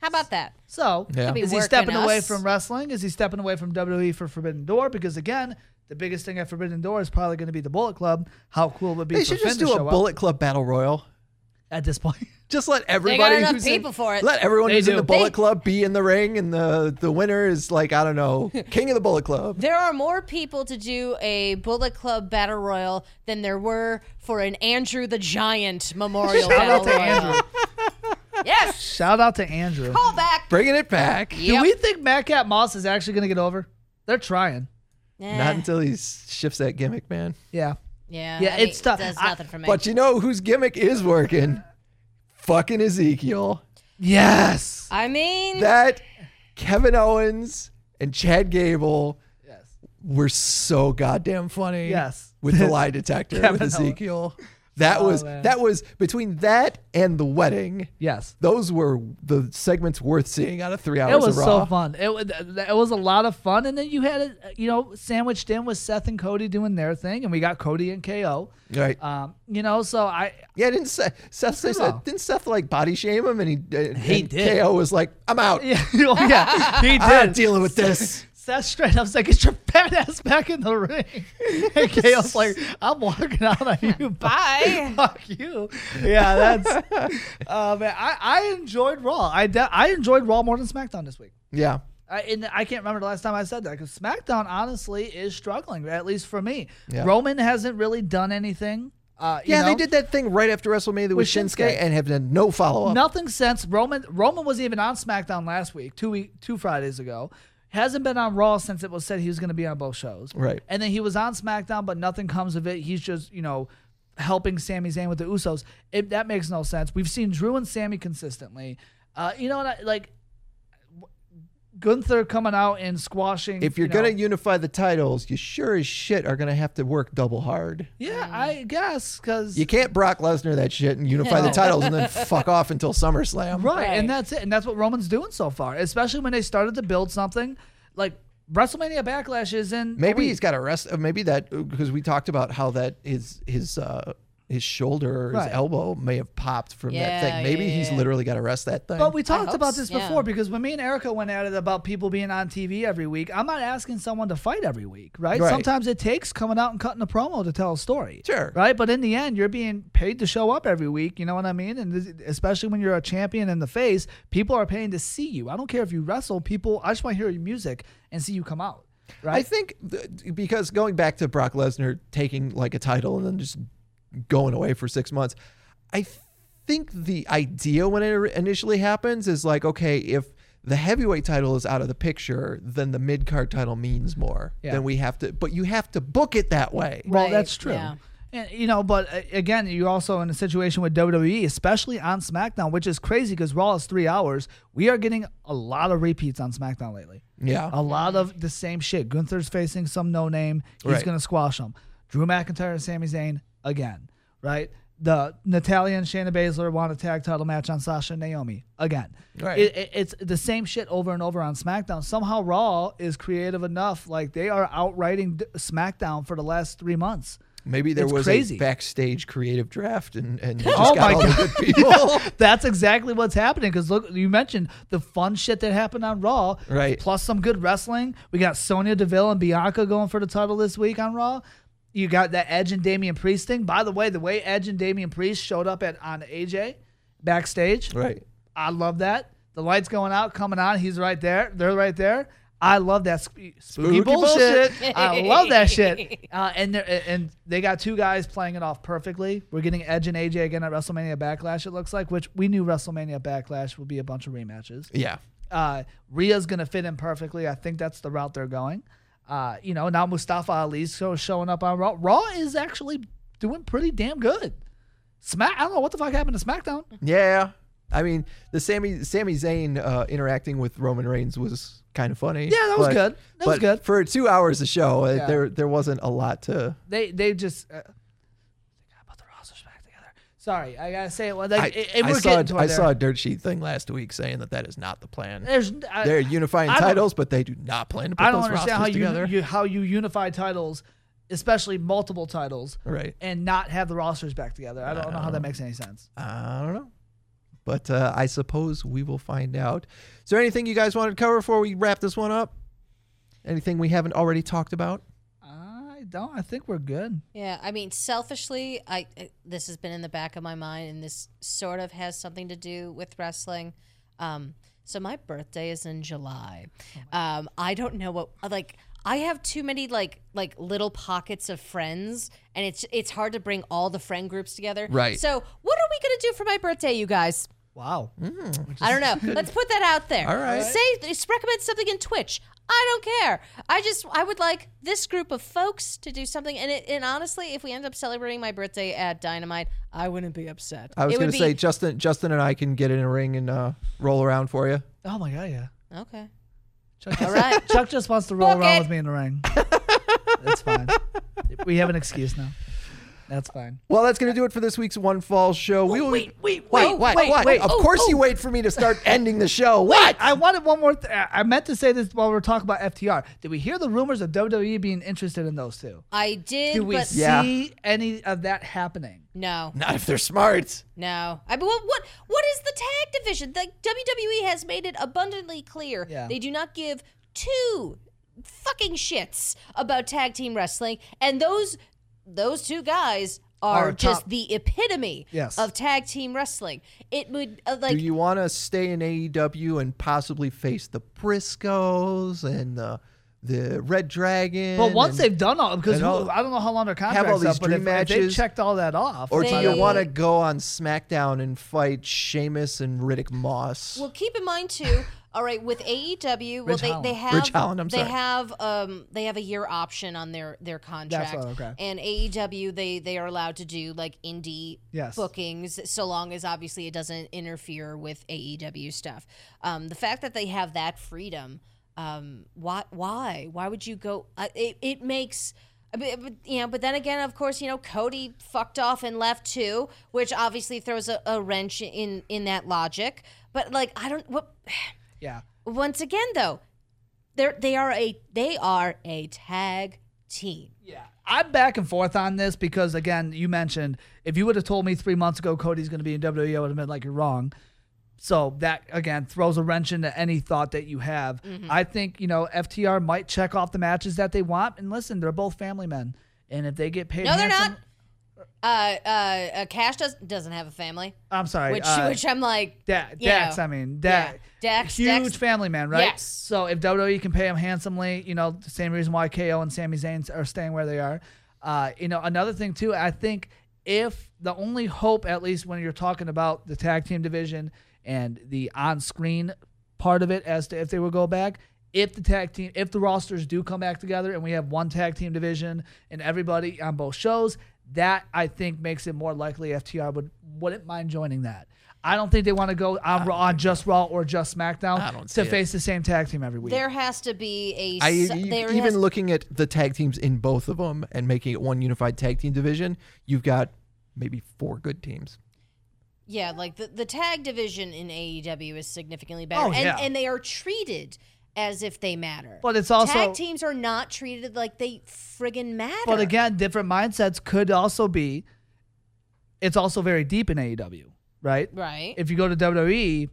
[SPEAKER 1] How about that?
[SPEAKER 2] so
[SPEAKER 3] Yeah. Could be
[SPEAKER 2] is he
[SPEAKER 1] working
[SPEAKER 2] stepping away
[SPEAKER 1] us.
[SPEAKER 2] from wrestling? Is he stepping away from WWE for Forbidden Door? Because again, the biggest thing at Forbidden Door is probably going to be the Bullet Club. How cool would it be?
[SPEAKER 3] they
[SPEAKER 2] for
[SPEAKER 3] should just
[SPEAKER 2] Finn to
[SPEAKER 3] do a
[SPEAKER 2] show up
[SPEAKER 3] Bullet Club battle royal.
[SPEAKER 2] at this point.
[SPEAKER 3] Just let everybody
[SPEAKER 1] enough
[SPEAKER 3] who's
[SPEAKER 1] people
[SPEAKER 3] in,
[SPEAKER 1] for it.
[SPEAKER 3] Let everyone
[SPEAKER 2] They
[SPEAKER 3] who's in
[SPEAKER 2] do.
[SPEAKER 3] the Bullet
[SPEAKER 1] They-
[SPEAKER 3] Club be in the ring, and the the winner is like I don't know, king of the Bullet Club.
[SPEAKER 1] There are more people to do a Bullet Club Battle Royal than there were for an Andrew the Giant Memorial
[SPEAKER 2] Shout
[SPEAKER 1] Battle
[SPEAKER 2] out to
[SPEAKER 1] Royal.
[SPEAKER 2] Andrew.
[SPEAKER 1] Yes,
[SPEAKER 2] Shout out to Andrew.
[SPEAKER 1] call back.
[SPEAKER 3] Bringing it back.
[SPEAKER 2] Do
[SPEAKER 1] Yep.
[SPEAKER 2] we think Mad Cat Moss is actually going to get over? They're trying.
[SPEAKER 1] Eh,
[SPEAKER 3] Not until he shifts that gimmick, man.
[SPEAKER 2] Yeah.
[SPEAKER 1] yeah,
[SPEAKER 2] Yeah,
[SPEAKER 1] I mean,
[SPEAKER 2] it's tough.
[SPEAKER 1] Does
[SPEAKER 2] I-
[SPEAKER 1] nothing for me.
[SPEAKER 3] But you know whose gimmick is working? Fucking Ezekiel.
[SPEAKER 2] Yes.
[SPEAKER 1] I mean,
[SPEAKER 3] That Kevin Owens and Chad Gable
[SPEAKER 2] Yes.
[SPEAKER 3] were so goddamn funny.
[SPEAKER 2] Yes.
[SPEAKER 3] With the lie detector
[SPEAKER 2] Kevin
[SPEAKER 3] with
[SPEAKER 2] Owens.
[SPEAKER 3] Ezekiel. That
[SPEAKER 2] Oh,
[SPEAKER 3] was
[SPEAKER 2] man.
[SPEAKER 3] that was between that and the wedding.
[SPEAKER 2] Yes.
[SPEAKER 3] Those were the segments worth seeing out of three hours
[SPEAKER 2] It was
[SPEAKER 3] of
[SPEAKER 2] so
[SPEAKER 3] Raw.
[SPEAKER 2] fun. It was it was a lot of fun, and then you had it, uh, you know, sandwiched in with Seth and Cody doing their thing, and we got Cody and KO.
[SPEAKER 3] Right.
[SPEAKER 2] Um, you know, so I
[SPEAKER 3] yeah, didn't Seth, Seth they
[SPEAKER 2] Raw.
[SPEAKER 3] said, didn't Seth like body shame him and he uh,
[SPEAKER 2] He
[SPEAKER 3] and
[SPEAKER 2] did.
[SPEAKER 3] KO was like, I'm out.
[SPEAKER 2] yeah, oh, yeah he did.
[SPEAKER 3] I'm not dealing with this.
[SPEAKER 2] Seth straight up was like, "Get your fat ass back in the ring." And KO's like, "I'm walking out on you. Bye. Fuck you." Yeah, that's. uh, man, I I enjoyed Raw. I de- I enjoyed Raw more than SmackDown this week.
[SPEAKER 3] Yeah.
[SPEAKER 2] I, and I can't remember the last time I said that because SmackDown honestly is struggling, at least for me.
[SPEAKER 3] Yeah.
[SPEAKER 2] Roman hasn't really done anything. Uh, you
[SPEAKER 3] Yeah, they
[SPEAKER 2] know?
[SPEAKER 3] did that thing right after WrestleMania with,
[SPEAKER 2] With
[SPEAKER 3] Shinsuke,
[SPEAKER 2] Shinsuke.
[SPEAKER 3] and have done no follow up.
[SPEAKER 2] nothing since Roman. Roman wasn't even on SmackDown last week, two week, two Fridays ago. Hasn't been on Raw since it was said he was going to be on both shows.
[SPEAKER 3] Right.
[SPEAKER 2] and then he was on SmackDown, but nothing comes of it. He's just you know helping Sami Zayn with the Usos. It, that makes no sense. We've seen Drew and Sammy consistently. Uh, you know, and I, like Gunther coming out and squashing.
[SPEAKER 3] If you're
[SPEAKER 2] you know-
[SPEAKER 3] gonna unify the titles, you sure as shit are gonna have to work double hard.
[SPEAKER 2] Yeah, I guess because
[SPEAKER 3] You can't Brock Lesnar that shit and unify the titles and then fuck off until SummerSlam.
[SPEAKER 2] right, and that's it, and that's what Roman's doing so far. Especially when they started to build something like WrestleMania Backlash is in. a
[SPEAKER 3] Maybe
[SPEAKER 2] week.
[SPEAKER 3] he's got a rest. uh, Maybe that because we talked about how that his his uh, his shoulder or
[SPEAKER 2] Right.
[SPEAKER 3] his elbow may have popped from that
[SPEAKER 1] Yeah,
[SPEAKER 3] thing. Maybe
[SPEAKER 1] yeah,
[SPEAKER 3] he's
[SPEAKER 1] yeah.
[SPEAKER 3] literally got to rest that thing.
[SPEAKER 2] But we talked
[SPEAKER 1] hope
[SPEAKER 2] about
[SPEAKER 1] so,
[SPEAKER 2] this
[SPEAKER 1] yeah.
[SPEAKER 2] before because when me and Erica went at it about people being on TV every week, I'm not asking someone to fight every week, right?
[SPEAKER 3] Right.
[SPEAKER 2] Sometimes it takes coming out and cutting a promo to tell a story.
[SPEAKER 3] Sure.
[SPEAKER 2] Right? But in the end, you're being paid to show up every week. You know what I mean? And this- especially when you're a champion in the face, people are paying to see you. I don't care if you wrestle, people, I just want to hear your music and see you come out. Right?
[SPEAKER 3] I think th- because going back to Brock Lesnar taking like a title and then just going away for six months, I think the idea when it initially happens is like, okay, if the heavyweight title is out of the picture, then the mid card title means more.
[SPEAKER 2] Yeah.
[SPEAKER 3] Then we have to, but you have to book it that way.
[SPEAKER 2] Well,
[SPEAKER 1] Right,
[SPEAKER 2] that's true.
[SPEAKER 1] yeah.
[SPEAKER 2] And, you know, but uh, again, you're also in a situation with WWE, especially on SmackDown, which is crazy because Raw is three hours. We are getting a lot of repeats on SmackDown lately.
[SPEAKER 3] Yeah.
[SPEAKER 2] A lot of the same shit. Gunther's facing some no name. He's
[SPEAKER 3] Right.
[SPEAKER 2] going to squash him. Drew McIntyre and Sami Zayn again, right? The Natalia and Shayna Baszler want a tag title match on Sasha and Naomi again.
[SPEAKER 3] Right.
[SPEAKER 2] It, it- it's the same shit over and over on SmackDown. Somehow Raw is creative enough. Like they are outwriting d- SmackDown for the last three months.
[SPEAKER 3] Maybe there
[SPEAKER 2] It's
[SPEAKER 3] was
[SPEAKER 2] crazy.
[SPEAKER 3] a backstage creative draft and, and you just
[SPEAKER 2] Oh
[SPEAKER 3] got
[SPEAKER 2] my
[SPEAKER 3] all
[SPEAKER 2] God.
[SPEAKER 3] the good people.
[SPEAKER 2] That's exactly what's happening. Because look, you mentioned the fun shit that happened on Raw,
[SPEAKER 3] Right.
[SPEAKER 2] Plus some good wrestling. We got Sonya Deville and Bianca going for the title this week on Raw. You got that Edge and Damian Priest thing. By the way, the way Edge and Damian Priest showed up at on AJ backstage,
[SPEAKER 3] Right.
[SPEAKER 2] I love that. The lights going out, coming on. He's right there. They're right there. I love that sp- spooky, bullshit.
[SPEAKER 3] bullshit.
[SPEAKER 2] I love that shit. Uh, and they and they got two guys playing it off perfectly. We're getting Edge and AJ again at WrestleMania Backlash. It looks like, which we knew WrestleMania Backlash would be a bunch of rematches.
[SPEAKER 3] Yeah.
[SPEAKER 2] Uh, Rhea's gonna fit in perfectly. I think that's the route they're going. Uh, you know, now Mustafa Ali's so showing up on Raw. Raw is actually doing pretty damn good. Smack. I don't know what the fuck happened to SmackDown.
[SPEAKER 3] Yeah. I mean, the Sammy Sammy Zayn uh, interacting with Roman Reigns was kind of funny.
[SPEAKER 2] Yeah, that was good. That was
[SPEAKER 3] but
[SPEAKER 2] good.
[SPEAKER 3] For two hours of show, uh
[SPEAKER 2] Yeah.
[SPEAKER 3] there there wasn't a lot to.
[SPEAKER 2] They they just. Uh, about the rosters back together. Sorry, I gotta say it. Well, they,
[SPEAKER 3] I,
[SPEAKER 2] it- it-
[SPEAKER 3] I
[SPEAKER 2] we're
[SPEAKER 3] saw
[SPEAKER 2] getting
[SPEAKER 3] I
[SPEAKER 2] toward there.
[SPEAKER 3] saw a dirt sheet thing last week saying that that is not the plan.
[SPEAKER 2] There's, Eh, I,
[SPEAKER 3] They're unifying
[SPEAKER 2] I don't-
[SPEAKER 3] titles, but they do not plan to put
[SPEAKER 2] I don't
[SPEAKER 3] those
[SPEAKER 2] understand how
[SPEAKER 3] rosters
[SPEAKER 2] you,
[SPEAKER 3] together.
[SPEAKER 2] you how you unify titles, especially multiple titles,
[SPEAKER 3] right.
[SPEAKER 2] and not have the rosters back together. I don't know how that makes any sense.
[SPEAKER 3] I don't know. But uh, I suppose we will find out. Is there anything you guys wanted to cover before we wrap this one up? Anything we haven't already talked about?
[SPEAKER 2] I don't. I think we're good.
[SPEAKER 1] Yeah, I mean, selfishly, I I- this has been in the back of my mind, and this sort of has something to do with wrestling. Um, so my birthday is in July. um, I don't know what like I have too many like like little pockets of friends, and it's it's hard to bring all the friend groups together.
[SPEAKER 3] Right.
[SPEAKER 1] So what are we gonna do for my birthday, you guys?
[SPEAKER 2] Wow.
[SPEAKER 3] Mm-hmm.
[SPEAKER 1] I don't know. Let's put that out there.
[SPEAKER 3] All right.
[SPEAKER 1] Say just recommend something in Twitch. I don't care. I just I would like this group of folks to do something. And it, and honestly, if we end up celebrating my birthday at Dynamite, I wouldn't be upset.
[SPEAKER 3] I was
[SPEAKER 1] It
[SPEAKER 3] going
[SPEAKER 1] would
[SPEAKER 3] to say
[SPEAKER 1] be-
[SPEAKER 3] Justin, Justin and I can get in a ring and uh, roll around for you.
[SPEAKER 2] Oh my god. Yeah.
[SPEAKER 1] okay.
[SPEAKER 2] Chuck,
[SPEAKER 1] All right.
[SPEAKER 2] Chuck just wants to roll
[SPEAKER 1] Book
[SPEAKER 2] around
[SPEAKER 1] it.
[SPEAKER 2] with me in the ring. That's fine. We have an excuse now. That's fine.
[SPEAKER 3] Well, that's going to do it for this week's One Fall Show. we will wait, wait, wait,
[SPEAKER 1] wait, wait, wait.
[SPEAKER 3] Of
[SPEAKER 1] Oh,
[SPEAKER 3] course,
[SPEAKER 1] oh.
[SPEAKER 3] you wait for me to start ending the show. What?
[SPEAKER 2] I wanted one more. Th- I meant to say this while we are talking about FTR. Did we hear the rumors of WWE being interested in those two?
[SPEAKER 1] I did,
[SPEAKER 2] Did we
[SPEAKER 1] but
[SPEAKER 2] see
[SPEAKER 3] Yeah.
[SPEAKER 2] any of that happening?
[SPEAKER 1] no,
[SPEAKER 3] Not if they're smart.
[SPEAKER 1] no. I mean, what what what is the tag division? The WWE E has made it abundantly clear
[SPEAKER 2] Yeah.
[SPEAKER 1] they do not give two fucking shits about tag team wrestling, and those those two guys. Are
[SPEAKER 2] Are
[SPEAKER 1] just
[SPEAKER 2] top-
[SPEAKER 1] the epitome
[SPEAKER 2] Yes.
[SPEAKER 1] of tag team wrestling. It would uh, like
[SPEAKER 3] do you want to stay in AEW and possibly face the Briscoes and the the Red Dragon?
[SPEAKER 2] But once
[SPEAKER 3] and-
[SPEAKER 2] they've done all, because
[SPEAKER 3] and
[SPEAKER 2] who-
[SPEAKER 3] all-
[SPEAKER 2] I don't know how long their contract's
[SPEAKER 3] all these
[SPEAKER 2] up, but
[SPEAKER 3] dream
[SPEAKER 2] if, if they've
[SPEAKER 3] matches.
[SPEAKER 2] checked all that off,
[SPEAKER 3] Or do
[SPEAKER 1] They-
[SPEAKER 3] you want to go on SmackDown and fight Sheamus and Riddick Moss?
[SPEAKER 1] Well, keep in mind too. All right, with AEW, well,
[SPEAKER 2] Ridge
[SPEAKER 1] they, they
[SPEAKER 2] Holland.
[SPEAKER 1] have
[SPEAKER 3] Ridge Holland, I'm
[SPEAKER 1] they
[SPEAKER 3] sorry.
[SPEAKER 1] have um they have a year option on their their contract.
[SPEAKER 2] what- okay.
[SPEAKER 1] And AEW they they are allowed to do like indie
[SPEAKER 2] Yes.
[SPEAKER 1] bookings so long as obviously it doesn't interfere with AEW stuff. Um, the fact that they have that freedom, um, why why why would you go? Uh, it it makes. I mean, But, you know, but then again, of course, you know Cody fucked off and left too, which obviously throws a, a wrench in in that logic. But like, I don't. What,
[SPEAKER 2] yeah,
[SPEAKER 1] once again, though, they they are a they are a tag team.
[SPEAKER 2] yeah. I'm back and forth on this because again, you mentioned if you would have told me three months ago Cody's going to be in WWE, I would have been like, you're wrong. So that again throws a wrench into any thought that you have.
[SPEAKER 1] Mm-hmm.
[SPEAKER 2] I think you know FTR might check off the matches that they want, and listen, they're both family men, and if they get paid,
[SPEAKER 1] No, they're
[SPEAKER 2] handsome-
[SPEAKER 1] not. Uh, uh, uh, Cash does, doesn't have a family,
[SPEAKER 2] I'm sorry,
[SPEAKER 1] which
[SPEAKER 2] uh,
[SPEAKER 1] which I'm like,
[SPEAKER 2] Da-
[SPEAKER 1] you know,
[SPEAKER 2] Dax, I mean, Dax.
[SPEAKER 1] Yeah. Dax,
[SPEAKER 2] Huge
[SPEAKER 1] Dax.
[SPEAKER 2] family man, right?
[SPEAKER 1] Yes.
[SPEAKER 2] So if WWE can pay him handsomely, you know, the same reason why KO and Sami Zayn are staying where they are. Uh, you know, another thing, too, I think if the only hope, at least when you're talking about the tag team division and the on screen part of it as to if they will go back, if the tag team, if the rosters do come back together and we have one tag team division and everybody on both shows, that I think makes it more likely FTR would wouldn't mind joining that. I don't think they want to go on Raw, on just Raw or just SmackDown
[SPEAKER 3] I don't
[SPEAKER 2] to
[SPEAKER 3] see it.
[SPEAKER 2] face the same tag team every week.
[SPEAKER 1] there has to be a.
[SPEAKER 3] I
[SPEAKER 1] s-
[SPEAKER 3] e-
[SPEAKER 1] there
[SPEAKER 3] even
[SPEAKER 1] has-
[SPEAKER 3] looking at the tag teams in both of them and making it one unified tag team division, you've got maybe four good teams.
[SPEAKER 1] Yeah, like the, the tag division in AEW is significantly better.
[SPEAKER 2] Oh,
[SPEAKER 1] and,
[SPEAKER 2] yeah.
[SPEAKER 1] and they are treated as if they matter.
[SPEAKER 2] But it's also-
[SPEAKER 1] Tag teams are not treated like they friggin' matter.
[SPEAKER 2] but again, different mindsets could also be. It's also very deep in AEW, right?
[SPEAKER 1] Right.
[SPEAKER 2] If you go to WWE,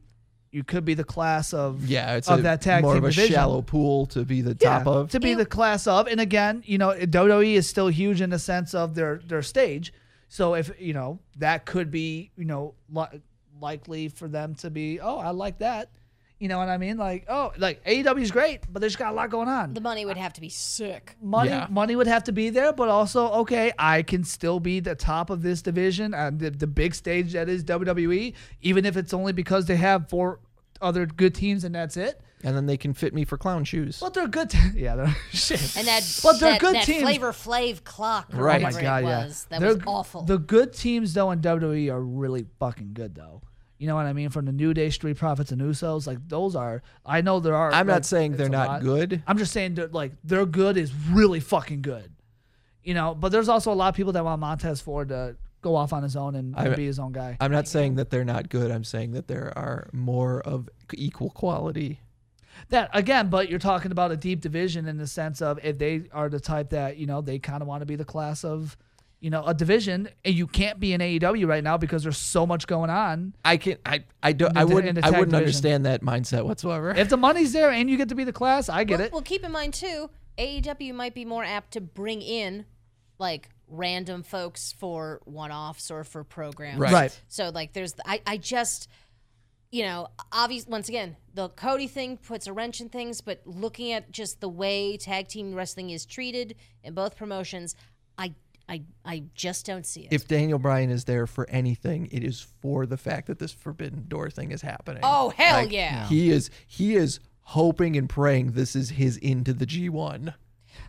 [SPEAKER 2] you could be the class of
[SPEAKER 3] Yeah, it's
[SPEAKER 2] of
[SPEAKER 3] a,
[SPEAKER 2] that tag
[SPEAKER 3] more
[SPEAKER 2] team
[SPEAKER 3] of a
[SPEAKER 2] division.
[SPEAKER 3] shallow pool to be the top
[SPEAKER 2] Yeah,
[SPEAKER 3] of.
[SPEAKER 2] to be
[SPEAKER 1] Ew.
[SPEAKER 2] the class of. And again, you know, WWE is still huge in the sense of their their stage. So if you know that could be you know li- likely for them to be oh I like that, You know what I mean? Like, oh, like AEW is great, but they just got a lot going on.
[SPEAKER 1] The money would have to be sick.
[SPEAKER 2] money
[SPEAKER 3] Yeah.
[SPEAKER 2] money would have to be there, but also okay, I can still be the top of this division on the, the big stage that is WWE, even if it's only because they have four other good teams and that's it.
[SPEAKER 3] and then they can fit me for clown shoes.
[SPEAKER 2] But they're good. yeah, they're shit.
[SPEAKER 1] And that,
[SPEAKER 2] but they're
[SPEAKER 1] that,
[SPEAKER 2] good
[SPEAKER 1] that
[SPEAKER 2] teams.
[SPEAKER 1] Flavor Flav clock, or
[SPEAKER 3] Right.
[SPEAKER 2] Oh my
[SPEAKER 1] whatever
[SPEAKER 2] god,
[SPEAKER 1] it
[SPEAKER 2] yeah.
[SPEAKER 1] was. That
[SPEAKER 2] They're-
[SPEAKER 1] was awful.
[SPEAKER 2] The good teams though in WWE are really fucking good though. You know what I mean? From the New Day, Street Profits, and Usos, like those are. I know there are.
[SPEAKER 3] I'm
[SPEAKER 2] like,
[SPEAKER 3] not saying
[SPEAKER 2] it's
[SPEAKER 3] they're
[SPEAKER 2] a
[SPEAKER 3] not
[SPEAKER 2] lot.
[SPEAKER 3] good.
[SPEAKER 2] I'm just saying that like their good is really fucking good. You know, but there's also a lot of people that want Montez Ford to go off on his own and, and
[SPEAKER 3] I-
[SPEAKER 2] be his own guy.
[SPEAKER 3] I'm not saying that they're not good. I'm saying that there are more of equal quality.
[SPEAKER 2] that again, but you're talking about a deep division in the sense of if they are the type that you know they kind of want to be the class of, you know, a division, and you can't be in AEW right now because there's so much going on.
[SPEAKER 3] I can I I don't
[SPEAKER 2] the
[SPEAKER 3] I
[SPEAKER 2] ta- in
[SPEAKER 3] wouldn't
[SPEAKER 2] the
[SPEAKER 3] I
[SPEAKER 2] tag
[SPEAKER 3] wouldn't
[SPEAKER 2] division.
[SPEAKER 3] understand that mindset whatsoever.
[SPEAKER 2] If the money's there and you get to be the class, I get
[SPEAKER 1] well,
[SPEAKER 2] it.
[SPEAKER 1] well, keep in mind too, AEW might be more apt to bring in like random folks for one-offs or for programs.
[SPEAKER 3] Right.
[SPEAKER 2] Right.
[SPEAKER 1] So like, there's the, I I just you know obvious once again the Cody thing puts a wrench in things, but looking at just the way tag team wrestling is treated in both promotions, I I I just don't see it.
[SPEAKER 3] if Daniel Bryan is there for anything, it is for the fact that this Forbidden Door thing is happening.
[SPEAKER 1] Oh, hell yeah.
[SPEAKER 3] He is he is hoping and praying this is his into the G one.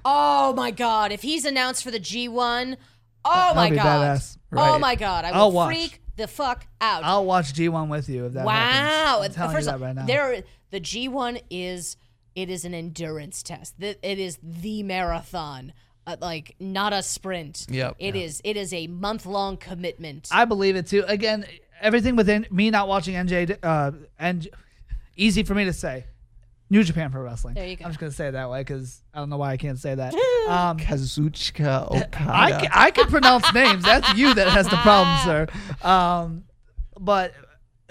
[SPEAKER 1] oh my god, if he's announced for the G one, oh my
[SPEAKER 2] be
[SPEAKER 1] god,
[SPEAKER 2] badass.
[SPEAKER 1] oh
[SPEAKER 3] Right.
[SPEAKER 1] my god, I
[SPEAKER 2] I'll
[SPEAKER 1] will
[SPEAKER 2] watch.
[SPEAKER 1] freak the fuck out.
[SPEAKER 2] I'll watch G1 with you if that
[SPEAKER 1] Wow!
[SPEAKER 2] happens. I'm telling
[SPEAKER 1] First
[SPEAKER 2] you
[SPEAKER 1] of
[SPEAKER 2] that
[SPEAKER 1] all,
[SPEAKER 2] right now.
[SPEAKER 1] there the G one is it is an endurance test. Th- It is the marathon, uh, like not a sprint.
[SPEAKER 3] Yep.
[SPEAKER 1] It is- It is a month long commitment.
[SPEAKER 2] I believe it too. Again, everything within me not watching NJ uh, and easy for me to say. New Japan Pro Wrestling.
[SPEAKER 1] There you go.
[SPEAKER 2] I'm just gonna say it that way because I don't know why I can't say that. Um,
[SPEAKER 3] Kazuchika
[SPEAKER 2] I
[SPEAKER 3] Okada.
[SPEAKER 2] can, I can pronounce names. That's you that has the problem, sir. Um, but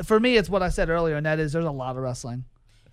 [SPEAKER 2] for me, it's what I said earlier, and that is there's a lot of wrestling.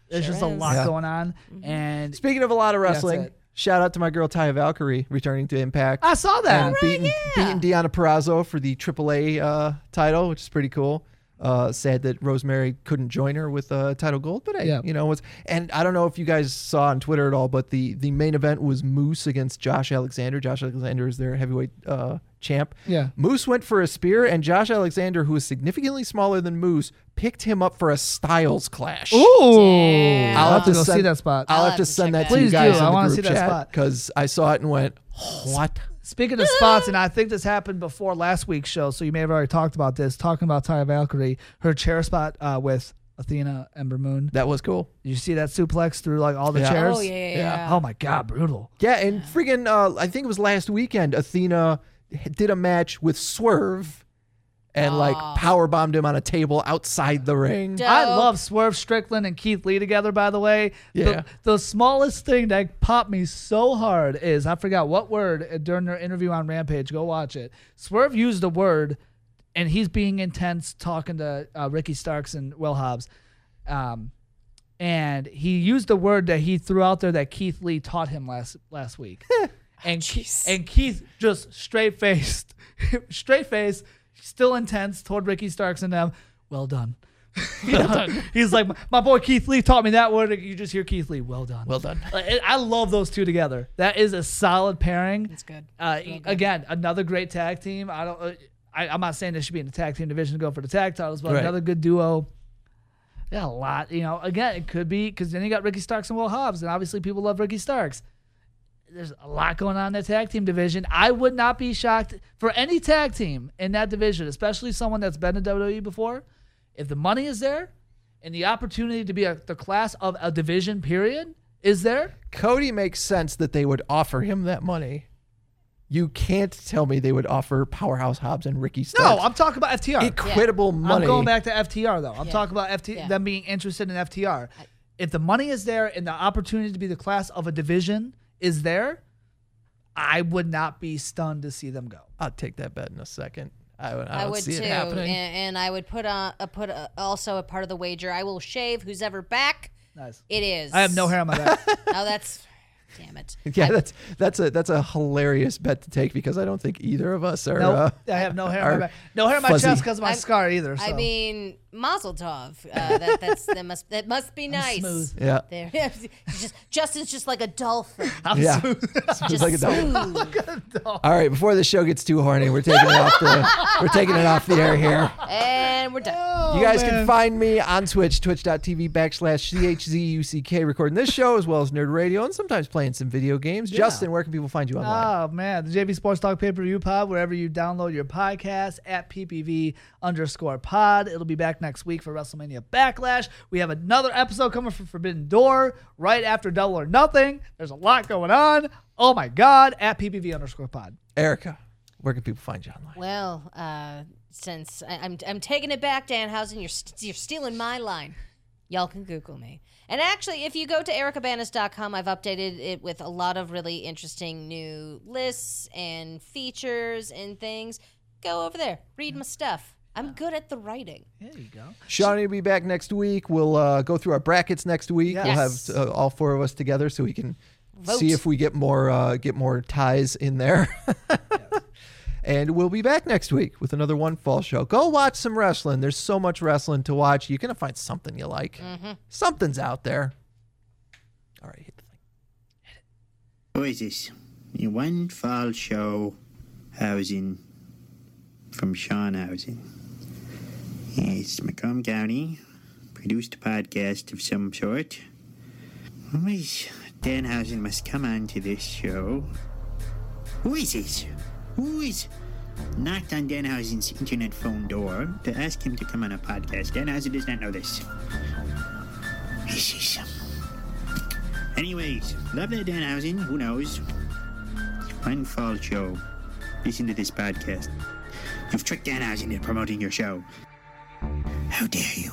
[SPEAKER 2] There's just a lot
[SPEAKER 3] Yeah.
[SPEAKER 2] going on,
[SPEAKER 1] Mm-hmm.
[SPEAKER 2] and
[SPEAKER 3] Speaking of a lot of wrestling,
[SPEAKER 2] it.
[SPEAKER 3] shout out to my girl Taya Valkyrie returning to Impact.
[SPEAKER 2] I saw that.
[SPEAKER 3] and beating, beating Deanna Perrazzo for the AAA uh, title, which is pretty cool. Uh, sad that Rosemary couldn't join her with uh, title gold, but hey,
[SPEAKER 2] Yeah.
[SPEAKER 3] you know what's. And I don't know if you guys saw on Twitter at all, but the the main event was Moose against Josh Alexander. Josh Alexander is their heavyweight uh, champ.
[SPEAKER 2] Yeah.
[SPEAKER 3] Moose went for a spear, and Josh Alexander, who is significantly smaller than Moose, picked him up for a Styles clash.
[SPEAKER 2] Ooh, I'll have to go
[SPEAKER 3] send-
[SPEAKER 2] see that spot.
[SPEAKER 3] I'll, have to send that, to you
[SPEAKER 2] Please
[SPEAKER 3] guys
[SPEAKER 2] do.
[SPEAKER 3] in
[SPEAKER 2] I
[SPEAKER 3] the
[SPEAKER 2] wanna
[SPEAKER 3] group
[SPEAKER 2] see that
[SPEAKER 3] chat
[SPEAKER 2] spot.
[SPEAKER 3] because I saw it and went, what?
[SPEAKER 2] Speaking of spots, and I think this happened before last week's show, so you may have already talked about this. Talking about Ty Valkyrie, her chair spot uh, with Athena Ember Moon.
[SPEAKER 3] That was cool.
[SPEAKER 2] You see that suplex through like all the
[SPEAKER 3] Yeah.
[SPEAKER 2] chairs.
[SPEAKER 1] oh yeah, yeah,
[SPEAKER 3] Yeah.
[SPEAKER 1] yeah.
[SPEAKER 2] Oh my god, brutal.
[SPEAKER 3] Yeah, and friggin', uh, I think it was last weekend, Athena h- did a match with Swerve and like
[SPEAKER 1] Ah.
[SPEAKER 3] power bombed him on a table outside the ring. Ah,
[SPEAKER 2] I
[SPEAKER 1] Dope.
[SPEAKER 2] love Swerve Strickland and Keith Lee together, by the way.
[SPEAKER 3] Yeah.
[SPEAKER 2] The, the smallest thing that popped me so hard is I forgot what word uh, during their interview on Rampage. Go watch it. Swerve used the word, and he's being intense talking to uh, Ricky Starks and Will Hobbs. Um, and he used the word that he threw out there that Keith Lee taught him last last week. and Keith, and Keith just straight faced, straight faced, still intense toward Ricky Starks and them. Well done. You know, He's like, my boy Keith Lee taught me that word. You just hear Keith Lee. Well done.
[SPEAKER 3] Well done.
[SPEAKER 2] Like, I I love those two together. That is a solid pairing. That's
[SPEAKER 1] good.
[SPEAKER 2] Uh, Again, another great tag team. I don't. uh, I, I'm not saying they should be in the tag team division to go for the tag titles, but
[SPEAKER 3] Right.
[SPEAKER 2] another good duo. Yeah, a lot. You know, again, it could be because then you got Ricky Starks and Will Hobbs, and obviously people love Ricky Starks. There's a lot going on in the tag team division. I would not be shocked for any tag team in that division, especially someone that's been in WWE before. If the money is there and the opportunity to be a, the class of a division, period, is there,
[SPEAKER 3] Cody makes sense that they would offer him that money. You can't tell me they would offer Powerhouse Hobbs and Ricky
[SPEAKER 2] No,
[SPEAKER 3] Starks
[SPEAKER 2] I'm talking about FTR.
[SPEAKER 3] equitable money.
[SPEAKER 2] I'm going back to FTR though. I'm talking about FT them being interested in FTR. if the money is there and the opportunity to be the class of a division is there, I would not be stunned to see them go.
[SPEAKER 3] I'll take that bet in a second. I would, I
[SPEAKER 1] I
[SPEAKER 3] don't
[SPEAKER 1] would
[SPEAKER 3] see
[SPEAKER 1] too,
[SPEAKER 3] it
[SPEAKER 1] and,
[SPEAKER 3] happening.
[SPEAKER 1] and I would put on uh, put uh also a part of the wager. I will shave who's ever back.
[SPEAKER 2] Nice.
[SPEAKER 1] It is.
[SPEAKER 2] I have no hair on my back.
[SPEAKER 1] Oh, that's Damn it.
[SPEAKER 3] Yeah, that's that's a that's a hilarious bet to take because I don't think either of us are.
[SPEAKER 2] No,
[SPEAKER 3] uh,
[SPEAKER 2] I have no hair on
[SPEAKER 3] are
[SPEAKER 2] my back. No hair on my
[SPEAKER 3] fuzzy.
[SPEAKER 2] chest because of my
[SPEAKER 1] I'm-
[SPEAKER 2] scar either. So.
[SPEAKER 1] I mean, Mazel Tov. Uh, that, that's that must that must be nice.
[SPEAKER 2] smooth.
[SPEAKER 3] yeah,
[SPEAKER 1] There, just Justin's just like a dolphin.
[SPEAKER 2] I'm
[SPEAKER 3] yeah.
[SPEAKER 2] smooth.
[SPEAKER 1] Just
[SPEAKER 3] like a dolphin.
[SPEAKER 1] smooth.
[SPEAKER 3] All right, before the show gets too horny, we're taking it off the we're taking it off the air here.
[SPEAKER 1] and we're done.
[SPEAKER 2] Oh,
[SPEAKER 3] You guys
[SPEAKER 2] man.
[SPEAKER 3] can find me on Twitch, twitch.tv backslash CHZUCK, recording this show as well as Nerd Radio and sometimes playing some video games. Justin, where can people find you online?
[SPEAKER 2] Oh man, the JV Sports Talk Pay Per View Pod, wherever you download your podcast at PPV underscore Pod. It'll be back next week for WrestleMania Backlash. We have another episode coming for Forbidden Door right after Double or Nothing. There's a lot going on. Oh my God, at PPV underscore Pod.
[SPEAKER 3] Erica, where can people find you online?
[SPEAKER 1] Well, uh, since I, I'm I'm taking it back, Danhausen, you're st- you're stealing my line. Y'all can Google me. And actually, if you go to ericabanas.com, I've updated it with a lot of really interesting new lists and features and things. Go over there, read my stuff. I'm good at the writing.
[SPEAKER 2] There you go.
[SPEAKER 3] Shawnee will be back next week. We'll uh, go through our brackets next week.
[SPEAKER 1] Yes.
[SPEAKER 3] We'll have uh, all four of us together so we can
[SPEAKER 1] Vote.
[SPEAKER 3] see if we get more uh, get more ties in there. And we'll be back next week with another One Fall show. Go watch some wrestling. There's so much wrestling to watch. You're gonna find something you like.
[SPEAKER 1] Mm-hmm.
[SPEAKER 3] Something's out there. All right, hit the thing.
[SPEAKER 8] Oasis, the one fall show housing from Sean Housing. It's Macomb County, produced a podcast of some sort. Always Dan Housing must come on to this show. Who is this? Who is knocked on Dan Housing's internet phone door to ask him to come on a podcast? Dan Housing does not know this. This is Anyways, love that Dan Housing. Who knows? One fall show. Listen to this podcast. You've tricked Dan Housing into promoting your show. How dare you?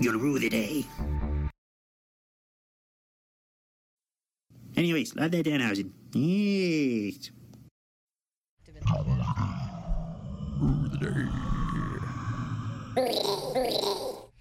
[SPEAKER 8] You'll rue the day. Anyways, love that Dan Housing. Yes.